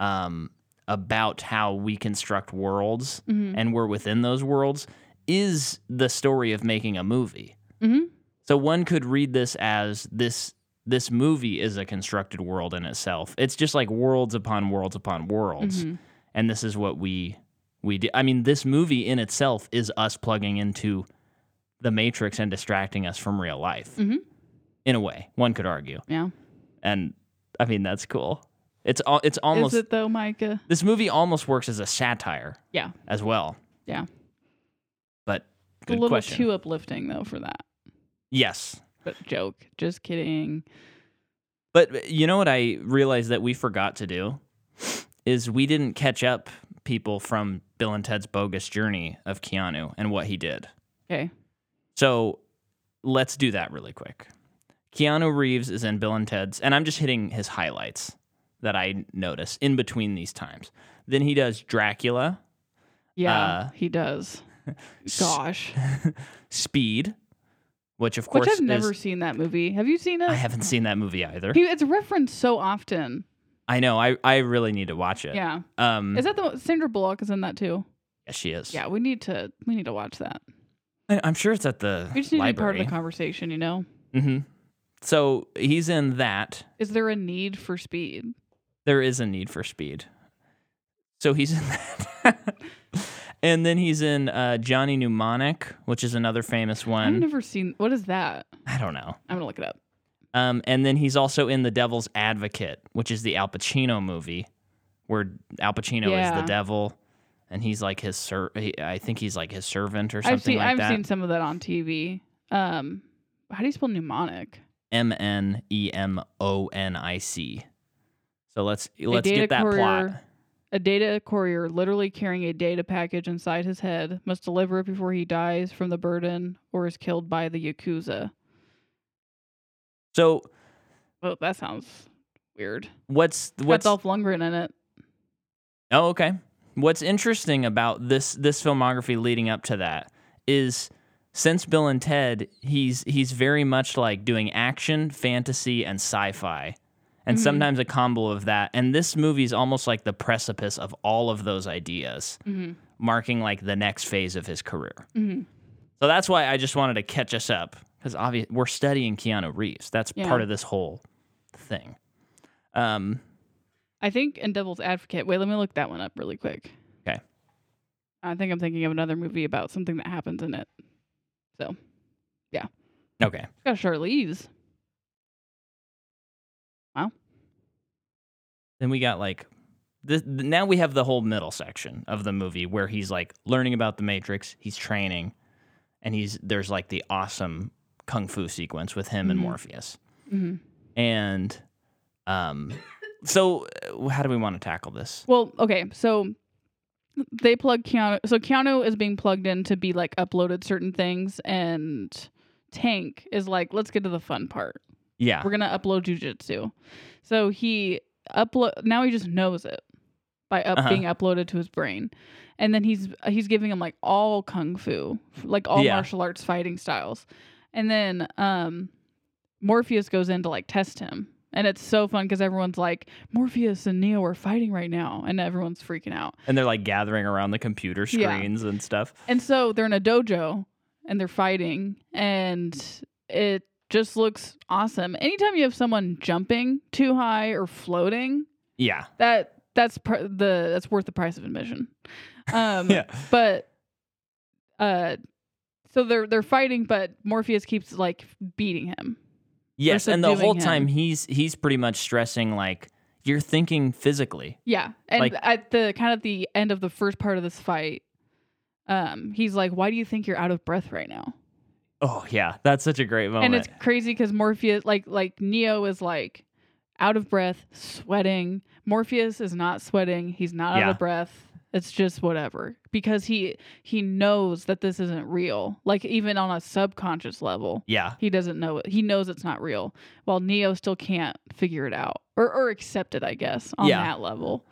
Speaker 2: um, about how we construct worlds
Speaker 1: Mhm.
Speaker 2: and we're within those worlds is the story of making a movie.
Speaker 1: Mhm.
Speaker 2: So one could read this as this this movie is a constructed world in itself. It's just like worlds upon worlds upon worlds
Speaker 1: Mhm.
Speaker 2: and this is what we we do. I mean, this movie in itself is us plugging into the Matrix and distracting us from real life.
Speaker 1: Mhm.
Speaker 2: In a way, one could argue,
Speaker 1: Yeah.
Speaker 2: and I mean that's cool. It's al- it's almost
Speaker 1: Is it though, Micah?
Speaker 2: this movie almost works as a satire
Speaker 1: Yeah.
Speaker 2: as well.
Speaker 1: Yeah.
Speaker 2: but
Speaker 1: It's a
Speaker 2: good
Speaker 1: little
Speaker 2: question.
Speaker 1: too uplifting though for that.
Speaker 2: yes,
Speaker 1: But joke. Just kidding.
Speaker 2: But uh, you know what I realized that we forgot to do is we didn't catch up people from Bill and Ted's bogus journey of Keanu and what he did.
Speaker 1: Okay.
Speaker 2: So let's do that really quick. Keanu Reeves is in Bill and Ted's, and I'm just hitting his highlights that I notice in between these times. Then he does Dracula,
Speaker 1: Yeah,
Speaker 2: Uh,
Speaker 1: he
Speaker 2: [LAUGHS]
Speaker 1: does. Gosh.
Speaker 2: Speed, which of course
Speaker 1: Which I've
Speaker 2: is-
Speaker 1: never seen that movie. Have you seen it?
Speaker 2: I haven't seen that movie either.
Speaker 1: He- it's referenced so often.
Speaker 2: I know. I, I really need to watch it.
Speaker 1: Yeah.
Speaker 2: Um,
Speaker 1: Is that the Sandra Bullock is in that too?
Speaker 2: yes, she is.
Speaker 1: Yeah, we need to we need to watch that.
Speaker 2: I- I'm sure it's at the
Speaker 1: We just need to be part
Speaker 2: library.
Speaker 1: of the conversation, you know?
Speaker 2: hmm So he's in that.
Speaker 1: Is there a need for speed?
Speaker 2: There is a need for speed. So he's in [LAUGHS] that. and then he's in uh, Johnny Mnemonic, which is another famous
Speaker 1: I've
Speaker 2: one.
Speaker 1: never seen what is that?
Speaker 2: I don't know.
Speaker 1: I'm gonna look it up.
Speaker 2: Um, and then he's also in The Devil's Advocate, which is the Al Pacino movie, where Al Pacino is
Speaker 1: Yeah.
Speaker 2: the devil, and he's like his ser- he, I think he's like his servant or something
Speaker 1: I've seen
Speaker 2: like
Speaker 1: I've
Speaker 2: that.
Speaker 1: seen some of that on TV. Um how do you spell mnemonic?
Speaker 2: M N E M O N I C. So let's let's
Speaker 1: data
Speaker 2: get that plot.
Speaker 1: courier- A data courier literally carrying a data package inside his head must deliver it before he dies from the burden or is killed by the Yakuza.
Speaker 2: So
Speaker 1: Well, that sounds weird.
Speaker 2: what's
Speaker 1: Got
Speaker 2: what's
Speaker 1: Dolph Lundgren in it.
Speaker 2: Oh, okay. What's interesting about this this filmography leading up to that is since Bill and Ted, he's he's very much like doing action, fantasy, and sci-fi. And
Speaker 1: Mhm.
Speaker 2: sometimes a combo of that. And this movie's almost like the precipice of all of those ideas,
Speaker 1: Mm-hmm.
Speaker 2: marking like the next phase of his career.
Speaker 1: Mm-hmm.
Speaker 2: So that's why I just wanted to catch us up because obviously we're studying Keanu Reeves. That's
Speaker 1: Yeah.
Speaker 2: part of this whole thing. Um,
Speaker 1: I think in Devil's Advocate. Wait, let me look that one up really quick.
Speaker 2: 'Kay.
Speaker 1: I think I'm thinking of another movie about something that happens in it. So,
Speaker 2: okay.
Speaker 1: it's got Charlize.
Speaker 2: then we got like this, now we have the whole middle section of the movie where he's like learning about the matrix he's training and he's there's like the awesome kung fu sequence with him and
Speaker 1: Mhm.
Speaker 2: morpheus
Speaker 1: hmm
Speaker 2: and um so uh, how do we want to tackle this
Speaker 1: Well, okay, so they plug Keanu. So Keanu is being plugged in to be like uploaded certain things, and Tank is like, let's get to the fun part.
Speaker 2: yeah
Speaker 1: We're gonna upload jujitsu. So he upload now he just knows it by up
Speaker 2: Uh-huh.
Speaker 1: being uploaded to his brain, and then he's he's giving him like all kung fu, like all
Speaker 2: Yeah.
Speaker 1: martial arts fighting styles, and then um, Morpheus goes in to like test him. And it's so fun because everyone's like, Morpheus and Neo are fighting right now. And everyone's freaking out.
Speaker 2: and they're like gathering around the computer
Speaker 1: Yeah.
Speaker 2: screens and stuff
Speaker 1: And so they're in a dojo and they're fighting, and it just looks awesome. Anytime you have someone jumping too high or floating, [LAUGHS]
Speaker 2: yeah
Speaker 1: that that's pr- the that's worth the price of admission. Um,
Speaker 2: [LAUGHS] yeah
Speaker 1: But uh, so they're they're fighting, but Morpheus keeps like beating him.
Speaker 2: yes and the
Speaker 1: subduing
Speaker 2: whole
Speaker 1: him.
Speaker 2: time he's he's pretty much stressing like you're thinking physically
Speaker 1: Yeah, and
Speaker 2: Like-
Speaker 1: at the kind of the end of the first part of this fight, um, he's like, "Why do you think you're out of breath right now?"
Speaker 2: oh yeah that's such a great moment
Speaker 1: and it's crazy because Morpheus, like like Neo, is like, out of breath, sweating. Morpheus is not sweating. He's not out
Speaker 2: Yeah.
Speaker 1: of breath. It's just whatever because he he knows that this isn't real. Like even on a subconscious level,
Speaker 2: Yeah.
Speaker 1: he doesn't know it. He knows it's not real. While Neo still can't figure it out or or accept it, I guess, on
Speaker 2: Yeah.
Speaker 1: that level.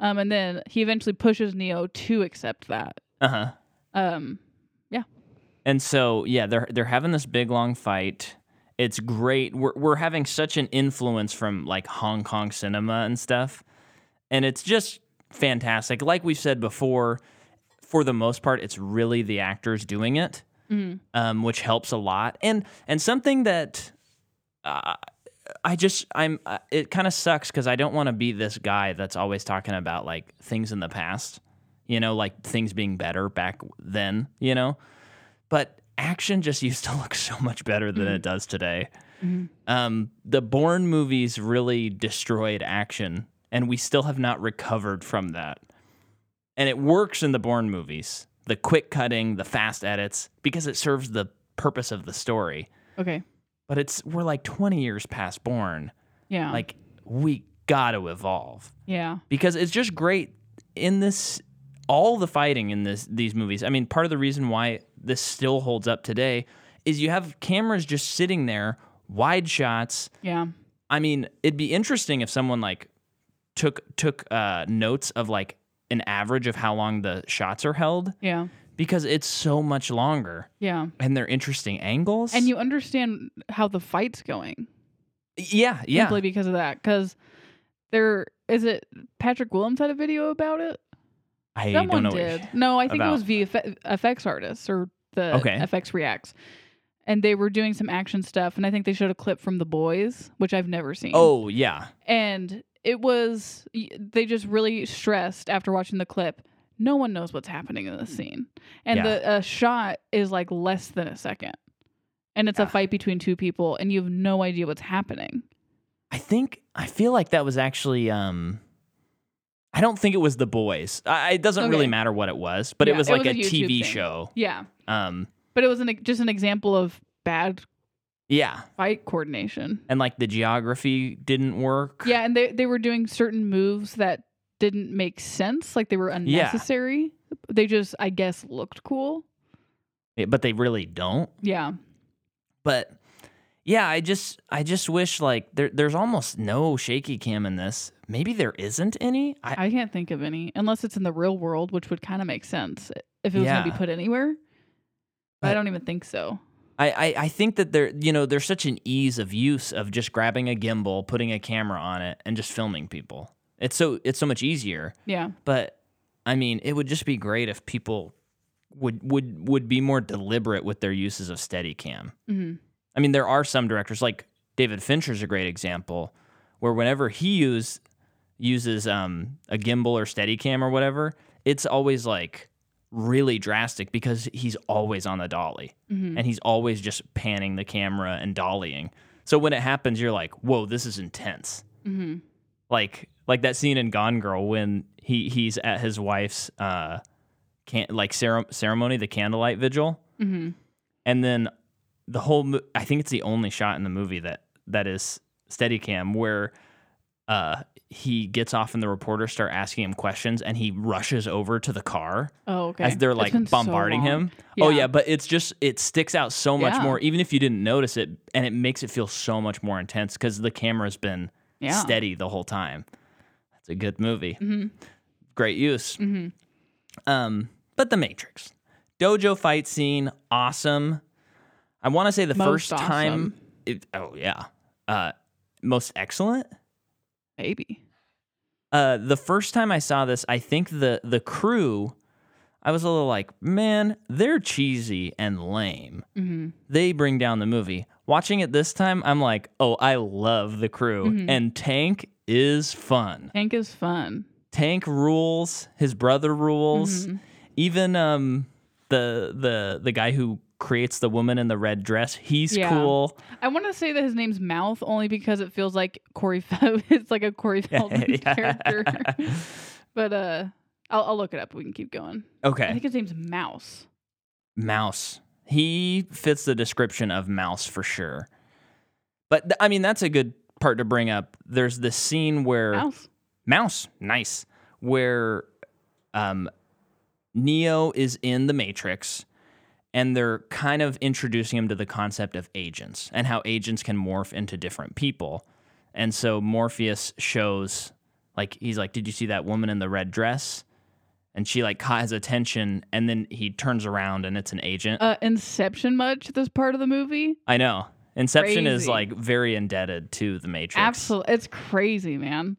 Speaker 1: Um, and then he eventually pushes Neo to accept that.
Speaker 2: Uh huh.
Speaker 1: Um,
Speaker 2: And so yeah, they're they're having this big long fight. It's great. We're we're having such an influence from like Hong Kong cinema and stuff. And it's just fantastic. Like we've said before, for the most part, it's really the actors doing it.
Speaker 1: mhm.
Speaker 2: um, which helps a lot. And and something that uh, I just I'm uh, it kind of sucks because I don't want to be this guy that's always talking about like things in the past, you know, like things being better back then, you know. But action just [LAUGHS] used to look so much better than it does today.
Speaker 1: Mhm.
Speaker 2: Um, the Bourne movies really destroyed action, and we still have not recovered from that and it works in the Bourne movies. The quick cutting, the fast edits, because it serves the purpose of the story.
Speaker 1: Okay.
Speaker 2: But it's we're like 20 years past Bourne.
Speaker 1: Yeah.
Speaker 2: Like we got to evolve
Speaker 1: yeah.
Speaker 2: because it's just great in this all the fighting in this these movies. I mean, part of the reason why this still holds up today is you have cameras just sitting there, wide shots,
Speaker 1: Yeah.
Speaker 2: I mean, it'd be interesting if someone like took took uh, notes of like an average of how long the shots are held
Speaker 1: Yeah.
Speaker 2: because it's so much longer
Speaker 1: Yeah.
Speaker 2: and they're interesting angles.
Speaker 1: And you understand how the fight's going
Speaker 2: yeah, yeah,
Speaker 1: simply because of that. Because there is it. Patrick Willems had a video about it.
Speaker 2: I
Speaker 1: Someone
Speaker 2: don't know. what-
Speaker 1: did. no, I think
Speaker 2: about.
Speaker 1: it was VFX FX artists or the
Speaker 2: Okay.
Speaker 1: FX reacts, and they were doing some action stuff. And I think they showed a clip from The Boys, which I've never seen.
Speaker 2: Oh yeah,
Speaker 1: and it was y- they just really stressed after watching the clip no one knows what's happening in this scene and
Speaker 2: Yeah.
Speaker 1: the uh, shot is like less than a second and it's
Speaker 2: Yeah.
Speaker 1: a fight between two people and you have no idea what's happening
Speaker 2: I think I feel like that was actually. um I don't think it was the boys. I, it doesn't really
Speaker 1: Okay.
Speaker 2: matter what it was, but it
Speaker 1: Yeah,
Speaker 2: was
Speaker 1: it
Speaker 2: like
Speaker 1: was a
Speaker 2: a,
Speaker 1: YouTube thing.
Speaker 2: TV show.
Speaker 1: yeah
Speaker 2: Um,
Speaker 1: but it was an, just an example of bad
Speaker 2: yeah,
Speaker 1: fight coordination
Speaker 2: and like the geography didn't work.
Speaker 1: yeah and they, they were doing certain moves that didn't make sense like they were unnecessary they just i guess looked cool
Speaker 2: Yeah, eh, but they really don't.
Speaker 1: yeah
Speaker 2: but yeah, I just I just wish like there there's almost no shaky cam in this. Maybe there isn't any. I,
Speaker 1: I can't think of any, unless it's in the real world, which would kind of make sense if it was going to
Speaker 2: Yeah.
Speaker 1: be put anywhere. But
Speaker 2: But-
Speaker 1: I don't even think so.
Speaker 2: I, I I think that there you know there's such an ease of use of just grabbing a gimbal, putting a camera on it, and just filming people. It's so it's so much easier.
Speaker 1: Yeah,
Speaker 2: But I mean, it would just be great if people would would would be more deliberate with their uses of Steadicam.
Speaker 1: hmm
Speaker 2: I mean, there are some directors like David Fincher's a great example, where whenever he use, uses um, a gimbal or Steadicam or whatever, it's always like really drastic because he's always on the dolly
Speaker 1: hmm
Speaker 2: and he's always just panning the camera and dollying. So when it happens, you're like, "Whoa, this is intense!"
Speaker 1: hmm
Speaker 2: Like like that scene in Gone Girl when he he's at his wife's uh, can like cere- ceremony, the candlelight vigil
Speaker 1: hmm
Speaker 2: and then the whole mo- i think it's the only shot in the movie that that is steadicam where uh he gets off and the reporters start asking him questions and he rushes over to the car
Speaker 1: Oh, okay.
Speaker 2: as they're
Speaker 1: It's
Speaker 2: like
Speaker 1: been so
Speaker 2: bombarding
Speaker 1: long.
Speaker 2: him oh
Speaker 1: Yeah.
Speaker 2: yeah but it's just it sticks out so much
Speaker 1: Yeah.
Speaker 2: more even if you didn't notice it and it makes it feel so much more intense because the camera's been
Speaker 1: Yeah.
Speaker 2: steady the whole time that's a good movie
Speaker 1: Mhm.
Speaker 2: great use
Speaker 1: Mhm.
Speaker 2: um, but The Matrix. Dojo fight scene, awesome. I want to say the
Speaker 1: Most
Speaker 2: first time.
Speaker 1: awesome.
Speaker 2: It, oh yeah, uh, most excellent.
Speaker 1: Maybe.
Speaker 2: Uh, the first time I saw this, I think the the crew, I was a little like, man, they're cheesy and lame.
Speaker 1: hmm
Speaker 2: They bring down the movie. Watching it this time, I'm like, oh, I love the crew,
Speaker 1: Mhm.
Speaker 2: and Tank is fun.
Speaker 1: Tank is fun.
Speaker 2: Tank rules. His brother rules.
Speaker 1: Mhm.
Speaker 2: Even um the the the guy who creates the woman in the red dress, he's
Speaker 1: Yeah.
Speaker 2: cool.
Speaker 1: I want to say that his name's Mouth only because it feels like Corey. [LAUGHS] Fe- it's like a Corey Feldman
Speaker 2: [LAUGHS] Yeah.
Speaker 1: character. [LAUGHS] but uh, I'll, I'll look it up. We can keep going. I
Speaker 2: Okay.
Speaker 1: think his name's Mouse.
Speaker 2: Mouse. He fits the description of Mouse for sure. But th- I mean, that's a good part to bring up. There's this scene where
Speaker 1: Mouse.
Speaker 2: Mouse, nice, where um, Neo is in the Matrix, and they're kind of introducing him to the concept of agents and how agents can morph into different people. And so Morpheus shows, like, he's like, "Did you see that woman in the red dress?" And she like caught his attention, and then he turns around, and it's an agent.
Speaker 1: Uh, Inception much this part of the movie?
Speaker 2: I know. Inception is
Speaker 1: Crazy.
Speaker 2: like very indebted to the Matrix.
Speaker 1: Absolutely. It's crazy, man.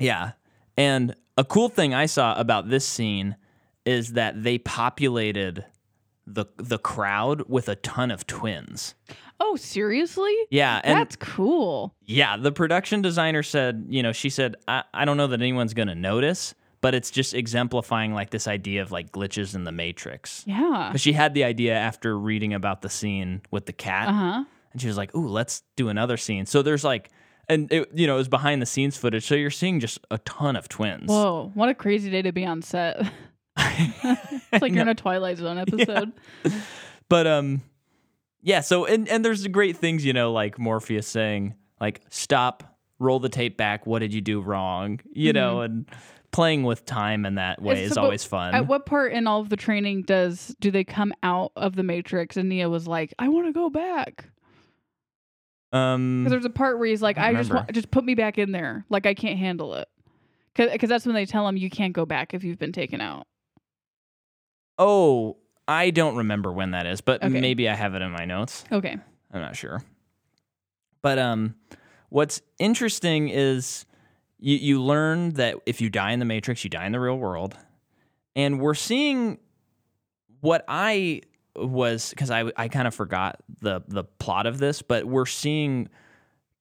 Speaker 2: Yeah. And a cool thing I saw about this scene is that they populated the the crowd with a ton of twins.
Speaker 1: Oh, seriously?
Speaker 2: Yeah, and
Speaker 1: That's cool.
Speaker 2: yeah, the production designer said, you know, she said, I, I don't know that anyone's gonna notice, but it's just exemplifying like this idea of like glitches in the matrix.
Speaker 1: Yeah.
Speaker 2: Because she had the idea after reading about the scene with the cat.
Speaker 1: Uh huh.
Speaker 2: And she was like, "Ooh, let's do another scene." So there's like, and it, you know, it was behind the scenes footage, so you're seeing just a ton of twins. [LAUGHS]
Speaker 1: Whoa, [LAUGHS] what a crazy day to be on set. [LAUGHS] it's like you're in a Twilight
Speaker 2: [LAUGHS]
Speaker 1: Zone episode.
Speaker 2: But um, yeah. So and and there's the great things, you know, like Morpheus saying, like, "Stop, roll the tape back. What did you do wrong?" You know, and playing with time in that way
Speaker 1: Mm-hmm. It's
Speaker 2: is
Speaker 1: suppo-
Speaker 2: always fun.
Speaker 1: At what part in all of the training does do they come out of the Matrix and Neo was like, I want to go back? Because
Speaker 2: um,
Speaker 1: there's a part where he's like,
Speaker 2: I don't
Speaker 1: I just
Speaker 2: remember.
Speaker 1: want, just put me back in there. Like I can't handle it. Because that's when they tell him you can't go back if you've been taken out.
Speaker 2: oh, I don't remember when that is, but
Speaker 1: Okay.
Speaker 2: maybe I have it in my notes.
Speaker 1: Okay.
Speaker 2: I'm not sure. But um, what's interesting is you you learn that if you die in the Matrix, you die in the real world, and we're seeing what I was because I I kind of forgot the the plot of this, but we're seeing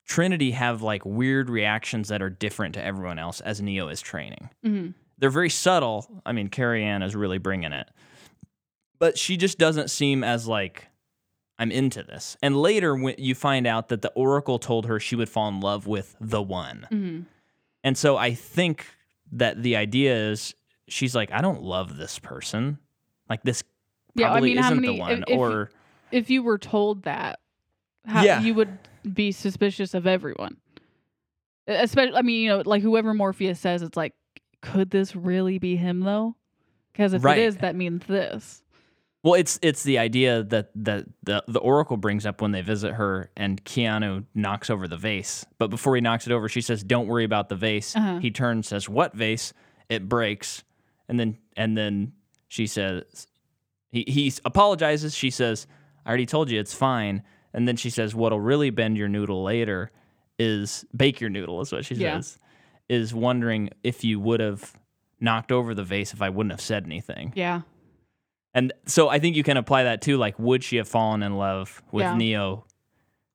Speaker 2: Trinity have like weird reactions that are different to everyone else as Neo is training
Speaker 1: Mhm.
Speaker 2: they're very subtle. I mean, Carrie Ann is really bringing it, but she just doesn't seem as like I'm into this. And later, when you find out that the Oracle told her she would fall in love with the one,
Speaker 1: Mhm.
Speaker 2: and so I think that the idea is she's like, I don't love this person. Like this
Speaker 1: Yeah, I
Speaker 2: probably
Speaker 1: mean, how
Speaker 2: isn't
Speaker 1: many-
Speaker 2: the one,
Speaker 1: if- if you-
Speaker 2: or
Speaker 1: If you were told that, how,
Speaker 2: Yeah.
Speaker 1: you would be suspicious of everyone. Especially, I mean, you know, like whoever Morpheus says, it's like, could this really be him though? Because if
Speaker 2: Right.
Speaker 1: it is, that means this.
Speaker 2: Well, it's it's the idea that that the the Oracle brings up when they visit her, and Keanu knocks over the vase. But before he knocks it over, she says, "Don't worry about the vase."
Speaker 1: Uh-huh.
Speaker 2: He turns, says, "What vase?" It breaks, and then and then she says, he he apologizes. She says, "I already told you it's fine." And then she says, "What'll really bend your noodle later is bake your noodle," is what she
Speaker 1: Yeah.
Speaker 2: says. Is wondering if you would have knocked over the vase if I wouldn't have said anything.
Speaker 1: Yeah.
Speaker 2: And so I think you can apply that too. Like, would she have fallen in love with
Speaker 1: Yeah.
Speaker 2: Neo if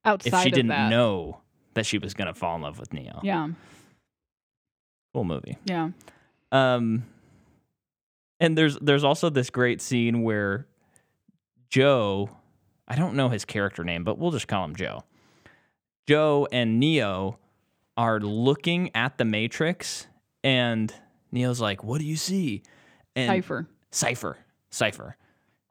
Speaker 1: Outside
Speaker 2: she
Speaker 1: of
Speaker 2: didn't
Speaker 1: that.
Speaker 2: know that she was gonna fall in love with Neo?
Speaker 1: Yeah.
Speaker 2: Cool movie.
Speaker 1: Yeah.
Speaker 2: Um, and there's there's also this great scene where Joe, I don't know his character name, but we'll just call him Joe. Joe and Neo are looking at the Matrix, and Neo's like, "What do you see?" And
Speaker 1: Cypher.
Speaker 2: Cypher, Cypher.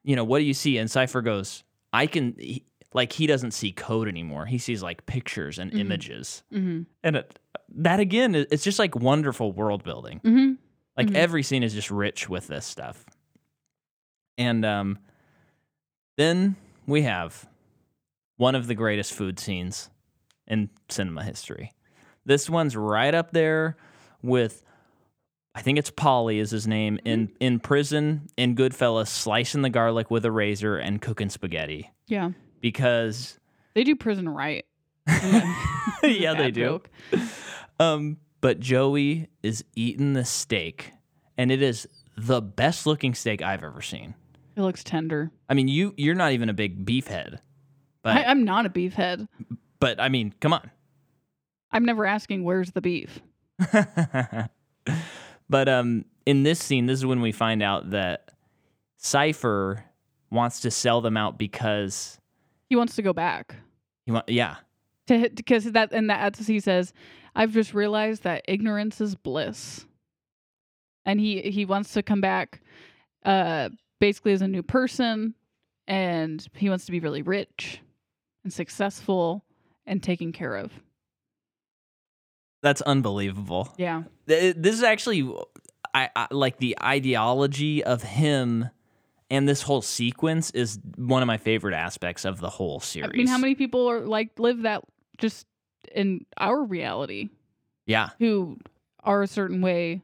Speaker 2: You know, what do you see? And Cypher goes, I can, he, like, he doesn't see code anymore. He sees like pictures and images.
Speaker 1: Mm-hmm.
Speaker 2: And it, that again, it- it's just like wonderful world building.
Speaker 1: Mm-hmm.
Speaker 2: Like,
Speaker 1: Mhm.
Speaker 2: every scene is just rich with this stuff. And um, then we have one of the greatest food scenes in cinema history. This one's right up there with I think it's Polly is his name in in prison in Goodfellas slicing the garlic with a razor and cooking spaghetti
Speaker 1: Yeah.
Speaker 2: because
Speaker 1: They do prison right.
Speaker 2: [LAUGHS] yeah they
Speaker 1: Bad
Speaker 2: do.
Speaker 1: joke.
Speaker 2: Um but Joey is eating the steak and it is the best looking steak I've ever seen.
Speaker 1: It looks tender.
Speaker 2: I mean you you're not even a big beef head. But
Speaker 1: I, I'm not a beef head.
Speaker 2: but I mean come on. [LAUGHS]
Speaker 1: I'm never asking where's the beef.
Speaker 2: but um, in this scene, this is when we find out that Cipher wants to sell them out because
Speaker 1: He wants to go back
Speaker 2: he want, yeah,
Speaker 1: [LAUGHS] to because that and that he says, "I've just realized that ignorance is bliss," and he he wants to come back, uh, basically as a new person, and he wants to be really rich, and successful, and taken care of.
Speaker 2: That's unbelievable.
Speaker 1: Yeah.
Speaker 2: Th- This is actually, I, I like the ideology of him, and this whole sequence is one of my favorite aspects of the whole series.
Speaker 1: I mean, how many people are like live that just in our reality
Speaker 2: Yeah,
Speaker 1: who are a certain way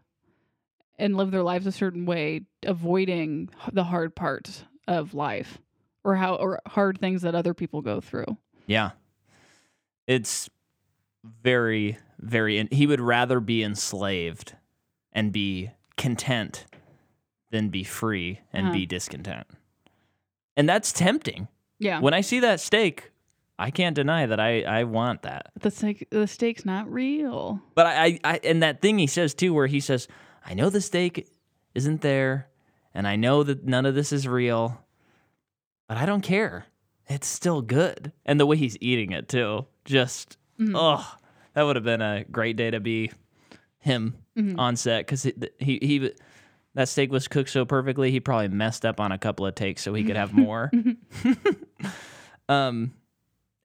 Speaker 1: and live their lives a certain way, avoiding h- the hard parts of life or how or hard things that other people go through.
Speaker 2: yeah. It's very, very. And he would rather be enslaved and be content than be free and
Speaker 1: Uh-huh.
Speaker 2: be discontent. And that's tempting.
Speaker 1: Yeah.
Speaker 2: When I see that steak, I can't deny that I, I want that.
Speaker 1: The stake, the stake's not real.
Speaker 2: But I, I, I, and that thing he says too, where he says, "I know the steak isn't there, and I know that none of this is real, but I don't care. It's still good." And the way he's eating it too, just
Speaker 1: Mhm.
Speaker 2: oh, that would have been a great day to be him
Speaker 1: Mhm.
Speaker 2: on set because he, he he that steak was cooked so perfectly, he probably messed up on a couple of takes so he could have more. [LAUGHS] um.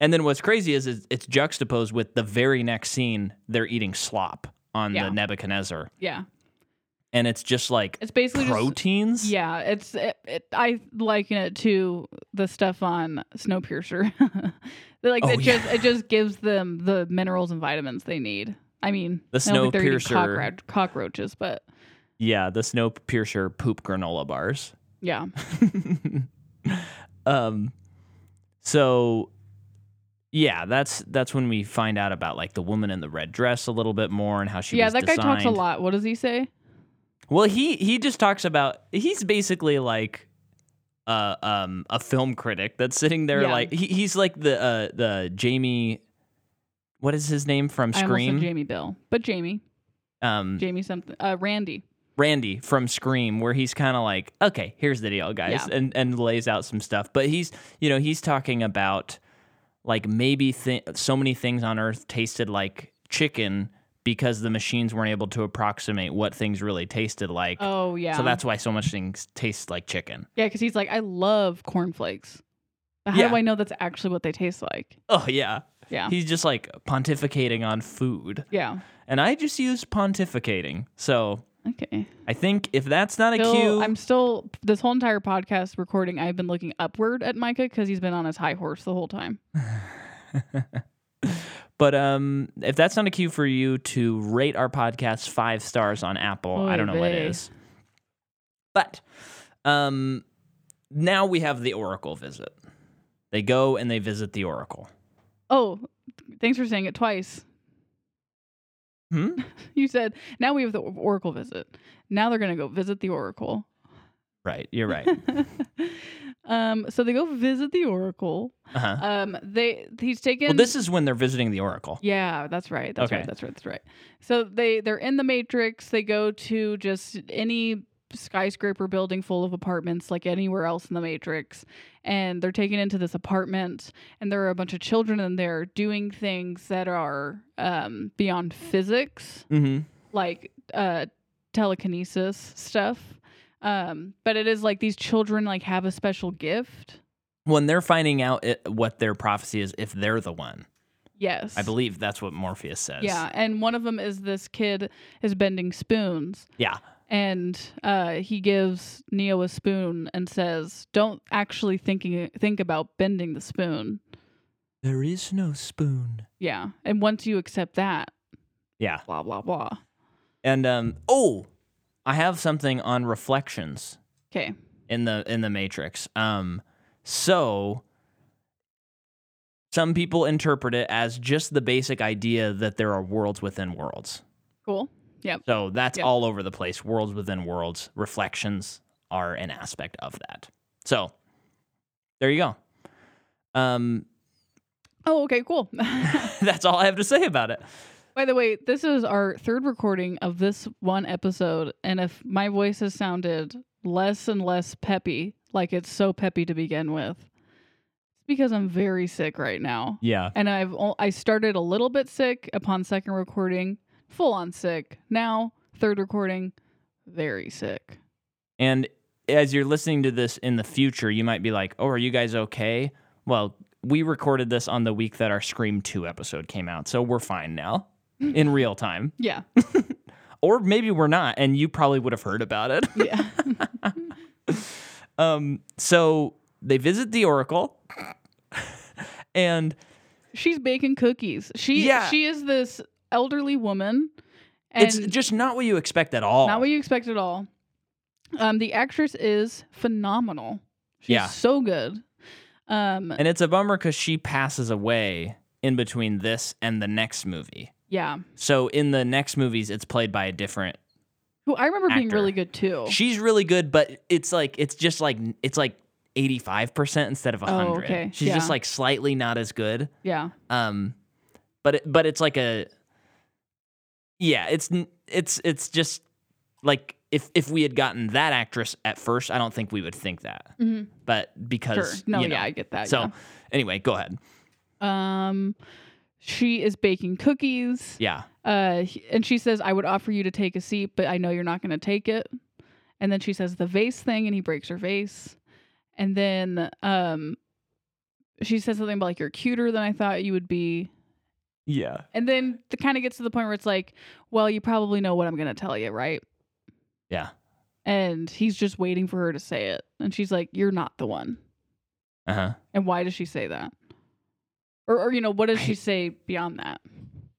Speaker 2: And then what's crazy is, is it's juxtaposed with the very next scene they're eating slop on
Speaker 1: Yeah.
Speaker 2: the Nebuchadnezzar,
Speaker 1: Yeah.
Speaker 2: and it's just like
Speaker 1: It's basically just-
Speaker 2: proteins.
Speaker 1: Yeah, it's it, it, I liken it to the stuff on Snowpiercer. [LAUGHS] They're like
Speaker 2: Oh,
Speaker 1: it just it just gives them the minerals and vitamins they need. I mean,
Speaker 2: The
Speaker 1: I don't think they're eating
Speaker 2: Snowpiercer-
Speaker 1: cockroach- cockroaches, but
Speaker 2: yeah, the Snowpiercer poop granola bars.
Speaker 1: yeah,
Speaker 2: Um, so yeah, that's that's when we find out about like the woman in the red dress a little bit more and how she
Speaker 1: yeah.
Speaker 2: was
Speaker 1: That guy talks a
Speaker 2: designed.
Speaker 1: lot. What does he say?
Speaker 2: Well, he he just talks about he's basically like uh, um, a film critic that's sitting there
Speaker 1: Yeah.
Speaker 2: like he, he's like the uh, the Jamie what is his name from
Speaker 1: I almost said
Speaker 2: Scream?
Speaker 1: Jamie Bill, but Jamie,
Speaker 2: Um,
Speaker 1: Jamie something, uh, Randy.
Speaker 2: Randy from Scream, where he's kind of like, okay, here's the deal, guys,
Speaker 1: Yeah.
Speaker 2: and and lays out some stuff. But he's, you know, he's talking about like maybe th- so many things on Earth tasted like chicken because the machines weren't able to approximate what things really tasted like.
Speaker 1: Oh yeah,
Speaker 2: So that's why so much things taste like chicken.
Speaker 1: yeah, because he's like, I love cornflakes. But how
Speaker 2: Yeah.
Speaker 1: do I know that's actually what they taste like?
Speaker 2: Oh yeah.
Speaker 1: Yeah,
Speaker 2: He's just like pontificating on food.
Speaker 1: yeah,
Speaker 2: And I just use pontificating. So
Speaker 1: okay.
Speaker 2: I think if that's not a
Speaker 1: Still-
Speaker 2: cue,
Speaker 1: I'm still this whole entire podcast recording. I've been looking upward at Micah because he's been on his high horse the whole time.
Speaker 2: But um, if that's not a cue for you to rate our podcast five stars on Apple, I
Speaker 1: Oy
Speaker 2: don't know what
Speaker 1: vey.
Speaker 2: is. But um, now we have the Oracle visit. They go and they visit the Oracle.
Speaker 1: Oh, thanks for saying it twice. [LAUGHS]
Speaker 2: Hmm?
Speaker 1: You said now we have the Oracle visit. Now they're gonna go visit the Oracle. [LAUGHS]
Speaker 2: Right, you're right.
Speaker 1: um, so they go visit the Oracle.
Speaker 2: Uh-huh.
Speaker 1: Um, they he's taken.
Speaker 2: Well, this is when they're visiting the Oracle.
Speaker 1: Yeah, that's right. That's
Speaker 2: Okay.
Speaker 1: right. That's right. That's right. So they they're in the Matrix. They go to just any skyscraper building full of apartments, like anywhere else in the Matrix, and they're taken into this apartment, and there are a bunch of children in there doing things that are um, beyond physics,
Speaker 2: Mm-hmm.
Speaker 1: like uh, telekinesis stuff. Um, but it is like these children like have a special gift.
Speaker 2: When they're finding out it, what their prophecy is, if they're the one,
Speaker 1: Yes,
Speaker 2: I believe that's what Morpheus says.
Speaker 1: Yeah, and one of them is this kid is bending spoons.
Speaker 2: Yeah.
Speaker 1: and uh, he gives Neo a spoon and says, "Don't actually thinking think about bending the spoon."
Speaker 2: There is no spoon.
Speaker 1: Yeah, and once you accept that,
Speaker 2: Yeah.
Speaker 1: blah blah blah.
Speaker 2: And um, oh, I have something on reflections.
Speaker 1: Okay,
Speaker 2: in the in the matrix um so some people interpret it as just the basic idea that there are worlds within worlds
Speaker 1: cool. Yep.
Speaker 2: so that's
Speaker 1: Yeah.
Speaker 2: all over the place worlds within worlds reflections are an aspect of that so there you go um
Speaker 1: Oh, okay, cool. [LAUGHS]
Speaker 2: [LAUGHS] that's all i have to say about it
Speaker 1: By the way, this is our third recording of this one episode, and if my voice has sounded less and less peppy, like it's so peppy to begin with, it's because I'm very sick right now.
Speaker 2: yeah
Speaker 1: and I've o- I started a little bit sick upon second recording, full on sick. Now third recording, very sick.
Speaker 2: And as you're listening to this in the future, you might be like, "Oh, are you guys okay?" [LAUGHS] Well, we recorded this on the week that our Scream 2 episode came out, so we're fine now. in real time.
Speaker 1: Yeah.
Speaker 2: Or maybe we're not, and you probably would have heard about it.
Speaker 1: [LAUGHS]
Speaker 2: [LAUGHS]
Speaker 1: Yeah.
Speaker 2: Um, so they visit the Oracle, [LAUGHS] and
Speaker 1: She's baking cookies. She
Speaker 2: Yeah.
Speaker 1: she is this elderly woman and
Speaker 2: it's just not what you expect at all.
Speaker 1: not what you expect at all. Um the actress is phenomenal. She's
Speaker 2: Yeah.
Speaker 1: so good. Um
Speaker 2: and it's a bummer because she passes away in between this and the next movie.
Speaker 1: yeah.
Speaker 2: So in the next movies, it's played by a different.
Speaker 1: Who I remember being
Speaker 2: Actor.
Speaker 1: really good too.
Speaker 2: She's really good, but it's like it's just like it's like eighty five percent instead of hundred.
Speaker 1: Oh, okay.
Speaker 2: She's just
Speaker 1: Yeah.
Speaker 2: like slightly not as good.
Speaker 1: yeah.
Speaker 2: um but it, but it's like a yeah it's n- it's it's just like if if we had gotten that actress at first i don't think we would think that
Speaker 1: Mhm.
Speaker 2: but
Speaker 1: Sure.
Speaker 2: because
Speaker 1: No,
Speaker 2: you know.
Speaker 1: yeah, I get that.
Speaker 2: so
Speaker 1: yeah.
Speaker 2: anyway go ahead
Speaker 1: Um, she is baking cookies.
Speaker 2: yeah
Speaker 1: Uh, he- and she says, "I would offer you to take a seat, but I know you're not going to take it." And then she says the vase thing, and he breaks her vase. And then um, she says something about like you're cuter than I thought you would be.
Speaker 2: yeah
Speaker 1: And then it kind of gets to the point where it's like, well, you probably know what I'm going to tell you, right?
Speaker 2: Yeah.
Speaker 1: And he's just waiting for her to say it, and she's like, "You're not the one."
Speaker 2: uh-huh
Speaker 1: And why does she say that? Or, or you know, what does
Speaker 2: I-
Speaker 1: she say beyond that?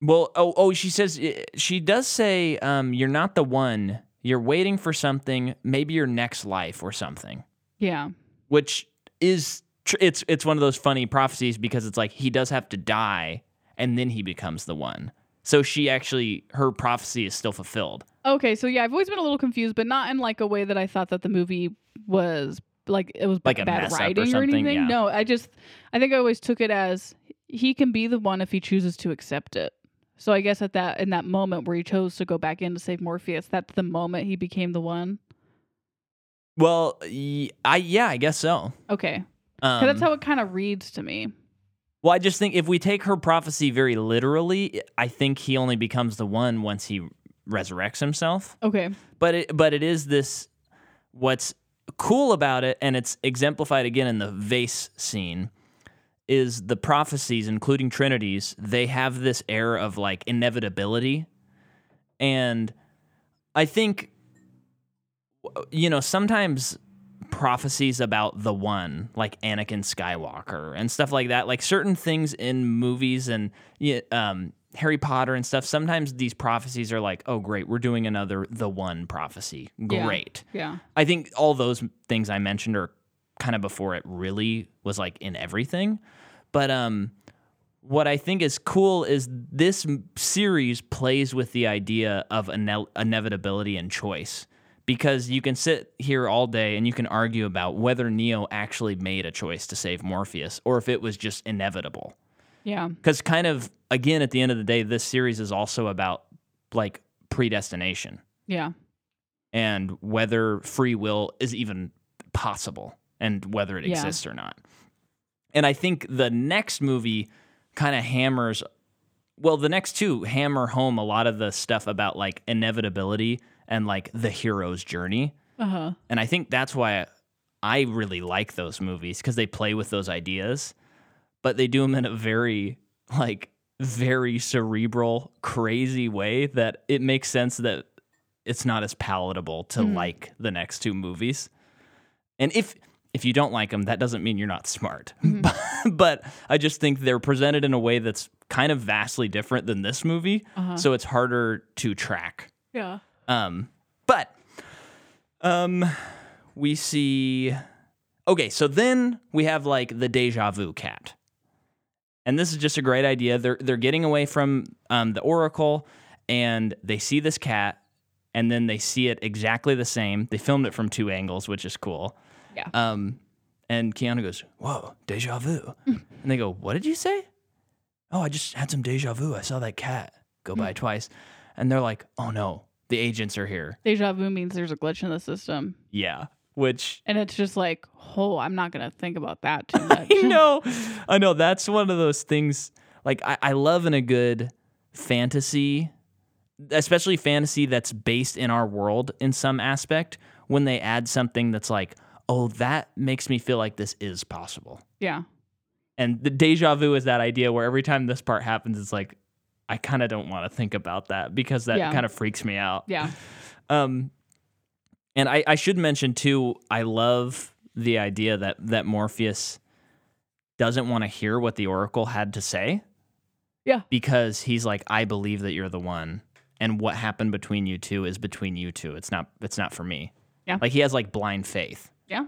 Speaker 2: well oh oh she says eh, she does say um you're not the one you're waiting for something maybe your next life or something
Speaker 1: Yeah.
Speaker 2: which is tr- it's it's one of those funny prophecies because it's like he does have to die and then he becomes the one. So she actually her prophecy is still fulfilled.
Speaker 1: Okay, so yeah, I've always been a little confused, but not in like a way that I thought that the movie was like it was
Speaker 2: Like a
Speaker 1: bad
Speaker 2: mess up or
Speaker 1: writing or,
Speaker 2: something,
Speaker 1: anything.
Speaker 2: yeah.
Speaker 1: No, I just I think I always took it as he can be the one if he chooses to accept it. So I guess at that in that moment where he chose to go back in to save Morpheus, that's the moment he became the one.
Speaker 2: Well, y- I yeah, I guess so.
Speaker 1: Okay, 'Cause
Speaker 2: Um,
Speaker 1: that's how it kind of reads to me.
Speaker 2: well, I just think if we take her prophecy very literally, I think he only becomes the one once he resurrects himself.
Speaker 1: Okay,
Speaker 2: But it, but it is this what's cool about it and it's exemplified again in the vase scene is the prophecies including trinities they have this air of like inevitability and i think you know sometimes prophecies about the one like Anakin Skywalker and stuff like that like certain things in movies and yeah, um Harry Potter and stuff sometimes these prophecies are like oh great we're doing another the one prophecy
Speaker 1: Yeah.
Speaker 2: great
Speaker 1: yeah,
Speaker 2: I think all those things I mentioned are kind of before it really was like in everything. But um, what I think is cool is this m- series plays with the idea of ine- inevitability and choice because you can sit here all day and you can argue about whether Neo actually made a choice to save Morpheus or if it was just inevitable
Speaker 1: yeah,
Speaker 2: because kind of again at the end of the day this series is also about like predestination
Speaker 1: yeah,
Speaker 2: and whether free will is even possible and whether it
Speaker 1: Yeah.
Speaker 2: exists or not. And I think the next movie kind of hammers well, the next two hammer home a lot of the stuff about like inevitability and like the hero's journey.
Speaker 1: uh huh,
Speaker 2: And I think that's why I really like those movies because they play with those ideas, but they do them in a very, like, very cerebral, crazy way that it makes sense that it's not as palatable to
Speaker 1: Mhm.
Speaker 2: like the next two movies. And if, if you don't like them, that doesn't mean you're not smart. [LAUGHS] but I just think they're presented in a way that's kind of vastly different than this movie.
Speaker 1: Uh-huh.
Speaker 2: So it's harder to track.
Speaker 1: yeah.
Speaker 2: Um, but um, we see. Okay, so then we have like the deja vu cat, and this is just a great idea. They're they're getting away from um, the oracle, and they see this cat, and then they see it exactly the same. They filmed it from two angles, which is cool.
Speaker 1: Yeah.
Speaker 2: Um, and Keanu goes, "Whoa, deja vu," and they go, "What did you say?" Oh, I just had some deja vu. I saw that cat go by twice, and they're like, "Oh no, the agents are here."
Speaker 1: Deja vu means there's a glitch in the system,
Speaker 2: Yeah, which [LAUGHS]
Speaker 1: and it's just like, oh, I'm not gonna think about that too much.
Speaker 2: I know, I know. That's one of those things. Like I, I love in a good fantasy, especially fantasy that's based in our world in some aspect. When they add something that's like, "Oh, that makes me feel like this is possible."
Speaker 1: Yeah,
Speaker 2: And the deja vu is that idea where every time this part happens, it's like, I kind of don't want to think about that because that
Speaker 1: Yeah.
Speaker 2: kind of freaks me out.
Speaker 1: Yeah.
Speaker 2: Um, and I, I should mention too, I love the idea that that Morpheus doesn't want to hear what the Oracle had to say.
Speaker 1: Yeah.
Speaker 2: Because he's like, I believe that you're the one. And what happened between you two is between you two. It's not it's not for me.
Speaker 1: Yeah.
Speaker 2: Like he has like blind faith.
Speaker 1: Yeah.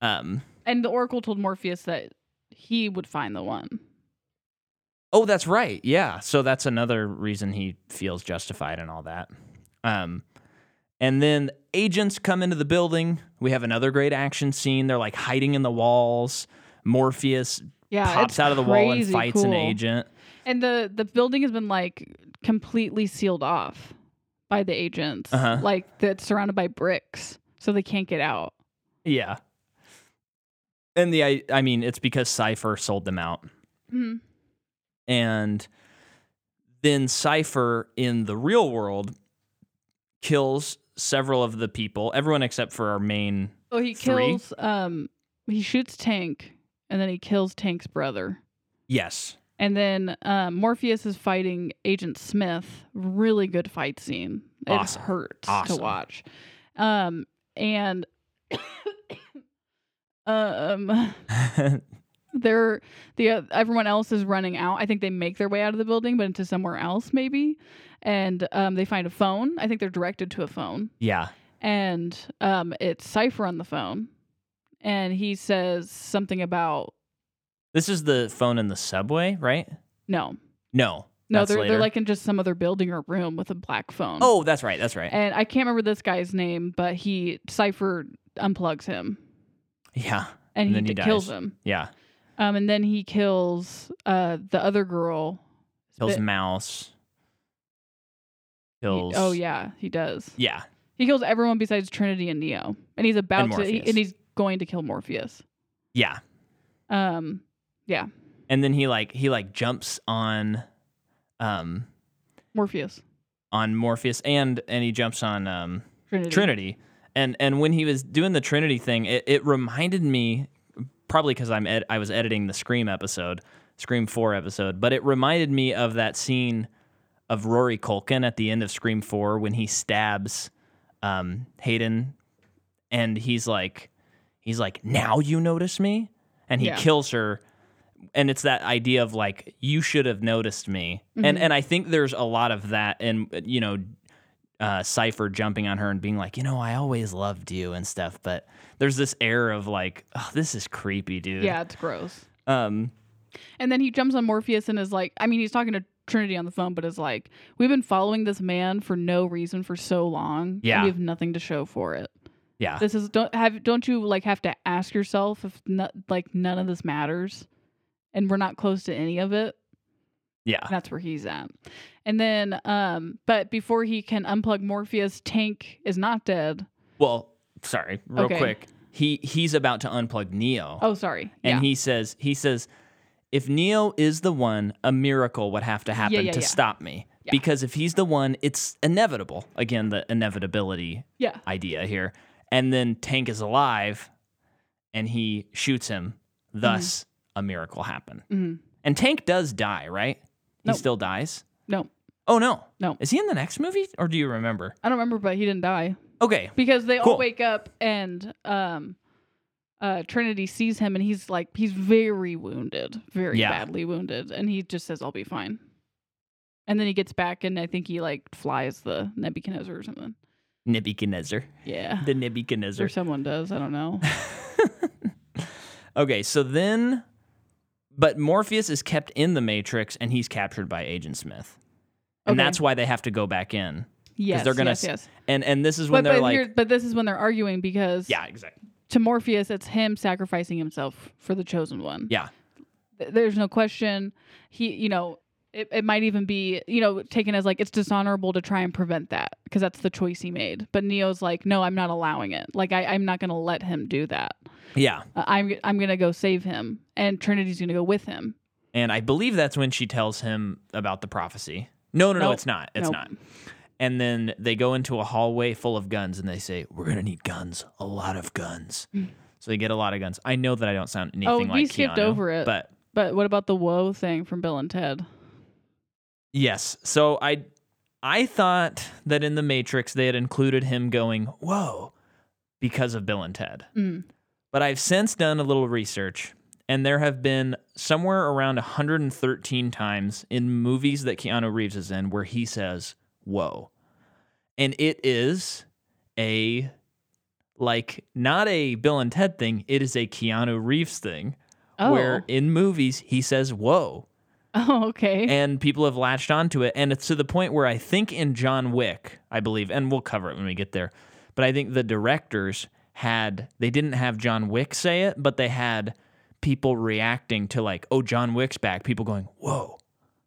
Speaker 2: Um
Speaker 1: And the Oracle told Morpheus that he would find the one.
Speaker 2: Oh, that's right. Yeah. So that's another reason he feels justified and all that. Um, and then agents come into the building. We have another great action scene. They're like hiding in the walls. Morpheus
Speaker 1: Yeah.
Speaker 2: pops
Speaker 1: it's
Speaker 2: out of the wall and
Speaker 1: crazy
Speaker 2: fights an
Speaker 1: cool.
Speaker 2: agent.
Speaker 1: And the the building has been like completely sealed off by the agents.
Speaker 2: Uh-huh.
Speaker 1: Like that's surrounded by bricks, so they can't get out.
Speaker 2: Yeah. And the I, I mean, it's because Cypher sold them out.
Speaker 1: Mhm.
Speaker 2: and then Cypher in the real world kills several of the people, everyone except for our main.
Speaker 1: So he
Speaker 2: Three.
Speaker 1: kills. Um, he shoots Tank, and then he kills Tank's brother.
Speaker 2: Yes. [LAUGHS]
Speaker 1: And then um, Morpheus is fighting Agent Smith. Really good fight scene. It
Speaker 2: Awesome.
Speaker 1: hurts
Speaker 2: Awesome.
Speaker 1: to watch. Um, and [COUGHS] um, [LAUGHS] they're the everyone else is running out. I think they make their way out of the building, but into somewhere else maybe. And um, they find a phone. I think they're directed to a phone,
Speaker 2: yeah.
Speaker 1: and um, it's Cipher on the phone, and he says something about
Speaker 2: This is the phone in the subway, right?
Speaker 1: no.
Speaker 2: No.
Speaker 1: No,
Speaker 2: that's
Speaker 1: they're,
Speaker 2: later.
Speaker 1: they're like in just some other building or room with a black phone.
Speaker 2: Oh, that's right. That's right.
Speaker 1: And I can't remember this guy's name, but he Cipher unplugs him
Speaker 2: yeah.
Speaker 1: and,
Speaker 2: And then
Speaker 1: he,
Speaker 2: he
Speaker 1: d- kills
Speaker 2: dies.
Speaker 1: him.
Speaker 2: Yeah.
Speaker 1: Um, and then he kills uh the other girl.
Speaker 2: Kills
Speaker 1: But-
Speaker 2: mouse.
Speaker 1: he-
Speaker 2: Kills.
Speaker 1: oh yeah, he does.
Speaker 2: Yeah.
Speaker 1: He kills everyone besides Trinity and Neo, and he's about
Speaker 2: And
Speaker 1: to, he,
Speaker 2: Morpheus.
Speaker 1: and he's going to kill Morpheus.
Speaker 2: Yeah.
Speaker 1: Um, yeah,
Speaker 2: And then he like he like jumps on, um,
Speaker 1: Morpheus,
Speaker 2: on Morpheus and and he jumps on um
Speaker 1: Trinity.
Speaker 2: Trinity. And and when he was doing the Trinity thing, it, it reminded me probably because I'm ed- I was editing the Scream episode, Scream Four episode, but it reminded me of that scene of Rory Culkin at the end of Scream Four when he stabs um, Hayden, and he's like, he's like, now you notice me, and he
Speaker 1: Yeah.
Speaker 2: kills her. And it's that idea of like you should have noticed me, and and I think there's a lot of that, and you know uh, Cypher jumping on her and being like, you know, I always loved you and stuff. But there's this air of like, oh, this is creepy, dude.
Speaker 1: Yeah, it's gross.
Speaker 2: Um,
Speaker 1: And then he jumps on Morpheus and is like, I mean, he's talking to Trinity on the phone, but is like, we've been following this man for no reason for so long. and
Speaker 2: Yeah.
Speaker 1: we have nothing to show for it. [LAUGHS]
Speaker 2: yeah.
Speaker 1: This is don't have don't you like have to ask yourself if not, like none of this matters, and we're not close to any of it.
Speaker 2: Yeah.
Speaker 1: That's where he's at. And then, um, but before he can unplug Morpheus, Tank is not dead.
Speaker 2: Well, sorry, real
Speaker 1: Okay.
Speaker 2: quick. He he's about to unplug Neo.
Speaker 1: Oh, sorry.
Speaker 2: And
Speaker 1: yeah.
Speaker 2: he says, he says, if Neo is the one, a miracle would have to happen
Speaker 1: yeah,
Speaker 2: to
Speaker 1: yeah.
Speaker 2: stop me.
Speaker 1: Yeah.
Speaker 2: Because if he's the one, it's inevitable. Again, the inevitability
Speaker 1: yeah.
Speaker 2: idea here. And then Tank is alive and he shoots him.
Speaker 1: Mm-hmm.
Speaker 2: Thus, a miracle happened.
Speaker 1: Mhm.
Speaker 2: And Tank does die, right?
Speaker 1: Nope.
Speaker 2: He still dies?
Speaker 1: No,
Speaker 2: Oh, no.
Speaker 1: No.
Speaker 2: Is he in the next movie or do you remember?
Speaker 1: I don't remember, but he didn't die.
Speaker 2: Okay.
Speaker 1: because they
Speaker 2: Cool.
Speaker 1: all wake up and um uh Trinity sees him and he's like he's very wounded, very
Speaker 2: Yeah.
Speaker 1: badly wounded and he just says I'll be fine. And then he gets back and I think he like flies the Nebuchadnezzar or something.
Speaker 2: Nebuchadnezzar. [LAUGHS]
Speaker 1: Yeah.
Speaker 2: The
Speaker 1: Or
Speaker 2: Nebuchadnezzar.
Speaker 1: someone does, I don't
Speaker 2: [LAUGHS]
Speaker 1: know.
Speaker 2: okay. So then, but Morpheus is kept in the Matrix and he's captured by Agent Smith. And
Speaker 1: Okay.
Speaker 2: that's why they have to go back in.
Speaker 1: Yes,
Speaker 2: they're gonna
Speaker 1: yes,
Speaker 2: s-
Speaker 1: yes.
Speaker 2: And and this is when
Speaker 1: But,
Speaker 2: they're
Speaker 1: but,
Speaker 2: like,
Speaker 1: here- but this is when they're arguing because
Speaker 2: yeah, exactly.
Speaker 1: to Morpheus, it's him sacrificing himself for the chosen one.
Speaker 2: Yeah.
Speaker 1: Th- There's no question. He, you know, it, it might even be, you know, taken as like it's dishonorable to try and prevent that because that's the choice he made. But Neo's like, no, I'm not allowing it. Like, I, I'm not going to let him do that.
Speaker 2: Yeah.
Speaker 1: Uh, I'm, I'm going to go save him. And Trinity's going to go with him.
Speaker 2: And I believe that's when she tells him about the prophecy. No, no, no,
Speaker 1: Nope.
Speaker 2: it's not. It's
Speaker 1: Nope.
Speaker 2: not. And then they go into a hallway full of guns and they say, We're going to need guns, a lot of guns. so they get a lot of guns. I know that I don't sound anything
Speaker 1: Oh,
Speaker 2: like
Speaker 1: we skipped
Speaker 2: Keanu,
Speaker 1: over it.
Speaker 2: But
Speaker 1: But what about the whoa thing from Bill and Ted?
Speaker 2: Yes. So I I thought that in the Matrix they had included him going, "Whoa," because of Bill and Ted.
Speaker 1: Mm.
Speaker 2: But I've since done a little research and there have been somewhere around 113 times in movies that Keanu Reeves is in where he says, "Whoa." And it is a like not a Bill and Ted thing, it is a Keanu Reeves thing
Speaker 1: Oh.
Speaker 2: where in movies he says, "Whoa."
Speaker 1: [LAUGHS] Oh, okay.
Speaker 2: and people have latched onto it and it's to the point where i think in john wick i believe and we'll cover it when we get there but i think the directors had they didn't have john wick say it but they had people reacting to like oh john wick's back people going whoa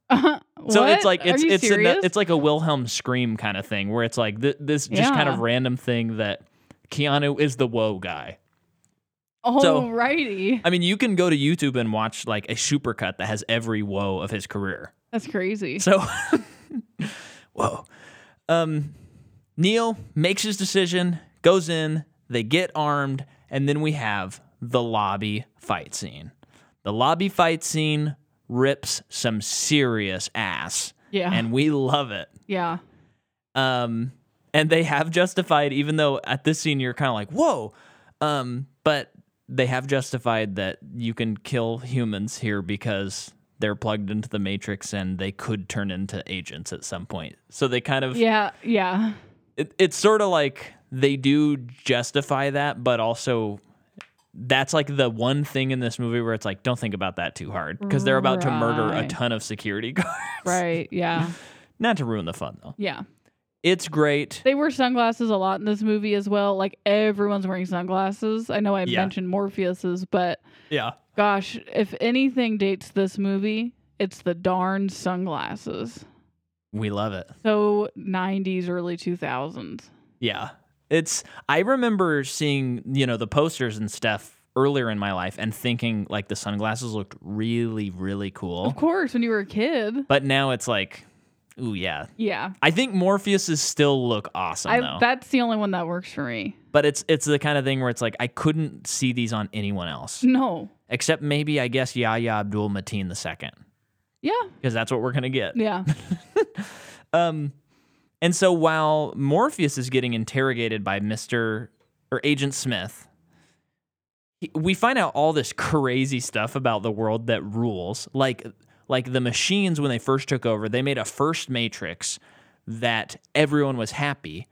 Speaker 2: so it's
Speaker 1: What?
Speaker 2: like
Speaker 1: Are
Speaker 2: it's
Speaker 1: you
Speaker 2: it's an-
Speaker 1: serious?
Speaker 2: it's like a wilhelm scream kind of thing where it's like th- this just kind of
Speaker 1: Yeah.
Speaker 2: random thing that keanu is the whoa guy so-
Speaker 1: Alrighty.
Speaker 2: i mean you can go to youtube and watch like a supercut that has every whoa of his career
Speaker 1: That's crazy.
Speaker 2: So, [LAUGHS] whoa. Um, Neil makes his decision, goes in, they get armed, and then we have the lobby fight scene. The lobby fight scene rips some serious ass,
Speaker 1: yeah.
Speaker 2: and we love it.
Speaker 1: yeah.
Speaker 2: Um, and they have justified, even though at this scene you're kind of like, whoa, um, but they have justified that you can kill humans here because they're plugged into the matrix and they could turn into agents at some point. So they kind of,
Speaker 1: Yeah. Yeah.
Speaker 2: it, it's sort of like they do justify that, but also that's like the one thing in this movie where it's like, don't think about that too hard because they're about to murder a
Speaker 1: Right.
Speaker 2: ton of security [LAUGHS] guards.
Speaker 1: Right. Yeah.
Speaker 2: Not to ruin the fun though.
Speaker 1: Yeah.
Speaker 2: It's great.
Speaker 1: They wear sunglasses a lot in this movie as well. Like everyone's wearing sunglasses. I know I
Speaker 2: Yeah.
Speaker 1: mentioned Morpheus's, but
Speaker 2: Yeah.
Speaker 1: gosh, if anything dates this movie, it's the darn sunglasses.
Speaker 2: We love it.
Speaker 1: So 90s, early 2000s.
Speaker 2: Yeah. It's I remember seeing, you know, the posters and stuff earlier in my life and thinking like the sunglasses looked really really
Speaker 1: Of
Speaker 2: cool.
Speaker 1: course, when you were a kid.
Speaker 2: But now it's like ooh yeah.
Speaker 1: Yeah.
Speaker 2: I think Morpheus's still look awesome
Speaker 1: I,
Speaker 2: though.
Speaker 1: that's the only one that works for me.
Speaker 2: but it's it's the kind of thing where it's like I couldn't see these on anyone else
Speaker 1: No.
Speaker 2: except maybe I guess Yahya Abdul Mateen the second
Speaker 1: Yeah.
Speaker 2: because that's what we're going to get. [LAUGHS]
Speaker 1: Yeah.
Speaker 2: Um, and so while Morpheus is getting interrogated by Mr. or Agent Smith, he- we find out all this crazy stuff about the world that rules. Like, like the machines when they first took over, they made a first Matrix that everyone was happy,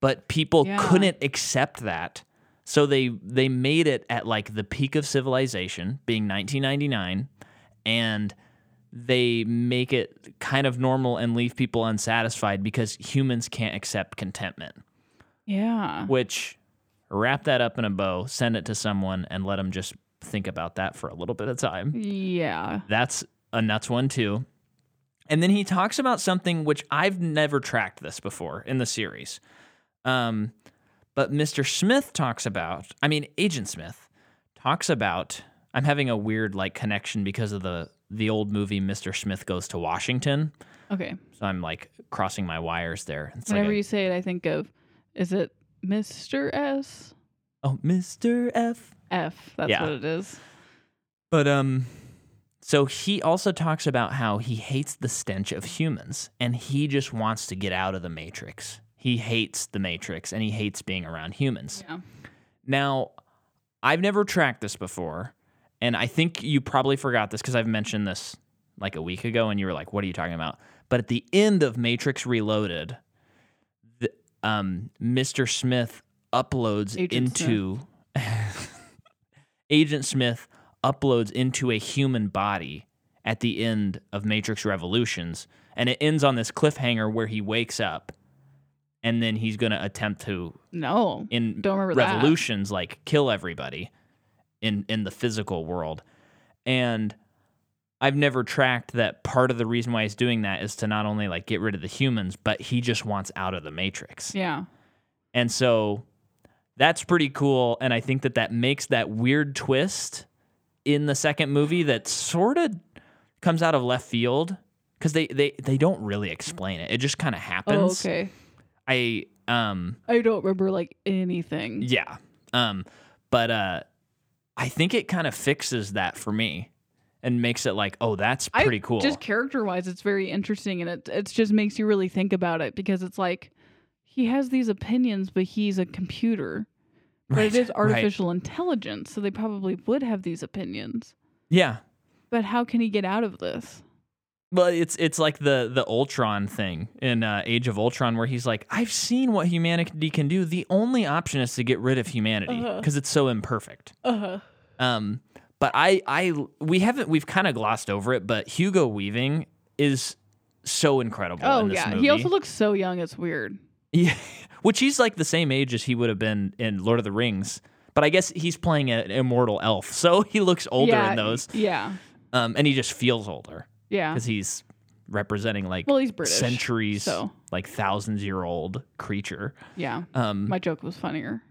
Speaker 2: but people
Speaker 1: Yeah.
Speaker 2: couldn't accept that. So they they made it at like the peak of civilization, being 1999, and they make it kind of normal and leave people unsatisfied because humans can't accept contentment.
Speaker 1: Yeah.
Speaker 2: Which wrap that up in a bow, send it to someone, and let them just think about that for a little bit of time.
Speaker 1: Yeah.
Speaker 2: That's a nuts one too. And then he talks about something which I've never tracked this before in the series. Um, but Mr. Smith talks about, I mean, Agent Smith talks about, I'm having a weird like connection because of the the old movie Mr. Smith Goes to Washington.
Speaker 1: Okay.
Speaker 2: So I'm like crossing my wires there. It's like
Speaker 1: Whenever
Speaker 2: a-
Speaker 1: you say it, I think of is it Mr. S?
Speaker 2: oh, Mr. F.
Speaker 1: F. That's
Speaker 2: Yeah.
Speaker 1: what it is.
Speaker 2: But um, so he also talks about how he hates the stench of humans, and he just wants to get out of the matrix. He hates the matrix, and he hates being around humans.
Speaker 1: Yeah.
Speaker 2: Now, I've never tracked this before, and I think you probably forgot this because I've mentioned this like a week ago, and you were like, "What are you talking about?" But at the end of Matrix Reloaded, the, um, Mr. Smith uploads
Speaker 1: Agent
Speaker 2: into [LAUGHS] Agent Smith uploads into a human body at the end of Matrix Revolutions, and it ends on this cliffhanger where he wakes up, and then he's going to attempt to
Speaker 1: No.
Speaker 2: in
Speaker 1: Don't remember that.
Speaker 2: revolutions like kill everybody in in the physical world and i've never tracked that part of the reason why he's doing that is to not only like get rid of the humans but he just wants out of the matrix
Speaker 1: Yeah.
Speaker 2: and so that's pretty cool and i think that that makes that weird twist in the second movie that sort of comes out of left field because they, they they don't really explain it it just kind of
Speaker 1: Oh,
Speaker 2: happens
Speaker 1: okay.
Speaker 2: i um
Speaker 1: I don't remember like anything.
Speaker 2: yeah. Um, but uh, I think it kind of fixes that for me. and makes it like, oh, that's
Speaker 1: I-
Speaker 2: pretty cool.
Speaker 1: Just character wise, it's very interesting, and it it just makes you really think about it because it's like he has these opinions, but he's a computer. But
Speaker 2: Right,
Speaker 1: it is
Speaker 2: right.
Speaker 1: artificial intelligence, so they probably would have these opinions.
Speaker 2: yeah.
Speaker 1: But how can he get out of this?
Speaker 2: Well, it's it's like the the Ultron thing in uh, Age of Ultron, where he's like, "I've seen what humanity can do. The only option is to get rid of humanity
Speaker 1: Uh-huh.
Speaker 2: because it's so imperfect."
Speaker 1: Uh huh.
Speaker 2: Um, but I, I, we haven't, we've kind of glossed over it, but Hugo Weaving is so incredible.
Speaker 1: Oh
Speaker 2: in this
Speaker 1: yeah,
Speaker 2: movie.
Speaker 1: he also looks so young. It's weird.
Speaker 2: yeah, [LAUGHS] which he's like the same age as he would have been in Lord of the Rings. But I guess he's playing an immortal elf, [LAUGHS] so he looks older
Speaker 1: yeah,
Speaker 2: in those,
Speaker 1: Yeah,
Speaker 2: um, and he just feels older
Speaker 1: yeah.
Speaker 2: because he's representing like
Speaker 1: Well, he's British.
Speaker 2: centuries,
Speaker 1: so
Speaker 2: like thousands year old creature.
Speaker 1: yeah,
Speaker 2: Um,
Speaker 1: my joke was funnier.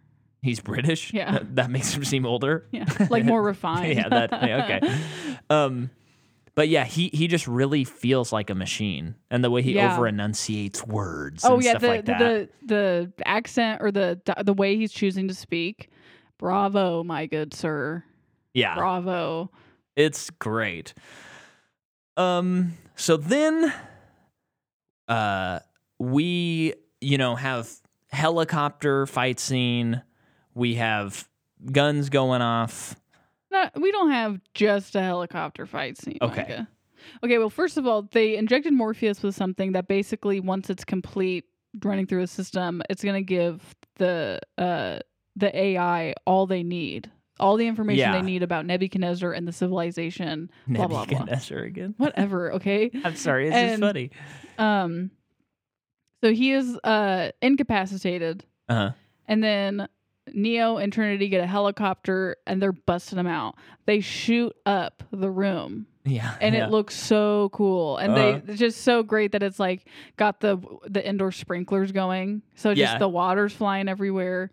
Speaker 2: he's British.
Speaker 1: Yeah.
Speaker 2: that, that makes him
Speaker 1: [LAUGHS]
Speaker 2: seem older. [LAUGHS]
Speaker 1: Yeah, like more refined.
Speaker 2: yeah, that yeah, okay. Um, but yeah, he he just really feels like a machine, and the way he
Speaker 1: Yeah.
Speaker 2: over enunciates words.
Speaker 1: Oh
Speaker 2: and
Speaker 1: yeah,
Speaker 2: stuff
Speaker 1: the,
Speaker 2: like that.
Speaker 1: the the the accent or the the way he's choosing to speak. Bravo, my good sir.
Speaker 2: yeah,
Speaker 1: Bravo.
Speaker 2: it's great. Um, so then, uh, we you know have helicopter fight scene. We have guns going off.
Speaker 1: No, we don't have just a helicopter fight scene.
Speaker 2: Okay.
Speaker 1: Micah. Okay, well, first of all, they injected Morpheus with something that basically, once it's complete running through the system, it's going to give the uh, the AI all they need, all the information
Speaker 2: Yeah.
Speaker 1: they need about Nebuchadnezzar and the civilization, blah, blah,
Speaker 2: [LAUGHS]
Speaker 1: blah.
Speaker 2: Nebuchadnezzar again.
Speaker 1: Whatever, okay?
Speaker 2: I'm sorry, it's just
Speaker 1: And-
Speaker 2: funny.
Speaker 1: Um, so he is uh, incapacitated,
Speaker 2: Uh-huh.
Speaker 1: and then Neo and Trinity get a helicopter and they're busting him out. They shoot up the room,
Speaker 2: Yeah,
Speaker 1: and
Speaker 2: yeah.
Speaker 1: it looks so cool. And
Speaker 2: Uh-huh.
Speaker 1: they it's just so great that it's like got the the indoor sprinklers going, so just
Speaker 2: Yeah.
Speaker 1: the water's flying everywhere.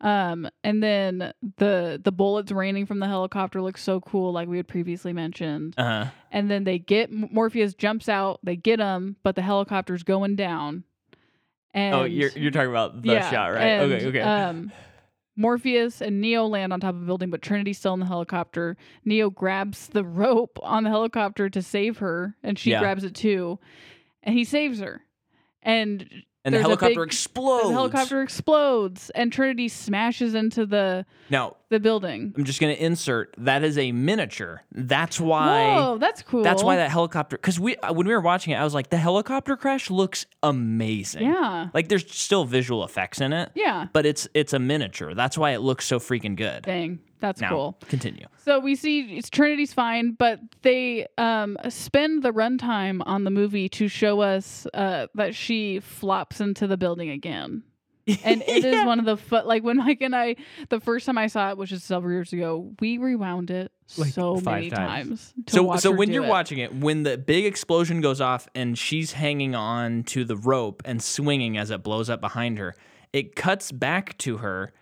Speaker 1: Um, and then the the bullets raining from the helicopter looks so cool, like we had previously mentioned
Speaker 2: uh-huh.
Speaker 1: and then they get M- Morpheus jumps out, they get him, but the helicopter's going down. And
Speaker 3: oh, you're you're talking about the
Speaker 1: yeah,
Speaker 3: shot, right?
Speaker 1: and,
Speaker 3: okay, okay.
Speaker 1: Um, Morpheus and Neo land on top of a building, but Trinity's still in the helicopter. Neo grabs the rope on the helicopter to save her, and she
Speaker 2: Yeah.
Speaker 1: grabs it too, and he saves her. And
Speaker 3: and the
Speaker 1: there's a
Speaker 3: helicopter
Speaker 1: big-
Speaker 3: explodes.
Speaker 1: the helicopter explodes, and Trinity smashes into the
Speaker 3: Now
Speaker 1: the building.
Speaker 2: I'm just gonna insert that is a miniature. That's why.
Speaker 1: Whoa, that's cool.
Speaker 2: That's why that helicopter. Because we uh, when we were watching it, I was like, the helicopter crash looks amazing.
Speaker 1: Yeah,
Speaker 2: Like there's still visual effects in it,
Speaker 1: yeah.
Speaker 2: but it's it's a miniature. That's why it looks so freaking good.
Speaker 1: Dang, that's
Speaker 2: now
Speaker 1: cool.
Speaker 2: continue.
Speaker 1: So we see it's Trinity's fine, but they um, spend the runtime on the movie to show us uh, that she flops into the building again. And
Speaker 2: [LAUGHS]
Speaker 1: it is one of the fu- like when Mike and I the first time I saw it, which is several years ago, we rewound it
Speaker 2: Like
Speaker 1: so
Speaker 2: five
Speaker 1: many
Speaker 2: times.
Speaker 1: times. to
Speaker 2: So
Speaker 1: watch
Speaker 2: so
Speaker 1: her
Speaker 2: when
Speaker 1: do
Speaker 2: you're
Speaker 1: it.
Speaker 2: watching it, when the big explosion goes off and she's hanging on to the rope and swinging as it blows up behind her, it cuts back to her,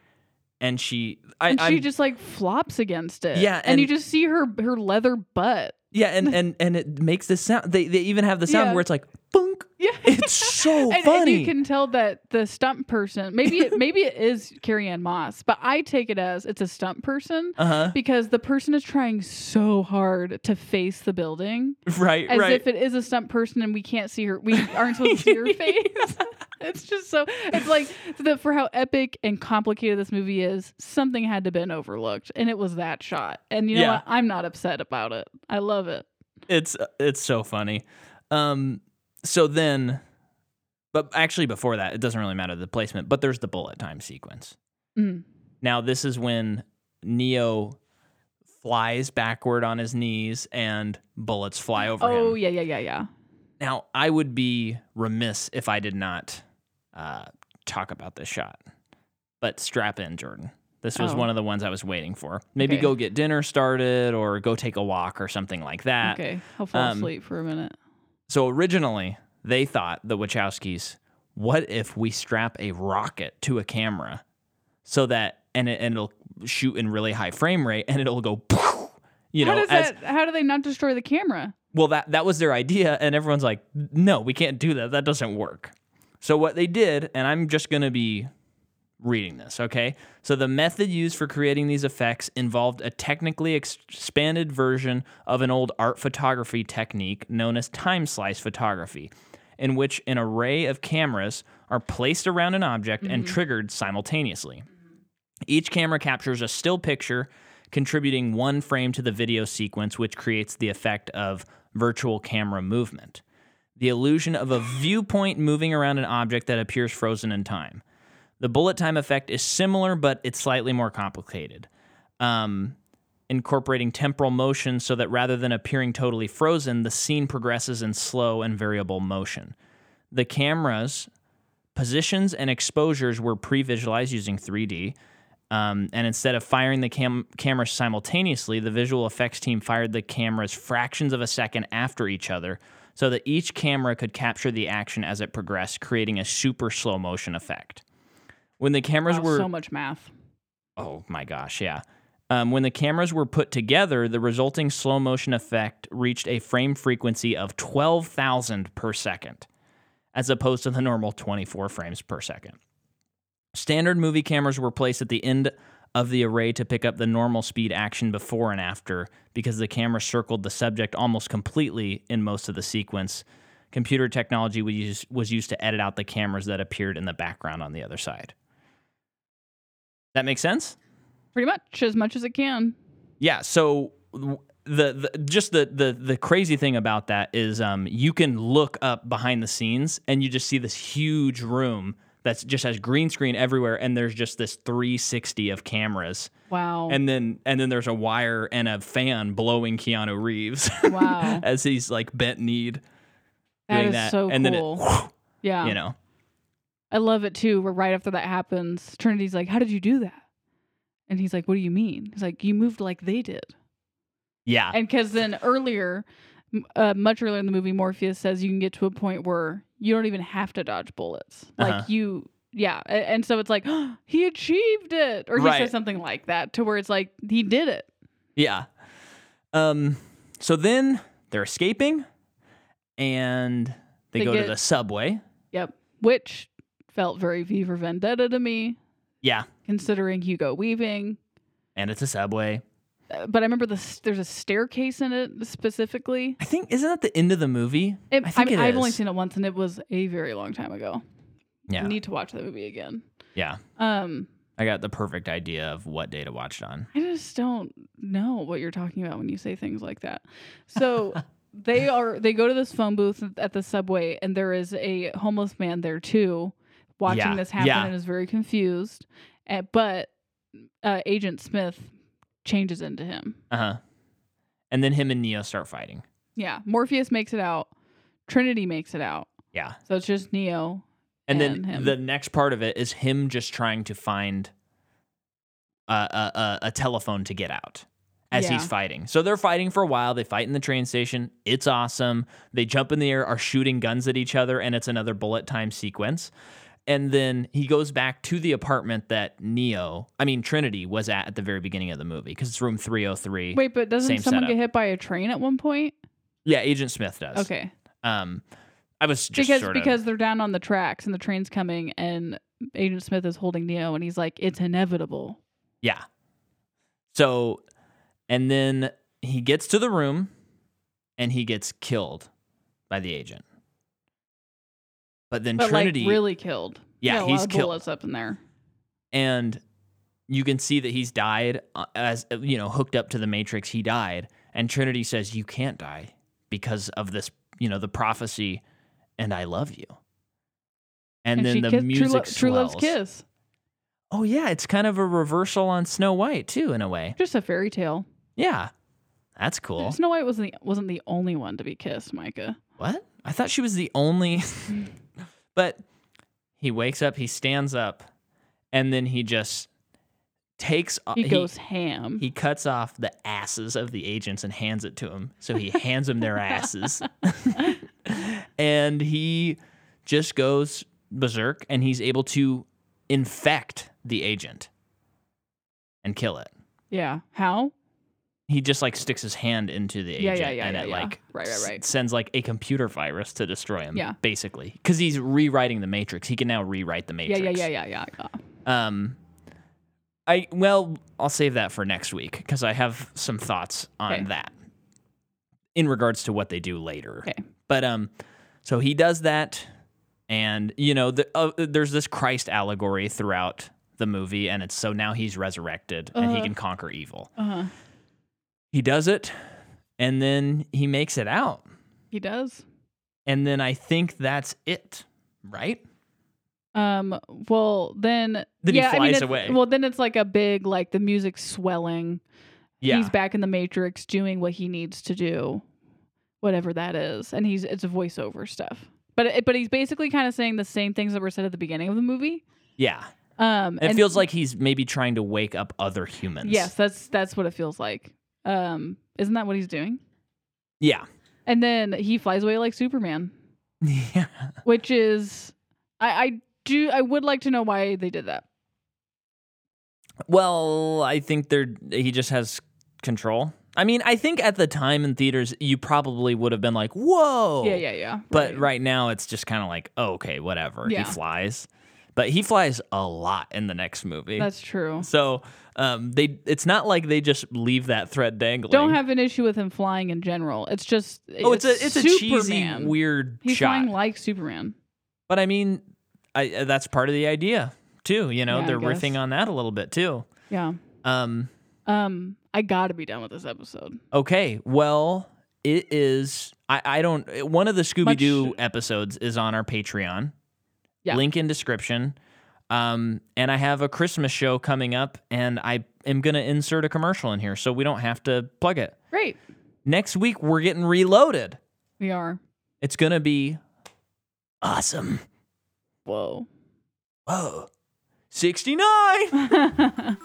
Speaker 2: and she I,
Speaker 1: and she
Speaker 2: I'm-
Speaker 1: just like flops against it.
Speaker 2: Yeah,
Speaker 1: and, you
Speaker 2: and-
Speaker 1: just see her her leather butt. [LAUGHS]
Speaker 2: Yeah, and and and it makes this sound. They they even have the sound
Speaker 1: Yeah.
Speaker 2: where it's like bunk.
Speaker 1: Yeah. [LAUGHS]
Speaker 2: It's so
Speaker 1: and, and
Speaker 2: funny.
Speaker 1: you can tell that the stunt person maybe it, maybe it is Carrie Ann Moss, but I take it as it's a stunt person
Speaker 2: uh
Speaker 1: because the person is trying so hard to face the building
Speaker 2: huh. Right.
Speaker 1: as
Speaker 2: right.
Speaker 1: if it is a stunt person and we can't see her we aren't supposed to see
Speaker 2: [LAUGHS]
Speaker 1: her face [LAUGHS] it's just so it's like the, for how epic and complicated this movie is something had to been overlooked and it was that shot and you know
Speaker 2: Yeah.
Speaker 1: what i'm not upset about it i love it
Speaker 2: it's uh, it's so funny. Um. So then, but actually before that, it doesn't really matter the placement. But there's the bullet time sequence.
Speaker 1: Mm.
Speaker 2: Now this is when Neo flies backward on his knees and bullets fly over him.
Speaker 1: oh yeah yeah yeah yeah
Speaker 2: Now, I would be remiss if I did not uh, talk about this shot. But strap in, Jordan. This was
Speaker 1: Oh.
Speaker 2: one of the ones I was waiting for. Maybe
Speaker 1: Okay.
Speaker 2: go get dinner started or go take a walk or something like that.
Speaker 1: okay i'll fall
Speaker 2: um,
Speaker 1: asleep for a minute
Speaker 2: So originally, they thought the Wachowskis, what if we strap a rocket to a camera so that and, it, and it'll shoot in really high frame rate and it'll go, [LAUGHS] you know,
Speaker 1: how does
Speaker 2: as,
Speaker 1: that how do they not destroy the camera
Speaker 2: well that that was their idea and everyone's like no we can't do that that doesn't work so what they did and i'm just going to be reading this, okay? So the method used for creating these effects involved a technically ex- expanded version of an old art photography technique known as time slice photography, in which an array of cameras are placed around an object and triggered simultaneously. Each camera captures a still picture, contributing one frame to the video sequence, which creates the effect of virtual camera movement. The illusion of a viewpoint moving around an object that appears frozen in time. The bullet time effect is similar, but it's slightly more complicated. Um, incorporating temporal motion so that rather than appearing totally frozen, the scene progresses in slow and variable motion. The camera's positions and exposures were pre visualized using 3D. Um, and instead of firing the cam- camera simultaneously, the visual effects team fired the cameras fractions of a second after each other so that each camera could capture the action as it progressed, creating a super slow motion effect. When the cameras
Speaker 1: Wow,
Speaker 2: were
Speaker 1: so much math.
Speaker 2: Oh my gosh, yeah. Um, when the cameras were put together, the resulting slow motion effect reached a frame frequency of 12,000 per second, as opposed to the normal 24 frames per second. Standard movie cameras were placed at the end of the array to pick up the normal speed action before and after because the camera circled the subject almost completely in most of the sequence. Computer technology was used, was used to edit out the cameras that appeared in the background on the other side. That makes sense?
Speaker 1: Pretty much as much as it can.
Speaker 2: Yeah. So w- the, the just the, the the crazy thing about that is um you can look up behind the scenes and you just see this huge room that's just has green screen everywhere and there's just this 360 of cameras
Speaker 1: Wow.
Speaker 2: and then and then there's a wire and a fan blowing Keanu Reeves
Speaker 1: [LAUGHS]
Speaker 2: [LAUGHS]
Speaker 1: wow.
Speaker 2: as he's like bent kneed
Speaker 1: That
Speaker 2: doing
Speaker 1: is
Speaker 2: that
Speaker 1: so
Speaker 2: and then
Speaker 1: cool.
Speaker 2: it
Speaker 1: yeah.
Speaker 2: [LAUGHS] you know
Speaker 1: I love it too, where right after that happens, Trinity's like, How did you do that? And he's like, What do you mean? He's like, You moved like they did.
Speaker 2: yeah
Speaker 1: And because then earlier, m- uh, much earlier in the movie, Morpheus says you can get to a point where you don't even have to dodge bullets. Like
Speaker 2: Uh-huh.
Speaker 1: you, yeah. A- And so it's like, [GASPS] He achieved it. Or he
Speaker 2: Right.
Speaker 1: says something like that to where it's like, He did it.
Speaker 2: Yeah. Um. So then they're escaping, and they,
Speaker 1: They
Speaker 2: go
Speaker 1: get-
Speaker 2: to the subway.
Speaker 1: Yep. Which felt very V for Vendetta to me,
Speaker 2: Yeah,
Speaker 1: considering Hugo Weaving.
Speaker 2: and it's a subway.
Speaker 1: Uh, But I remember the, s- there's a staircase in it specifically.
Speaker 2: I think isn't that the end of the movie?
Speaker 1: It,
Speaker 2: I
Speaker 1: I
Speaker 2: think
Speaker 1: mean,
Speaker 2: it
Speaker 1: I've only
Speaker 2: is.
Speaker 1: seen it once, and it was a very long time ago.
Speaker 2: Yeah.
Speaker 1: I need to watch the movie again.
Speaker 2: Yeah.
Speaker 1: Um,
Speaker 2: I got the perfect idea of what day to watch it on.
Speaker 1: I just don't know what you're talking about when you say things like that. So they are they go to this phone booth at the subway, and there is a homeless man there too, watching
Speaker 2: Yeah,
Speaker 1: this happen,
Speaker 2: yeah.
Speaker 1: and is very confused. Uh, but uh, Agent Smith changes into him.
Speaker 2: Uh huh. And then him and Neo start fighting.
Speaker 1: Yeah, Morpheus makes it out. Trinity makes it out.
Speaker 2: Yeah.
Speaker 1: So it's just Neo.
Speaker 2: And,
Speaker 1: And
Speaker 2: then
Speaker 1: him.
Speaker 2: the next part of it is him just trying to find a a, a, a telephone to get out as he's
Speaker 1: Yeah.
Speaker 2: fighting. So they're fighting for a while. They fight in the train station. It's awesome. They jump in the air, are shooting guns at each other, and it's another bullet time sequence. And then he goes back to the apartment that Neo, I mean Trinity, was at at the very beginning of the movie because it's room three hundred three.
Speaker 1: Wait, but doesn't
Speaker 2: Same
Speaker 1: someone
Speaker 2: setup.
Speaker 1: get hit by a train at one point?
Speaker 2: Yeah, Agent Smith does.
Speaker 1: Okay.
Speaker 2: Um, I was just
Speaker 1: because
Speaker 2: sort of-
Speaker 1: because they're down on the tracks and the train's coming and Agent Smith is holding Neo and he's like, "It's inevitable."
Speaker 2: Yeah. So, and then he gets to the room and he gets killed by the agent. But then
Speaker 1: But
Speaker 2: Trinity,
Speaker 1: like really killed.
Speaker 2: Yeah,
Speaker 1: Got a
Speaker 2: he's
Speaker 1: lot of
Speaker 2: killed.
Speaker 1: bullets up in there.
Speaker 2: and you can see that he's died uh, as, uh, you know, hooked up to the Matrix. He died. And Trinity says, You can't die because of this, you know, the prophecy, and I love you. And, then
Speaker 1: she
Speaker 2: the
Speaker 1: kissed-
Speaker 2: music
Speaker 1: True, Lo- True Love's
Speaker 2: swells.
Speaker 1: Kiss,
Speaker 2: Oh, yeah. It's kind of a reversal on Snow White, too, in a way.
Speaker 1: just a fairy tale.
Speaker 2: Yeah. That's cool.
Speaker 1: Snow White wasn't the, wasn't the only one to be kissed, Micah.
Speaker 2: What? I thought she was the only. [LAUGHS] but he wakes up, he stands up, and then he just takes
Speaker 1: He, goes ham.
Speaker 2: Uh, he cuts off the asses of the agents and hands it to him. So he hands him their asses. [LAUGHS] and he just goes berserk and he's able to infect the agent and kill it.
Speaker 1: yeah, how?
Speaker 2: He just like sticks his hand into the agent
Speaker 1: Yeah, yeah, yeah,
Speaker 2: and
Speaker 1: yeah,
Speaker 2: it
Speaker 1: yeah.
Speaker 2: like
Speaker 1: Right, right,
Speaker 2: s-
Speaker 1: right.
Speaker 2: sends like a computer virus to destroy him.
Speaker 1: Yeah.
Speaker 2: Basically. Because he's rewriting the matrix. He can now rewrite the
Speaker 1: Yeah,
Speaker 2: matrix.
Speaker 1: yeah, yeah, yeah, yeah, yeah.
Speaker 2: Um, I well, I'll save that for next week because I have some thoughts on
Speaker 1: Okay.
Speaker 2: that in regards to what they do later.
Speaker 1: Okay.
Speaker 2: But um, so he does that, and you know, the, uh, there's this Christ allegory throughout the movie, and it's so now he's resurrected and he
Speaker 1: Uh-huh.
Speaker 2: can conquer evil.
Speaker 1: Uh-huh.
Speaker 2: He does it, and then he makes it out,
Speaker 1: He does.
Speaker 2: and then I think that's it, right?
Speaker 1: Um. Well, then.
Speaker 2: Then he
Speaker 1: yeah, I mean,
Speaker 2: flies
Speaker 1: it's-
Speaker 2: away.
Speaker 1: Well, then it's like a big like the music's swelling.
Speaker 2: Yeah,
Speaker 1: He's back in the Matrix doing what he needs to do, whatever that is, and he's it's a voiceover stuff. But it, but he's basically kind of saying the same things that were said at the beginning of the movie.
Speaker 2: yeah.
Speaker 1: Um.
Speaker 2: It
Speaker 1: and-
Speaker 2: feels like he's maybe trying to wake up other humans.
Speaker 1: Yes, that's that's what it feels like. Um. Isn't that what he's doing?
Speaker 2: Yeah. [LAUGHS]
Speaker 1: And then he flies away like Superman,
Speaker 2: Yeah.
Speaker 1: which is I I do I would like to know why they did that.
Speaker 2: Well, I think they're he just has control. I mean, I think at the time in theaters you probably would have been like, "Whoa."
Speaker 1: Yeah, yeah, yeah.
Speaker 2: Oh. But right now it's just kind of like, oh, "Okay, whatever."
Speaker 1: Yeah.
Speaker 2: He flies. But he flies a lot in the next movie.
Speaker 1: That's true.
Speaker 2: so, um they it's not like they just leave that thread dangling.
Speaker 1: Don't have an issue with him flying in general. It's just
Speaker 2: Oh, it's, a it's a cheesy
Speaker 1: Superman.
Speaker 2: weird
Speaker 1: He's
Speaker 2: shot.
Speaker 1: flying like Superman.
Speaker 2: But I mean, I, uh, that's part of the idea too. You know,
Speaker 1: Yeah, I
Speaker 2: they're
Speaker 1: guess.
Speaker 2: riffing on that a little bit too.
Speaker 1: Yeah.
Speaker 2: Um,
Speaker 1: Um, I gotta be done with this episode.
Speaker 2: okay, well, it is. I, I don't. One of the Scooby Doo
Speaker 1: Much-
Speaker 2: episodes is on our Patreon.
Speaker 1: Yeah.
Speaker 2: Link in description. Um, and I have a Christmas show coming up, and I am gonna insert a commercial in here, so we don't have to plug it.
Speaker 1: Great.
Speaker 2: Next week we're getting reloaded.
Speaker 1: We are.
Speaker 2: It's gonna be awesome.
Speaker 1: Whoa. [LAUGHS]
Speaker 2: Whoa, sixty nine.
Speaker 1: Bye.